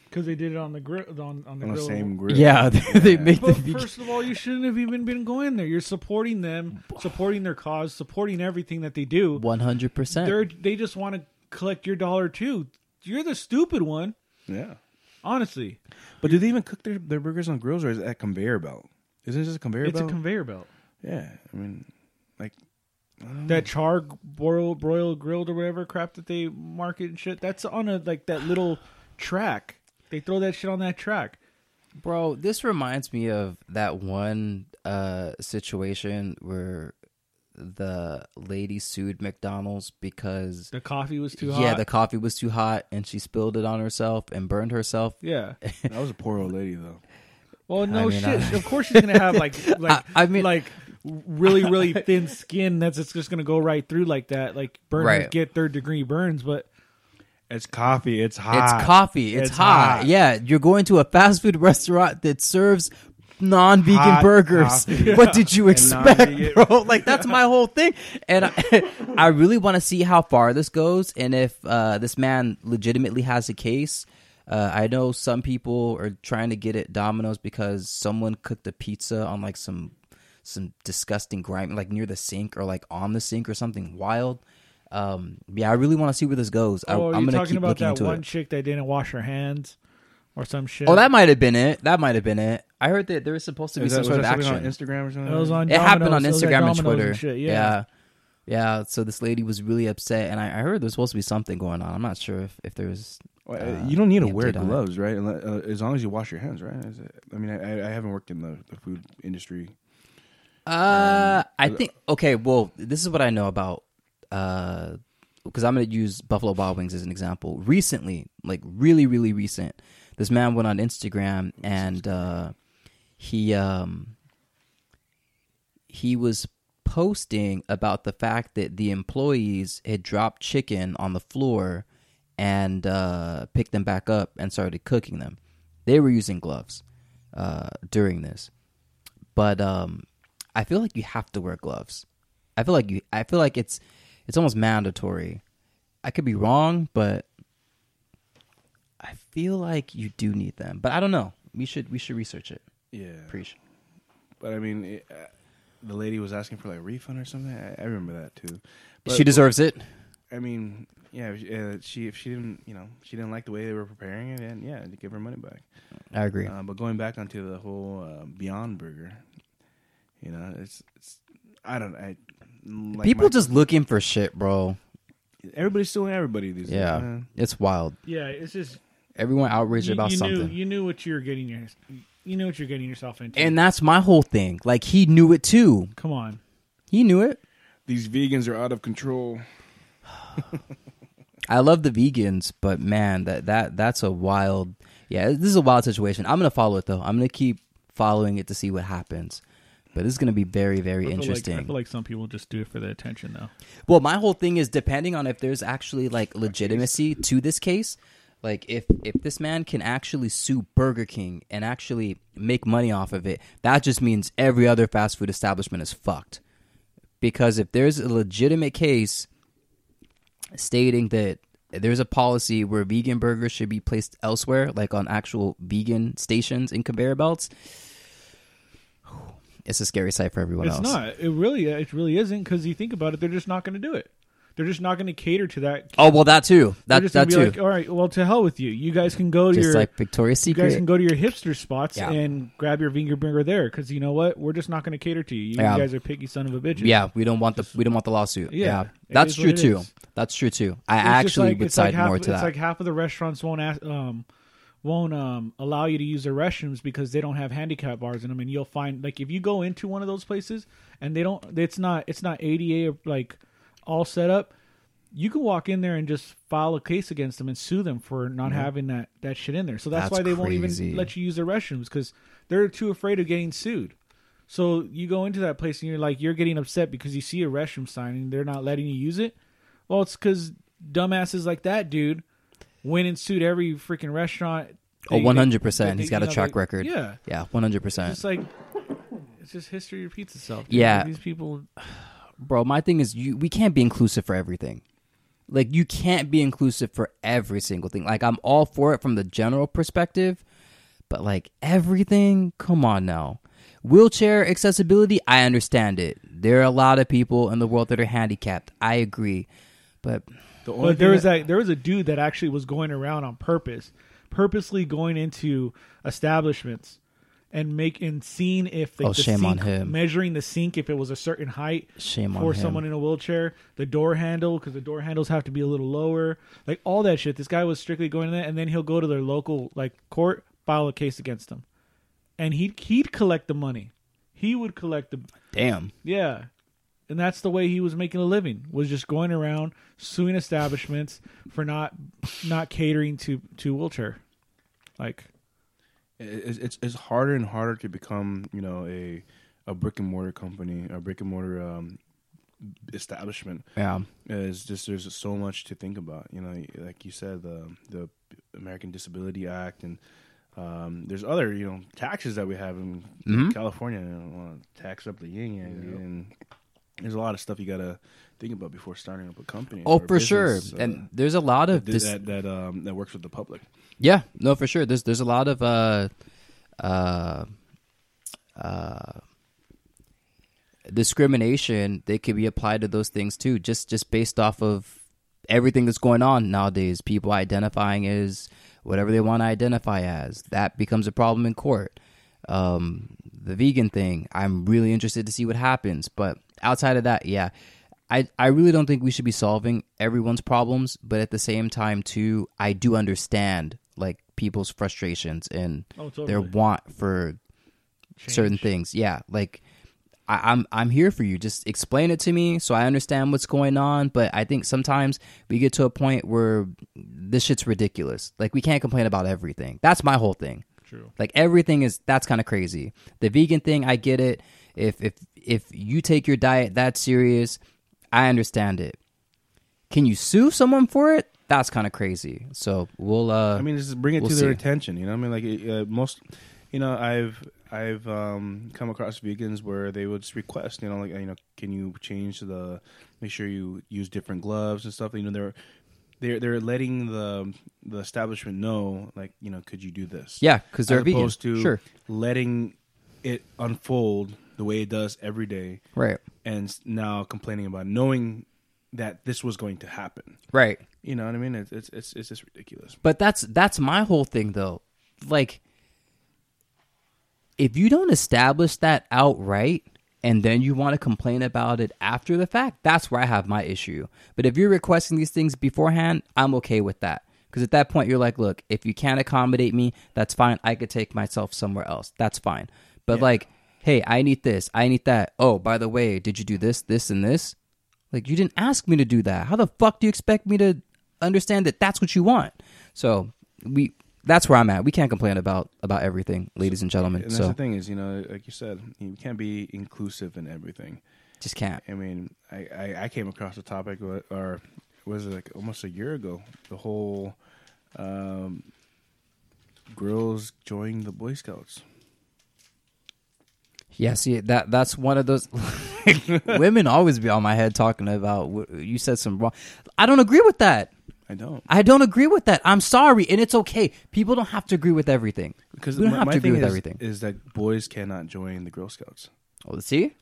Speaker 3: because they did it on the grill on, on the
Speaker 2: on the
Speaker 3: grill.
Speaker 2: same grill.
Speaker 4: Yeah, they, they make the
Speaker 3: But first of all, you shouldn't have even been going there. You're supporting them, supporting their cause, supporting everything that they do.
Speaker 4: one hundred
Speaker 3: They're
Speaker 4: percent.
Speaker 3: they just want to collect your dollar too. You're the stupid one,
Speaker 2: yeah.
Speaker 3: honestly.
Speaker 2: But do they even cook their, their burgers on grills or is it at conveyor belt? Isn't it just a conveyor
Speaker 3: it's
Speaker 2: belt?
Speaker 3: a conveyor belt.
Speaker 2: yeah, I mean, like
Speaker 3: Oh. That char broiled, broiled, grilled, or whatever crap that they market and shit. That's on a like that little track. They throw that shit on that track.
Speaker 4: Bro, this reminds me of that one uh situation where the lady sued McDonald's because
Speaker 3: The coffee was too hot.
Speaker 4: yeah, the coffee was too hot and she spilled it on herself and burned herself.
Speaker 3: yeah.
Speaker 2: that was a poor old lady though.
Speaker 3: Well, no
Speaker 4: mean,
Speaker 3: shit.
Speaker 4: I-
Speaker 3: Of course, she's gonna have like, like
Speaker 4: I- I
Speaker 3: I,
Speaker 4: mean-
Speaker 3: mean, like really, really thin skin. That's it's just gonna go right through like that. Like burners
Speaker 4: Right.
Speaker 3: get third degree burns, but
Speaker 2: It's coffee. It's hot.
Speaker 4: It's coffee. It's,
Speaker 2: It's
Speaker 4: hot.
Speaker 2: hot.
Speaker 4: Yeah, you're going to a fast food restaurant that serves non-vegan
Speaker 2: Hot
Speaker 4: burgers.
Speaker 2: coffee.
Speaker 4: What did you expect,
Speaker 2: non-vegan-
Speaker 4: bro? Like that's my whole thing, and I, I really want to see how far this goes, and if uh, this man legitimately has a case. Uh, I know some people are trying to get at Domino's because someone cooked a pizza on like some some disgusting grime, like near the sink or like on the sink or something wild. Um, yeah, I really want to see where this goes. I,
Speaker 3: oh,
Speaker 4: I'm
Speaker 3: you're
Speaker 4: gonna
Speaker 3: talking
Speaker 4: keep
Speaker 3: about
Speaker 4: looking
Speaker 3: that
Speaker 4: into
Speaker 3: one
Speaker 4: it.
Speaker 3: chick that didn't wash her hands or some shit.
Speaker 4: Oh, that might have been it. That might have been it. I heard that there was supposed to be
Speaker 2: Is
Speaker 4: some
Speaker 2: that, was
Speaker 4: sort of
Speaker 2: that something on
Speaker 4: action.
Speaker 2: Instagram or something?
Speaker 3: That was on.
Speaker 4: It happened on
Speaker 3: Domino's. It was at
Speaker 4: Instagram and
Speaker 3: Domino's
Speaker 4: Twitter.
Speaker 3: shit,
Speaker 4: yeah. yeah. so this lady was really upset, and I, I heard there's supposed to be something going on. I'm not sure if, if there was.
Speaker 2: Well,
Speaker 4: uh,
Speaker 2: uh, you don't need to
Speaker 4: the
Speaker 2: wear
Speaker 4: update on it.
Speaker 2: gloves, right? Unle- uh, As long as you wash your hands, right? Is it, I mean, I, I- I haven't worked in the, the food industry.
Speaker 4: Uh, I think okay. Well, this is what I know about. Uh, because I'm gonna use Buffalo Wild Wings as an example. Recently, like really, really recent, this man went on Instagram and uh, he um he was posting about the fact that the employees had dropped chicken on the floor and uh, picked them back up and started cooking them. They were using gloves uh, during this but um, I feel like you have to wear gloves. I feel like you. I feel like it's it's almost mandatory. I could be wrong, but I feel like you do need them. But I don't know. We should we should research it.
Speaker 2: Yeah,
Speaker 4: Preach.
Speaker 2: but I mean, it, uh, the lady was asking for like a refund or something. I, I remember that too. But,
Speaker 4: She deserves it.
Speaker 2: I mean, yeah, if, uh, she if she didn't, you know, she didn't like the way they were preparing it, and yeah, to give her money back.
Speaker 4: I agree.
Speaker 2: Uh, but going back onto the whole uh, Beyond Burger, you know, it's, it's I don't I like
Speaker 4: People
Speaker 2: my-
Speaker 4: just looking for shit, bro.
Speaker 2: everybody's stealing everybody these
Speaker 4: Yeah,
Speaker 2: days. man.
Speaker 4: it's wild.
Speaker 3: Yeah, it's just
Speaker 4: Everyone outraged
Speaker 3: you,
Speaker 4: about
Speaker 3: you
Speaker 4: something.
Speaker 3: knew you knew what you were getting your you knew what you're getting yourself into.
Speaker 4: and that's my whole thing. Like he knew it too.
Speaker 3: come on,
Speaker 4: He knew it.
Speaker 2: These vegans are out of control.
Speaker 4: I love the vegans, but man, that that that's a wild. Yeah, this is a wild situation. I'm gonna follow it though. I'm gonna keep following it to see what happens. But this is gonna be very very
Speaker 3: I feel like-
Speaker 4: interesting.
Speaker 3: I feel like some people just do it for the attention though.
Speaker 4: Well, my whole thing is depending on if there's actually like legitimacy to this case. Like if if this man can actually sue Burger King and actually make money off of it, that just means every other fast food establishment is fucked. Because if there's a legitimate case stating that there's a policy where vegan burgers should be placed elsewhere, like on actual vegan stations in conveyor belts, it's a scary sight for everyone
Speaker 3: It's
Speaker 4: else.
Speaker 3: not. It really, it really isn't. Because you think about it, they're just not going to do it. They're just not going to cater to that.
Speaker 4: Oh well, that too.
Speaker 3: They're
Speaker 4: That
Speaker 3: just
Speaker 4: that
Speaker 3: gonna
Speaker 4: too.
Speaker 3: be like, all right, well, to hell with you. You guys can go to
Speaker 4: just
Speaker 3: your,
Speaker 4: like Victoria's
Speaker 3: you guys
Speaker 4: Secret.
Speaker 3: can go to your hipster spots
Speaker 4: Yeah.
Speaker 3: and grab your finger burger there. Because you know what, we're just not going to cater to you. You
Speaker 4: Yeah.
Speaker 3: guys are picky son of a bitches.
Speaker 4: yeah, we don't want the we don't want the lawsuit. Yeah,
Speaker 3: Yeah, it
Speaker 4: that's
Speaker 3: is
Speaker 4: true
Speaker 3: what it
Speaker 4: too.
Speaker 3: is.
Speaker 4: That's true too. I
Speaker 3: It's just
Speaker 4: actually
Speaker 3: like-
Speaker 4: would
Speaker 3: it's like
Speaker 4: side
Speaker 3: half,
Speaker 4: more to
Speaker 3: It's
Speaker 4: that.
Speaker 3: like half of the restaurants won't ask, um, won't um, allow you to use their restrooms because they don't have handicap bars in them, and you'll find like if you go into one of those places and they don't, it's not it's not ADA or, like all set up. You can walk in there and just file a case against them and sue them for not having that that shit in there. So that's,
Speaker 4: That's
Speaker 3: why they won't
Speaker 4: crazy.
Speaker 3: even let you use their restrooms because they're too afraid of getting sued. So you go into that place and you're like, you're getting upset because you see a restroom sign and they're not letting you use it. Well, it's because dumbasses like that dude went and sued every freaking restaurant.
Speaker 4: oh,
Speaker 3: They-
Speaker 4: one hundred
Speaker 3: they-
Speaker 4: percent.
Speaker 3: they-
Speaker 4: He's got
Speaker 3: you
Speaker 4: a
Speaker 3: know,
Speaker 4: track
Speaker 3: they-
Speaker 4: record.
Speaker 3: Yeah,
Speaker 4: yeah, one hundred
Speaker 3: it's
Speaker 4: percent.
Speaker 3: like it's just history repeats itself. dude.
Speaker 4: Yeah.
Speaker 3: Like, these people.
Speaker 4: Bro, my thing is you. We can't be inclusive for everything. Like you can't be inclusive for every single thing. Like I'm all for it from the general perspective, but like everything, come on now. Wheelchair accessibility, I understand it. There are a lot of people in the world that are handicapped. I agree. But
Speaker 2: The only
Speaker 3: But there
Speaker 2: thing
Speaker 3: was that there was a dude that actually was going around on purpose, purposely going into establishments and make and seeing if the,
Speaker 4: Oh,
Speaker 3: the
Speaker 4: shame on
Speaker 3: sink,
Speaker 4: him.
Speaker 3: measuring the sink if it was a certain height
Speaker 4: Shame on
Speaker 3: for
Speaker 4: him.
Speaker 3: someone in a wheelchair, the door handle because the door handles have to be a little lower, like all that shit. This guy was strictly going in that, and then he'll go to their local like court, file a case against them, and he'd he'd collect the money. He would collect the
Speaker 4: damn.
Speaker 3: yeah. And that's the way he was making a living was just going around suing establishments for not not catering to to wheelchair. Like
Speaker 2: it's, it's it's harder and harder to become you know a a brick and mortar company a brick and mortar um, establishment
Speaker 4: Yeah.
Speaker 2: it's just there's so much to think about you know like you said the the American Disability Act and um, there's other you know taxes that we have in
Speaker 4: Mm-hmm.
Speaker 2: California you don't want to tax up the yin yang dude, and there's a lot of stuff you gotta think about before starting up a company
Speaker 4: Oh,
Speaker 2: or a
Speaker 4: for sure.
Speaker 2: business, uh,
Speaker 4: And there's a lot of
Speaker 2: that-
Speaker 4: this
Speaker 2: that that um, that works with the public
Speaker 4: Yeah, no, for sure. There's there's a lot of uh, uh, uh, discrimination that could be applied to those things too. Just just based off of everything that's going on nowadays, people identifying as whatever they want to identify as. That becomes a problem in court. Um, the vegan thing, I'm really interested to see what happens. But outside of that, yeah. I, I really don't think we should be solving everyone's problems, but at the same time too, I do understand like people's frustrations and
Speaker 3: Oh,
Speaker 4: their
Speaker 3: totally.
Speaker 4: want for certain things. Yeah, like I, I'm I'm here for you. Just explain it to me so I understand what's going on. But I think sometimes we get to a point where this shit's ridiculous. Like we can't complain about everything. That's my whole thing.
Speaker 3: True.
Speaker 4: Like everything is that's kind of crazy. The vegan thing, I get it. If if if you take your diet that serious, I understand it. Can you sue someone for it? That's kind of crazy. So we'll. uh
Speaker 2: I mean, just bring it
Speaker 4: We'll
Speaker 2: to their
Speaker 4: see.
Speaker 2: attention. You know, I mean, like it- uh, most, you know, I've I've um, come across vegans where they would just request, you know, like uh, you know, can you change the, make sure you use different gloves and stuff. You know, they're they're they're letting the the establishment know, like you know, could you do this?
Speaker 4: Yeah, 'cause they're
Speaker 2: As
Speaker 4: vegan.
Speaker 2: opposed to
Speaker 4: Sure.
Speaker 2: letting it unfold the way it does every day,
Speaker 4: right,
Speaker 2: and s- now complaining about knowing that this was going to happen.
Speaker 4: right.
Speaker 2: You know what I mean? It's it's it's, it's just ridiculous.
Speaker 4: But that's that's my whole thing though. Like if you don't establish that outright and then you want to complain about it after the fact, that's where I have my issue. But if you're requesting these things beforehand, I'm okay with that. Because at that point you're like, look, if you can't accommodate me, that's fine. I could take myself somewhere else. That's fine. But like, hey, I need this, I need that. Oh, by the way, did you do this, this, and this? Like you didn't ask me to do that. How the fuck do you expect me to understand that that's what you want? So we that's where I'm at. We can't complain about about everything, ladies and gentlemen.
Speaker 2: And that's
Speaker 4: so
Speaker 2: the thing is, you know, like you said, you can't be inclusive in everything.
Speaker 4: just can't.
Speaker 2: I mean, I, I, I came across a topic, or, or was it like almost a year ago? The whole um, girls join the Boy Scouts.
Speaker 4: Yeah, see that that's one of those women always be on my head talking about "Wh- you said some wrong. I don't agree with that.
Speaker 2: I don't
Speaker 4: I don't agree with that. I'm sorry, and it's okay. People don't have to agree with everything.
Speaker 2: because
Speaker 4: we don't
Speaker 2: my,
Speaker 4: have
Speaker 2: my
Speaker 4: to agree
Speaker 2: thing
Speaker 4: with
Speaker 2: is,
Speaker 4: everything.
Speaker 2: is that boys cannot join the Girl Scouts.
Speaker 4: oh, see,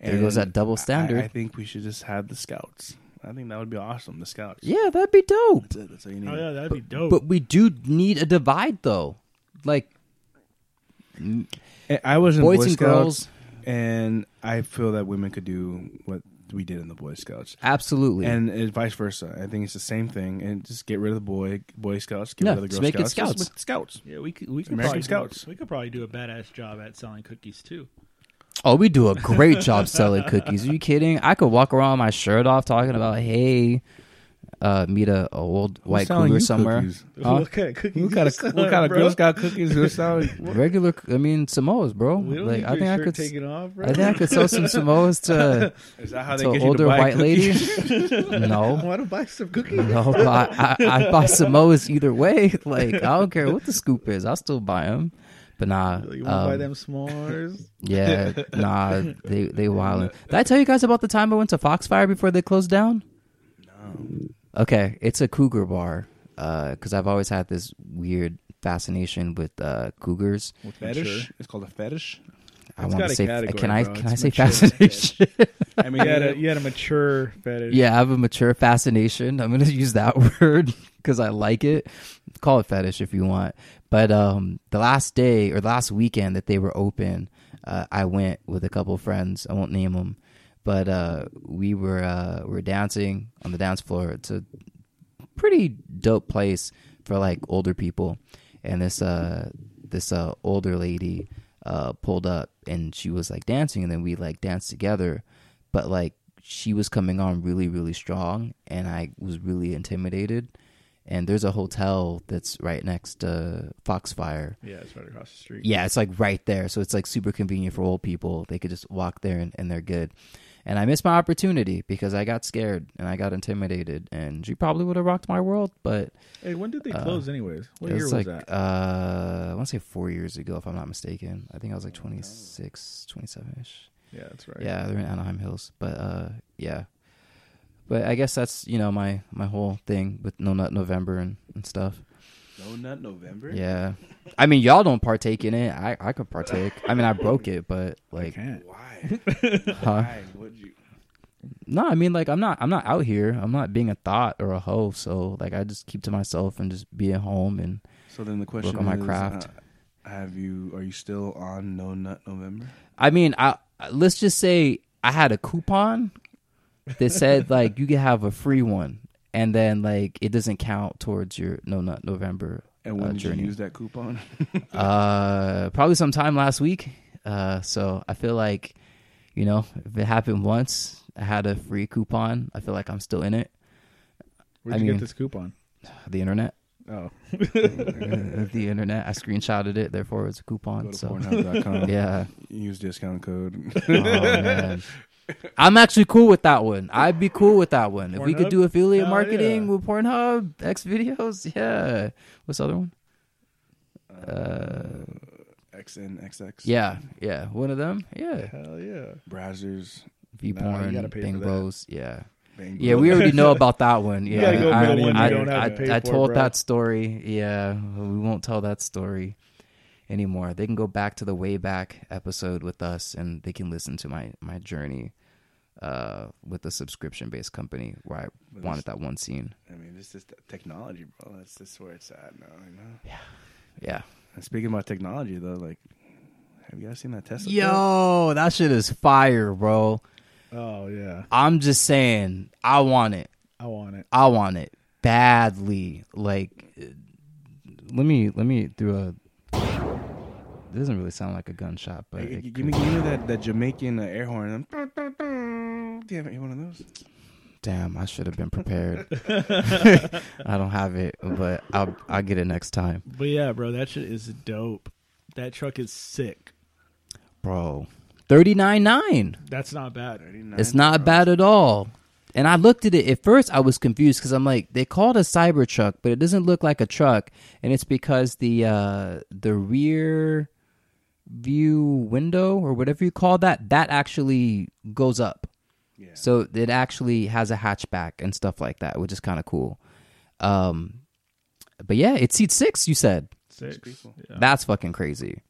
Speaker 4: there goes
Speaker 2: And
Speaker 4: that double
Speaker 2: I-
Speaker 4: standard.
Speaker 2: I, think we should just have the Scouts. I think that would be awesome. The Scouts.
Speaker 4: yeah, that'd be dope.
Speaker 2: That's it. That's all you need.
Speaker 3: Oh yeah, that'd be dope.
Speaker 4: But we do need a divide, though. Like
Speaker 2: And Eh, I was in
Speaker 4: Boys
Speaker 2: Boy
Speaker 4: and
Speaker 2: Scouts,
Speaker 4: girls.
Speaker 2: and I feel that women could do what we did in the Boy Scouts,
Speaker 4: absolutely.
Speaker 2: and it, vice versa. I think it's the same thing, and just get rid of the boy Boy Scouts, get
Speaker 4: No,
Speaker 2: rid of the
Speaker 4: just
Speaker 2: Girl
Speaker 4: make it
Speaker 2: Scouts, just
Speaker 4: Scouts.
Speaker 2: make Scouts.
Speaker 3: yeah, we could we could
Speaker 2: American
Speaker 3: probably
Speaker 2: Scouts.
Speaker 3: Do, we could probably do a badass job at selling cookies too.
Speaker 4: Oh, we do a great job selling cookies. Are you kidding? I could walk around with my shirt off talking about, hey, uh, meet a, a old white
Speaker 2: selling
Speaker 4: cougar
Speaker 2: you
Speaker 4: somewhere.
Speaker 2: cookies?
Speaker 4: Huh?
Speaker 3: What kind of cookies?
Speaker 2: What kind
Speaker 3: you
Speaker 2: of
Speaker 3: selling,
Speaker 2: what kind of
Speaker 3: bro?
Speaker 2: Girl Scout cookies? Who's selling?
Speaker 4: Regular, I mean, Samoas, bro.
Speaker 3: We don't
Speaker 4: Like,
Speaker 3: need
Speaker 4: I think
Speaker 3: your
Speaker 4: I
Speaker 3: shirt
Speaker 4: could, s-
Speaker 3: taken off, bro.
Speaker 4: I think I could sell some Samoas to,
Speaker 2: Is that how
Speaker 4: to an older white lady. no,
Speaker 3: want to buy some cookies?
Speaker 4: no, but I, I, I buy Samoas either way. Like, I don't care what the scoop is, I'll still buy them. But nah,
Speaker 3: You want to buy
Speaker 4: um,
Speaker 3: them s'mores?
Speaker 4: Yeah, nah, they they wildin'. Did I tell you guys about the time I went to Foxfire before they closed down? Okay, it's a cougar bar because I've always had this weird fascination with uh, cougars.
Speaker 2: With fetish? It's called a fetish.
Speaker 4: I
Speaker 5: It's
Speaker 4: want
Speaker 5: got
Speaker 4: to
Speaker 5: a
Speaker 4: say.
Speaker 5: category,
Speaker 4: can I
Speaker 5: bro.
Speaker 4: can I
Speaker 5: It's
Speaker 4: say
Speaker 5: mature.
Speaker 4: fascination?
Speaker 2: I mean,
Speaker 3: You had a you had a mature fetish.
Speaker 4: yeah, I have a mature fascination. I'm gonna use that word because I like it. Call it fetish if you want. But um, the last day or the last weekend that they were open, uh, I went with a couple friends. I won't name them, but uh, we were uh, we were dancing on the dance floor. It's a pretty dope place for like older people. And this uh this uh older lady uh pulled up and she was like dancing and then we like danced together, but like she was coming on really really strong and I was really intimidated. And there's a hotel that's right next to Foxfire.
Speaker 5: Yeah, it's right across the street.
Speaker 4: Yeah, it's like right there. So it's like super convenient for old people. They could just walk there and, and they're good. And I missed my opportunity because I got scared and I got intimidated. And she probably would have rocked my world, but
Speaker 3: Hey, when did they
Speaker 4: Uh,
Speaker 3: close? anyways, what year
Speaker 4: it was
Speaker 3: was
Speaker 4: like
Speaker 3: that?
Speaker 4: uh I want to say 4 years ago if I'm not mistaken. I think I was like 26, 27ish.
Speaker 5: Yeah, that's right.
Speaker 4: Yeah, they're in Anaheim Hills, but uh yeah. But I guess that's, you know, my my whole thing with No Nut November and, and stuff.
Speaker 2: No Nut November?
Speaker 4: Yeah. I mean, y'all don't partake in it. I I could partake. I mean, I broke it, but
Speaker 5: I
Speaker 4: like
Speaker 5: can't.
Speaker 2: Why?
Speaker 4: huh?
Speaker 2: Why would you?
Speaker 4: No, I mean like I'm not I'm not out here. I'm not being a thought or a hoe. So like I just keep to myself and just be at home and
Speaker 2: So then the question
Speaker 4: on my
Speaker 2: is,
Speaker 4: craft.
Speaker 2: uh, have you? Are you still on No Nut November?
Speaker 4: I mean, I let's just say I had a coupon that said like you could have a free one and then like it doesn't count towards your no not November
Speaker 2: And when
Speaker 4: uh,
Speaker 2: did
Speaker 4: journey.
Speaker 2: you use that coupon?
Speaker 4: uh probably sometime last week. Uh so I feel like you know, if it happened once, I had a free coupon. I feel like I'm still in it.
Speaker 3: Where'd
Speaker 4: I
Speaker 3: you
Speaker 4: mean-
Speaker 3: get this coupon?
Speaker 4: The internet.
Speaker 3: Oh,
Speaker 4: the internet. I screenshotted it, therefore it's a
Speaker 2: Go
Speaker 4: coupon.
Speaker 2: to
Speaker 4: So
Speaker 2: Pornhub.com.
Speaker 4: yeah.
Speaker 2: Use discount code.
Speaker 4: Oh, man. I'm actually cool with that one. I'd be cool with that one. If we could
Speaker 3: Pornhub?
Speaker 4: do affiliate
Speaker 3: Hell
Speaker 4: marketing
Speaker 3: yeah.
Speaker 4: with Pornhub, X videos, yeah. What's the other one? Uh,
Speaker 2: XNXX.
Speaker 4: yeah, yeah. One of them? Yeah.
Speaker 5: Hell yeah.
Speaker 2: Brazzers.
Speaker 4: V
Speaker 5: Nah, you
Speaker 4: porn,
Speaker 5: gotta pay for
Speaker 4: Bang
Speaker 5: that.
Speaker 4: Bros. Yeah.
Speaker 2: Bang
Speaker 4: Yeah, we already know about that one.
Speaker 3: You
Speaker 4: Yeah.
Speaker 3: gotta go for
Speaker 4: I,
Speaker 3: the one you
Speaker 4: I,
Speaker 3: don't have to
Speaker 4: I-
Speaker 3: pay
Speaker 4: I
Speaker 3: for,
Speaker 4: told
Speaker 3: bro.
Speaker 4: that story. Yeah. We won't tell that story anymore. They can go back to the way back episode with us and they can listen to my my journey uh with a subscription based company where I
Speaker 2: But
Speaker 4: wanted
Speaker 2: this-
Speaker 4: that one scene.
Speaker 2: I mean, this is the technology, bro. That's just where it's at now. You know?
Speaker 4: Yeah.
Speaker 2: And speaking about technology, though, like, have you guys seen that Tesla? bill?
Speaker 4: Yo, that shit is fire, bro.
Speaker 5: Oh yeah.
Speaker 4: I'm just saying, I want it.
Speaker 5: I want it.
Speaker 4: I want it badly. Like, uh, let me let me do a. It doesn't really sound like a gunshot, but
Speaker 2: Hey,
Speaker 4: it
Speaker 2: g- give, me,
Speaker 4: could-
Speaker 2: give me that, that Jamaican uh, air horn. Um, Damn it, you one of those?
Speaker 4: damn, I should have been prepared. I don't have it, but I'll I'll get it next time,
Speaker 5: But yeah, bro, that shit is dope. That truck is sick.
Speaker 4: bro. Thirty nine nine.
Speaker 3: that's not bad.
Speaker 2: 39.
Speaker 4: It's not bad at all. And I looked at it at first. I was confused because I'm like, they call it a cyber truck, but it doesn't look like a truck, and it's because the uh, the rear view window or whatever you call that that actually goes up.
Speaker 2: Yeah.
Speaker 4: So it actually has a hatchback and stuff like that, which is kind of cool. Um, but yeah, it seats six. You said
Speaker 3: Six. Yeah.
Speaker 4: that's fucking crazy.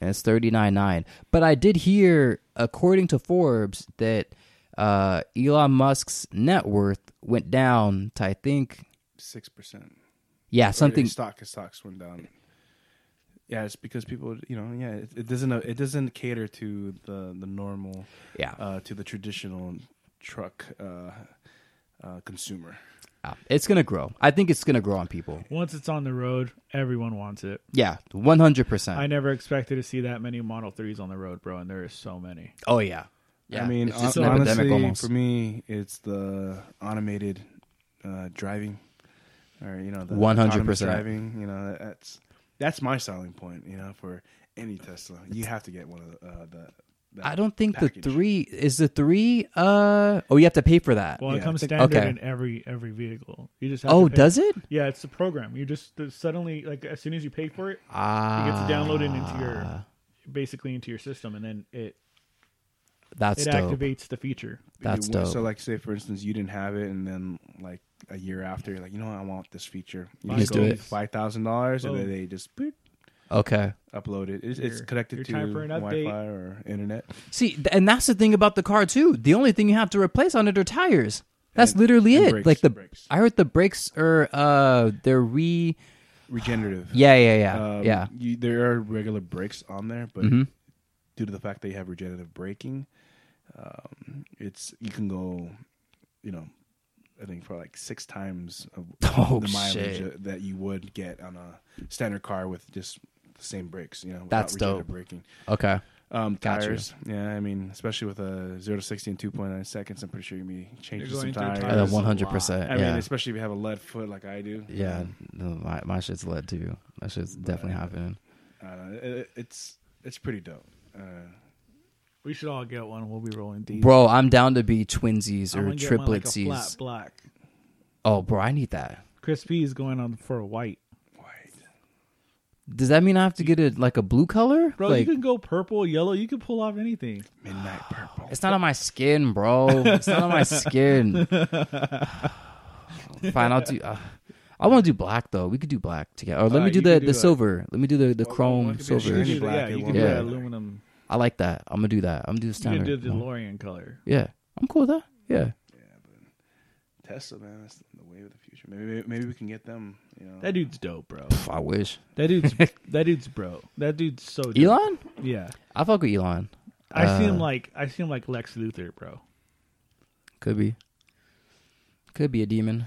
Speaker 4: And it's thirty nine nine. But I did hear, according to Forbes, that uh, Elon Musk's net worth went down to I think
Speaker 2: 6%.
Speaker 4: yeah
Speaker 2: Or
Speaker 4: something
Speaker 2: stock his stocks went down. Yeah, it's because people, you know, yeah, it, it doesn't uh, it doesn't cater to the the normal,
Speaker 4: yeah
Speaker 2: uh, to the traditional truck uh, uh, consumer.
Speaker 4: Uh, it's gonna grow. I think it's gonna grow on people.
Speaker 3: Once it's on the road, everyone wants it.
Speaker 4: Yeah, one hundred
Speaker 3: I
Speaker 4: percent.
Speaker 3: never expected to see that many Model Threes on the road, bro, and there is so many.
Speaker 4: Oh yeah, yeah.
Speaker 2: I mean,
Speaker 4: it's just
Speaker 2: hon-
Speaker 4: an
Speaker 2: honestly,
Speaker 4: epidemic almost.
Speaker 2: for me, it's the automated uh, driving, or you know, the
Speaker 4: 100%.
Speaker 2: autonomous driving. You know, that's that's my selling point. You know, for any Tesla, you have to get one of the. Uh, the that
Speaker 4: I don't think
Speaker 2: package.
Speaker 4: the three is the three. Uh oh, you have to pay for that.
Speaker 3: Well,
Speaker 2: Yeah,
Speaker 3: it comes
Speaker 2: I think-
Speaker 3: standard
Speaker 4: okay.
Speaker 3: in every every vehicle. You just have
Speaker 4: oh,
Speaker 3: to pay-
Speaker 4: does it?
Speaker 3: yeah, it's the program. You just suddenly like as soon as you pay for it,
Speaker 4: Ah,
Speaker 3: you get to download it into your basically into your system, and then it
Speaker 4: That's
Speaker 3: it
Speaker 4: dope.
Speaker 3: activates the feature.
Speaker 4: That's
Speaker 2: You-
Speaker 4: dope.
Speaker 2: So, like, say for instance, you didn't have it, and then like a year after, you're like, you know what, I want this feature. You
Speaker 3: Buy
Speaker 2: just
Speaker 4: it. Do it.
Speaker 2: five thousand dollars, and then
Speaker 3: Boom.
Speaker 2: they just boop,
Speaker 4: okay.
Speaker 2: upload it. It's, it's
Speaker 3: Your-
Speaker 2: connected
Speaker 3: your
Speaker 2: to
Speaker 3: time for an update.
Speaker 2: Wi-Fi or internet.
Speaker 4: See, th- and that's the thing about the car too. The only thing you have to replace on it are tires. That's literally
Speaker 2: and
Speaker 4: it.
Speaker 2: brakes,
Speaker 4: like the
Speaker 2: brakes.
Speaker 4: I heard the brakes are uh they're re
Speaker 2: Regenerative.
Speaker 4: yeah yeah yeah
Speaker 2: Um,
Speaker 4: Uh, yeah
Speaker 2: You, there are regular brakes on there, but
Speaker 4: Mhm.
Speaker 2: due to the fact that you have regenerative braking, um, it's you can go, you know, I think for like six times of
Speaker 4: Oh,
Speaker 2: the mileage
Speaker 4: shit.
Speaker 2: uh, that you would get on a standard car with just the same brakes. You know, without
Speaker 4: That's
Speaker 2: regenerative
Speaker 4: dope.
Speaker 2: braking.
Speaker 4: okay
Speaker 2: Um,
Speaker 4: Got you.
Speaker 2: tires. Yeah, I mean, especially with a zero to sixty in two point nine seconds, I'm pretty sure you're gonna be changing
Speaker 3: You're
Speaker 2: some
Speaker 3: going
Speaker 2: tires.
Speaker 3: through tires. Uh,
Speaker 2: I
Speaker 3: one-
Speaker 4: one hundred percent
Speaker 2: mean,
Speaker 4: yeah
Speaker 2: especially if you have a lead foot like I do.
Speaker 4: yeah no, my my shit's lead too. That shit's definitely happening.
Speaker 2: I don't know, Uh, it- it's it's pretty dope. Uh,
Speaker 3: We should all get one. We'll be rolling deep.
Speaker 4: Bro, I'm down to be twinsies
Speaker 3: I
Speaker 4: or
Speaker 3: wanna get one like a
Speaker 4: triplitsies.
Speaker 3: flat black.
Speaker 4: oh, bro, I need that.
Speaker 3: Chris P is going on for a white.
Speaker 2: white.
Speaker 4: Does that mean I have to get it like a blue color?
Speaker 3: Bro,
Speaker 4: like
Speaker 3: you can go purple, yellow. You can pull off anything.
Speaker 2: Midnight purple.
Speaker 4: it's not on my skin, bro. It's not on my skin. Fine, I'll do. Uh, I want to do black though. We could do black together. Or let
Speaker 2: Uh,
Speaker 4: me do
Speaker 2: you
Speaker 4: the,
Speaker 2: could do
Speaker 4: the
Speaker 2: that.
Speaker 4: silver. Let me do the, the
Speaker 2: Well,
Speaker 4: chrome
Speaker 2: well, it could be a shiny
Speaker 4: silver.
Speaker 3: You can do-
Speaker 2: black
Speaker 3: yeah,
Speaker 2: and
Speaker 3: you
Speaker 2: one
Speaker 3: can do
Speaker 4: black.
Speaker 3: that aluminum.
Speaker 4: I like that. I'm gonna do that. I'm gonna do the
Speaker 3: You can
Speaker 4: standard.
Speaker 3: do the
Speaker 4: one.
Speaker 3: DeLorean color.
Speaker 4: yeah, I'm cool with that. Yeah,
Speaker 2: Tesla, man, that's the way of the future. Maybe maybe, maybe we can get them. You know,
Speaker 3: That dude's dope, bro.
Speaker 4: Pff, I wish
Speaker 3: That dude's that dude's bro. That dude's so dope.
Speaker 4: Elon.
Speaker 3: Yeah,
Speaker 4: I fuck with Elon.
Speaker 3: I see him
Speaker 4: Uh,
Speaker 3: like I see him like Lex Luthor, bro.
Speaker 4: Could be. Could be a demon.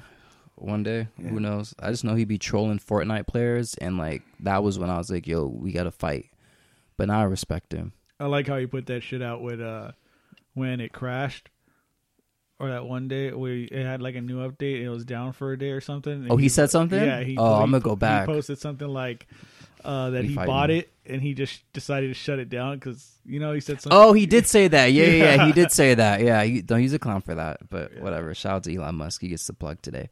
Speaker 4: One day, who knows? I just know he'd be trolling Fortnite players, and like that was when I was like, "Yo, we gotta fight." But now I respect him.
Speaker 3: I like how you put that shit out with uh when it crashed. Or that one day we it had like a new update, it was down for a day or something. and
Speaker 4: Oh, he said something?
Speaker 3: Yeah, he,
Speaker 4: Oh,
Speaker 3: he-
Speaker 4: I'm gonna go back.
Speaker 3: He posted something like uh, that
Speaker 4: We
Speaker 3: he
Speaker 4: fighting.
Speaker 3: bought it and he just decided to shut it down because you know he said something.
Speaker 4: Oh, he did say that. Yeah, yeah, yeah. He did say that. Yeah, he, no, he's a clown for that. But whatever. Shout out to Elon Musk. He gets the plug today.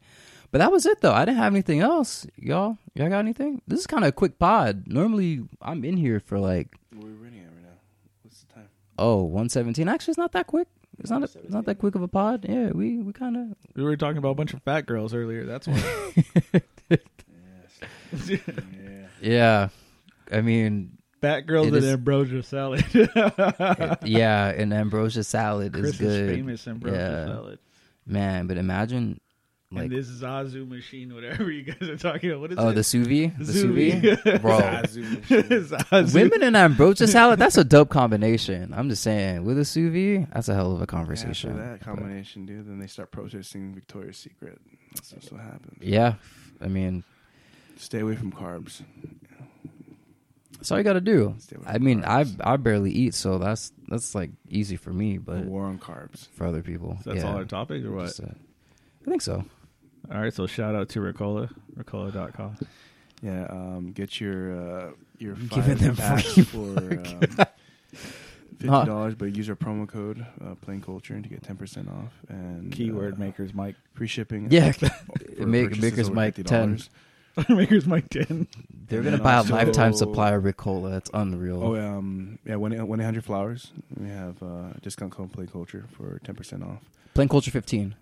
Speaker 4: But that was it though. I didn't have anything else. Y'all, y'all got anything? This is kind of a quick pod. Normally, I'm in here for like
Speaker 2: we're running it right now. What's the time?
Speaker 4: oh 117. Actually, it's not that quick. It's not a, it's not that quick of a pod. Yeah, we we kind of
Speaker 3: We were talking about a bunch of fat girls earlier. That's why.
Speaker 2: Yeah,
Speaker 4: Yeah. I mean,
Speaker 3: fat girls
Speaker 4: It
Speaker 3: and
Speaker 4: is-
Speaker 3: ambrosia salad.
Speaker 4: it- yeah, an ambrosia salad
Speaker 3: Chris
Speaker 4: is good.
Speaker 3: is famous ambrosia
Speaker 4: Yeah.
Speaker 3: salad.
Speaker 4: Man, but imagine like
Speaker 3: and this Zazu machine, whatever you guys are talking about. What is
Speaker 4: oh
Speaker 3: it?
Speaker 4: the sous vide, the sous
Speaker 3: Sous
Speaker 4: vide, bro.
Speaker 3: Zazu.
Speaker 4: Women and ambrosia salad, that's a dope combination. I'm just saying, with a sous vide, that's a hell of a
Speaker 2: after
Speaker 4: conversation.
Speaker 2: that combination, dude, then they start protesting Victoria's Secret. That's just what happens.
Speaker 4: yeah, I mean,
Speaker 2: Stay away from carbs.
Speaker 4: that's all you got to do.
Speaker 2: Stay away
Speaker 4: I
Speaker 2: from
Speaker 4: mean, I
Speaker 2: carbs.
Speaker 4: I barely eat, so that's that's like easy for me, but
Speaker 2: The war on carbs.
Speaker 4: for other people,
Speaker 3: That's
Speaker 4: yeah,
Speaker 3: all our topics or what?
Speaker 4: just, uh, I think so.
Speaker 3: All right, so shout out to Ricola, ricola.com.
Speaker 2: Yeah, um, get your uh, your
Speaker 4: Giving
Speaker 2: five
Speaker 4: them
Speaker 2: packs
Speaker 4: free
Speaker 2: for um, fifty dollars, but use our promo code uh, Plain Culture to get ten percent off and uh,
Speaker 5: Keyword makers, Mike.
Speaker 2: free shipping.
Speaker 4: Yeah,
Speaker 2: for
Speaker 4: make,
Speaker 2: purchases
Speaker 4: Maker's
Speaker 2: over
Speaker 4: Mike ten.
Speaker 2: $50.
Speaker 3: Maker's Mike 10.
Speaker 4: They're
Speaker 2: And
Speaker 4: gonna
Speaker 2: then
Speaker 4: buy
Speaker 2: also-
Speaker 4: a lifetime supply of Ricola. It's unreal.
Speaker 2: Oh um yeah, one one eight hundred flowers. We have uh, discount code Play Culture for ten percent off.
Speaker 4: Plain Culture fifteen.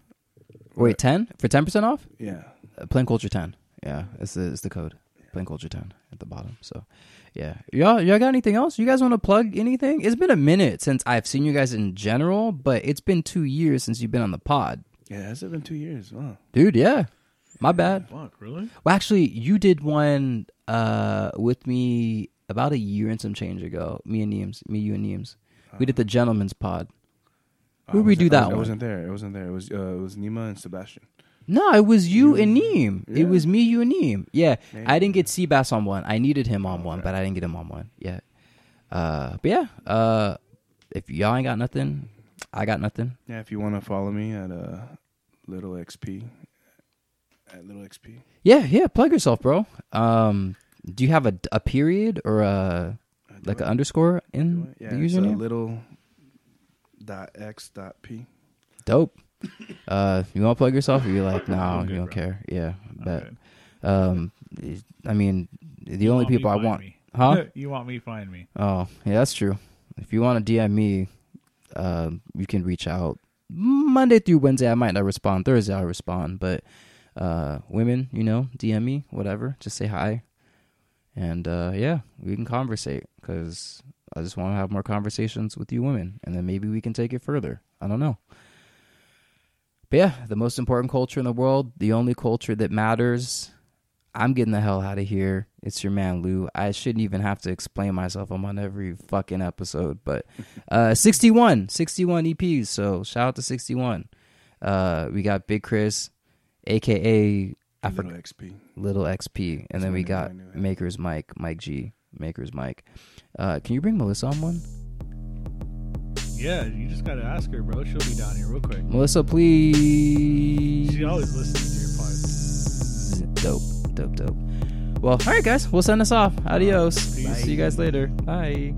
Speaker 4: Wait, ten for ten percent off?
Speaker 2: Yeah,
Speaker 4: Uh, Plain Culture ten. Yeah, it's the it's the code. Plain Culture ten at the bottom. So, yeah, y'all y'all got anything else? You guys want to plug anything? It's been a minute since I've seen you guys in general, but it's been two years since you've been on the pod,
Speaker 2: yeah. Has it been two years? Wow.
Speaker 4: dude. Yeah, my bad.
Speaker 3: Fuck, really?
Speaker 4: Well, actually, you did one uh with me about a year and some change ago. Me and Neems, me you and Neems. We did the Gentleman's Pod. Where
Speaker 2: I
Speaker 4: we do
Speaker 2: wasn't-
Speaker 4: that
Speaker 2: I, Uh-huh. Oh, was-
Speaker 4: one?
Speaker 2: I wasn't there. I wasn't there. It was uh, it was Nima and Sebastian.
Speaker 4: No, it was you and Neem.
Speaker 2: Yeah.
Speaker 4: It was me, you and Neem. Yeah, I
Speaker 2: Maybe.
Speaker 4: didn't get Seabass on one. I needed him
Speaker 3: Oh,
Speaker 4: on one, but I didn't get him on one yet. Uh, but yeah, uh, if y'all ain't got nothing, I got nothing.
Speaker 2: Yeah, if you want to follow me at uh, Little XP, at Little XP.
Speaker 4: Yeah, yeah, plug yourself, bro. Um, do you have a, a period or a like an underscore in
Speaker 2: Yeah,
Speaker 4: the
Speaker 2: it's uh,
Speaker 4: username?
Speaker 2: Little dot X dot P.
Speaker 4: Dope. Uh, you want to plug yourself? Or you like, no,
Speaker 3: I'm
Speaker 4: you
Speaker 3: good,
Speaker 4: don't
Speaker 3: bro.
Speaker 4: care. Yeah, I bet.
Speaker 3: good.
Speaker 4: Um, I mean, the
Speaker 3: You
Speaker 4: only
Speaker 3: me,
Speaker 4: people I
Speaker 3: find
Speaker 4: want,
Speaker 3: me.
Speaker 4: huh?
Speaker 3: you want me, find me.
Speaker 4: Oh, yeah, that's true. If you want to DM me, um, you can reach out Monday through Wednesday. I might not respond. Thursday, I'll respond. But uh, women, you know, DM me, whatever. Just say hi. And uh, yeah, we can conversate because I just want to have more conversations with you women. And then maybe we can take it further. I don't know. But yeah, the most important culture in the world, the only culture that matters. I'm getting the hell out of here. It's your man Lou. I shouldn't even have to explain myself. I'm on every fucking episode, but uh 61, 61 EPs. So shout out to 61. Uh we got Big Chris, aka I
Speaker 2: Little
Speaker 4: forgot
Speaker 2: XP.
Speaker 4: Little XP, and then we got Maker's Mike, Mike G, Maker's Mike. Uh can you bring Melissa on one?
Speaker 3: Yeah, you just gotta ask her, bro. She'll be down here real quick.
Speaker 4: Melissa, please.
Speaker 3: She always listens to your podcast.
Speaker 4: Dope, dope, dope. Well, all right, guys, we'll send us off. Adios.
Speaker 3: Peace.
Speaker 4: See you guys later. Bye.